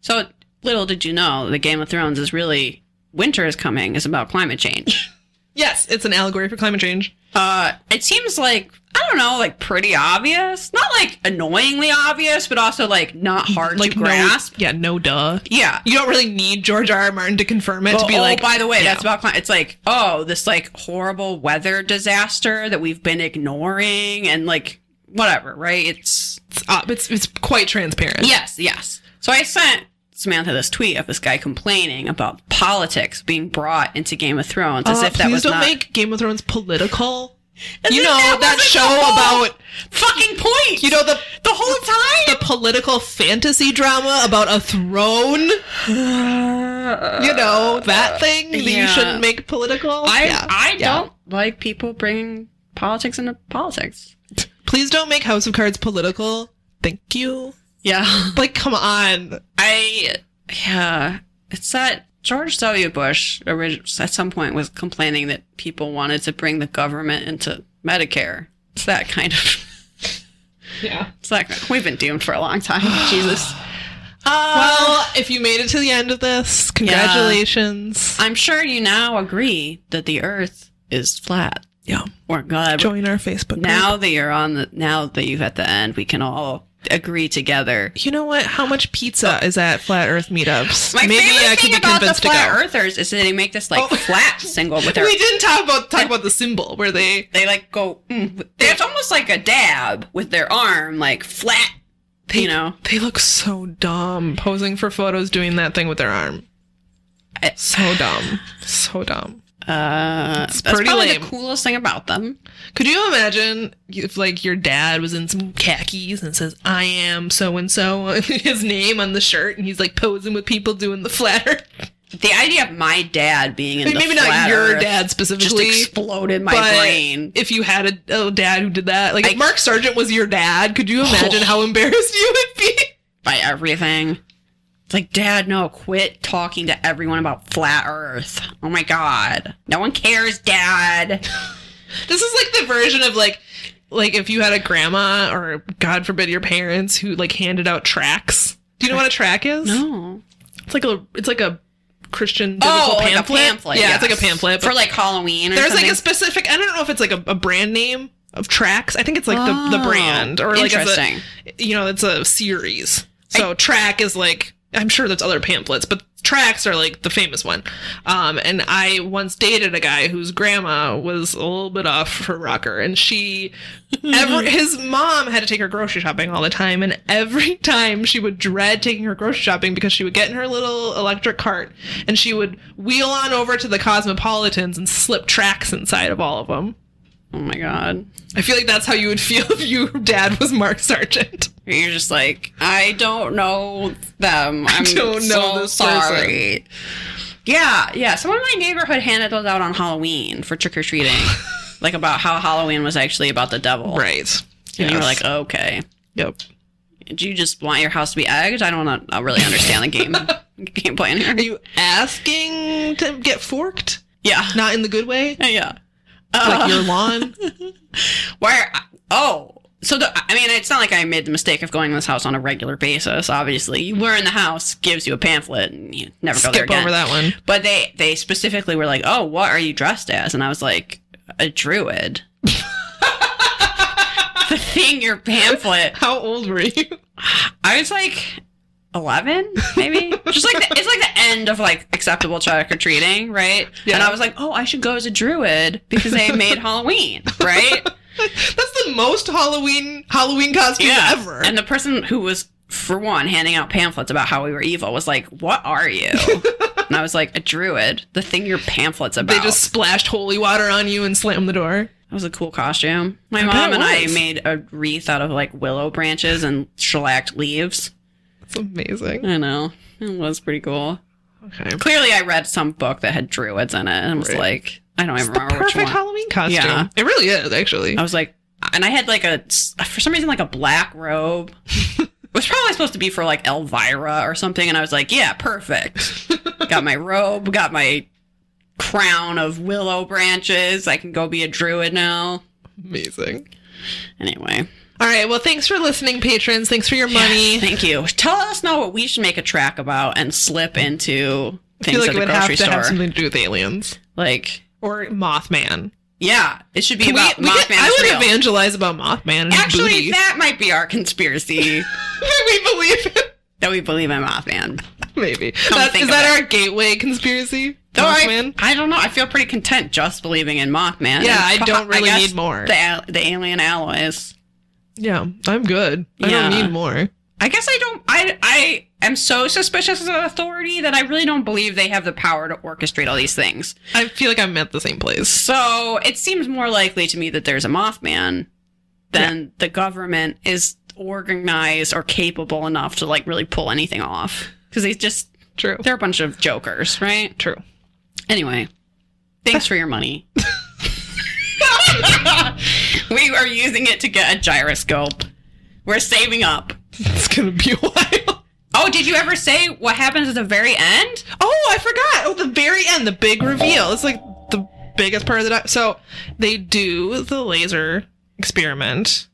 S6: So little did you know the Game of Thrones is really winter is coming is about climate change.
S5: Yes, it's an allegory for climate change.
S6: Uh, it seems like I don't know, like pretty obvious, not like annoyingly obvious, but also like not hard
S5: like
S6: to grasp.
S5: No, yeah, no duh.
S6: Yeah.
S5: You don't really need George R. R. Martin to confirm it
S6: Oh,
S5: to be
S6: oh,
S5: like.
S6: by the way,
S5: yeah.
S6: that's about climate. It's like, oh, this like horrible weather disaster that we've been ignoring and like whatever, right? It's
S5: It's, uh, it's it's quite transparent.
S6: yes, yes. So I sent Samantha this tweet of this guy complaining about politics being brought into Game of Thrones as
S5: Uh,
S6: if that
S5: please
S6: was
S5: don't
S6: not
S5: make Game of Thrones political.
S6: As
S5: you
S6: if
S5: know
S6: that
S5: that
S6: wasn't
S5: show
S6: the whole-
S5: about
S6: fucking point.
S5: you know the
S6: the whole time.
S5: the political fantasy drama about a throne. you know that thing that you
S6: yeah.
S5: shouldn't make political.
S6: I
S5: Yeah,
S6: I
S5: yeah.
S6: don't like people bringing politics into politics.
S5: Please don't make House of Cards political. Thank you.
S6: Yeah,
S5: Like, come on.
S6: I yeah. It's that George W. Bush orig- at some point was complaining that people wanted to bring the government into Medicare. It's that kind of.
S5: Yeah.
S6: It's that kind we've been doomed for a long time. Jesus,
S5: Uh, well, if you made it to the end of this, congratulations.
S6: I'm sure you now agree that the Earth is flat.
S5: Yeah.
S6: Or God,
S5: Join our Facebook group.
S6: now that you're on the now that you've at the end, we can all agree together
S5: You know what? How much pizza is at Flat Earth meetups?
S6: My
S5: Maybe
S6: favorite
S5: I could
S6: thing
S5: be
S6: about the
S5: convinced to go.
S6: flat earthers is that they make this like
S5: Oh.
S6: flat single with their.
S5: We didn't talk about talk about the symbol where they
S6: They like go. Mm, with- it's almost like a dab with their arm, like flat. You know,
S5: they look so dumb posing for photos doing that thing with their arm.
S6: I-
S5: So dumb. So dumb.
S6: uh,
S5: It's
S6: that's
S5: pretty
S6: probably
S5: lame.
S6: the coolest thing about them.
S5: Could you imagine if like your dad was in some khakis and says, I am so and so his name on the shirt and he's like posing with people doing the flat earth.
S6: The idea of my dad being in the
S5: Maybe not
S6: flat
S5: your
S6: Earth
S5: dad
S6: just
S5: specifically.
S6: exploded my
S5: but
S6: brain.
S5: If you had a, a dad who did that, like if
S6: I- Oh.
S5: Mark Sargent was your dad, could you imagine how embarrassed you would be?
S6: by everything. It's like, Dad, no, quit talking to everyone about flat Earth. Oh my God, no one cares, Dad.
S5: This is like the version of like like if you had a grandma or God forbid your parents who like handed out tracts. Do you know what a track is?
S6: No,
S5: It's like a it's like a Christian biblical
S6: like a
S5: Oh, pamphlet. Yeah, it's like a
S6: yes.
S5: pamphlet.
S6: for
S5: but
S6: like Halloween. Or
S5: there's
S6: something.
S5: like a specific I don't know if it's like a, a brand name of tracks. I think it's like the, the
S6: Oh,
S5: brand or like it's a,
S6: interesting.
S5: you know, it's a series. So track is like I'm sure there's other pamphlets, but tracks are like the famous one. Um, and I once dated a guy whose grandma was a little bit off her rocker, and she, ever, his mom had to take her grocery shopping all the time, and every time she would dread taking her grocery shopping because she would get in her little electric cart and she would wheel on over to the Cosmopolitans and slip tracks inside of all of them.
S6: oh my god,
S5: I feel like that's how you would feel if your dad was Mark Sargent.
S6: you're just like I don't know them. I'm
S5: don't know
S6: so
S5: this
S6: sorry. Yeah, yeah. Someone in my neighborhood handed those out on Halloween for trick or treating, like about how Halloween was actually about the devil.
S5: Right.
S6: And you were
S5: Yes.
S6: like, okay,
S5: Yep.
S6: do you just want your house to be egged? I don't know, I really understand the game game plan
S5: Are
S6: here.
S5: you asking to get forked?
S6: Yeah,
S5: Not in the good way?
S6: yeah.
S5: Like your lawn?
S6: Why? Are, oh, so the, I mean, it's not like I made the mistake of going to this house on a regular basis. Obviously, you were in the house, gives you a pamphlet, and you never go there
S5: Skip
S6: again.
S5: over that one.
S6: But they they specifically were like, "Oh, what are you dressed as?" And I was like, "A druid." the thing, your pamphlet.
S5: How old were you?
S6: I was like. 11 maybe just like the, it's like the end of like acceptable trick or treating right
S5: Yeah.
S6: and i was like oh i should go as a druid because they made halloween right
S5: That's the most Halloween Halloween costume ever.
S6: And the person who was, for one, handing out pamphlets about how we were evil was like, What are you? and I was like, A druid, the thing your pamphlet's about.
S5: they just splashed holy water on you and slammed the door.
S6: That was a cool costume. My
S5: I bet
S6: mom
S5: it
S6: and I
S5: was.
S6: made a wreath out of like willow branches and shellacked leaves.
S5: That's amazing.
S6: I know. It was pretty cool.
S5: Okay.
S6: Clearly, I read some book that had druids in it and I was
S5: Right.
S6: like, I don't
S5: It's
S6: even
S5: the
S6: remember which one.
S5: perfect Halloween costume.
S6: Yeah.
S5: It really is, actually.
S6: I was like, and I had like a, for some reason, like a black robe. It was probably supposed to be for like Elvira or something. And I was like, yeah, perfect. got my robe, got my crown of willow branches. I can go be a druid now.
S5: Amazing.
S6: Anyway,
S5: All right. Well, thanks for listening, patrons. Thanks for your money.
S6: thank you. Tell us now what we should make a track about and slip into
S5: I feel
S6: things
S5: like
S6: at
S5: it
S6: the
S5: would have
S6: grocery
S5: to have
S6: store.
S5: something to do with aliens
S6: Like,
S5: or Mothman.
S6: Yeah, it should be
S5: We-
S6: about
S5: we
S6: Mothman.
S5: could- I
S6: is
S5: would
S6: real.
S5: evangelize about Mothman and his
S6: Actually,
S5: booty.
S6: that might be our conspiracy
S5: we believe in
S6: that we believe in Mothman.
S5: Maybe.
S6: Come
S5: That,
S6: think
S5: is that
S6: about
S5: our gateway conspiracy?
S6: Though I,
S5: Mothman?
S6: I don't know. I feel pretty content just believing in Mothman.
S5: Yeah, I
S6: It's
S5: don't
S6: pro-
S5: really
S6: guess
S5: need more.
S6: The, al- the alien alloys.
S5: yeah, I'm good. I
S6: Yeah.
S5: don't need more.
S6: I guess I don't. I I am so suspicious of authority that I really don't believe they have the power to orchestrate all these things.
S5: I feel like I'm at the same place.
S6: So it seems more likely to me that there's a Mothman than the government is organized or capable enough to like really pull anything off because they just
S5: True.
S6: they're a bunch of jokers, right?
S5: True.
S6: Anyway, thanks for your money. we are using it to get a gyroscope. We're saving up.
S5: It's gonna be a while.
S6: Oh, did you ever say what happens at the very end?
S5: Oh, I forgot. Oh, the very end, the big reveal. It's like the biggest part of the. Di- so they do the laser experiment.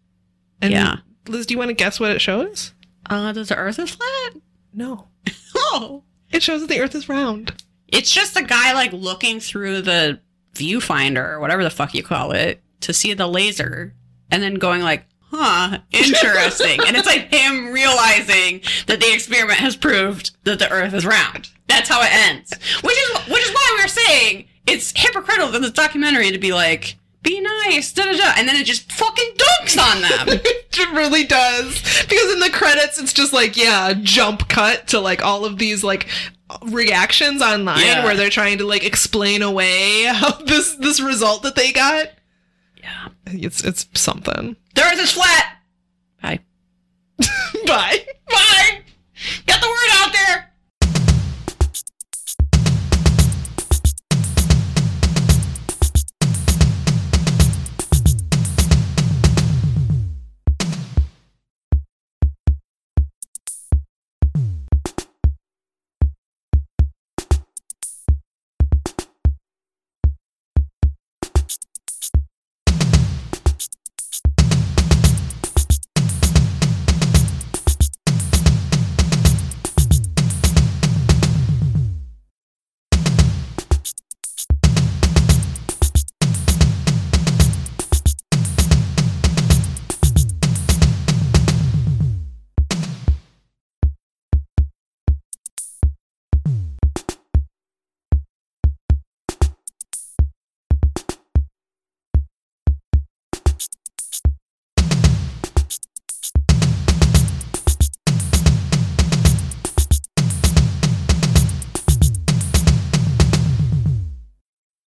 S5: And
S6: Yeah.
S5: Liz, do you want to guess what it shows?
S6: Uh, does the Earth is flat?
S5: No.
S6: Oh,
S5: It shows that the Earth is round.
S6: it's just a guy like looking through the viewfinder or whatever the fuck you call it to see the laser, and then going like, "Huh, interesting." and it's like him realizing that the experiment has proved that the Earth is round. That's how it ends. Which is which is why we're saying it's hypocritical in this documentary to be like, "Be nice," da da da, and then it just fucking dunks on them.
S5: It really does. Because in the credits, it's just like, yeah, jump cut to like all of these like reactions online
S6: Yeah.
S5: where they're trying to like explain away how this this result that they got.
S6: Yeah.
S5: It's it's something.
S6: the Earth is flat.
S5: Bye.
S6: Bye.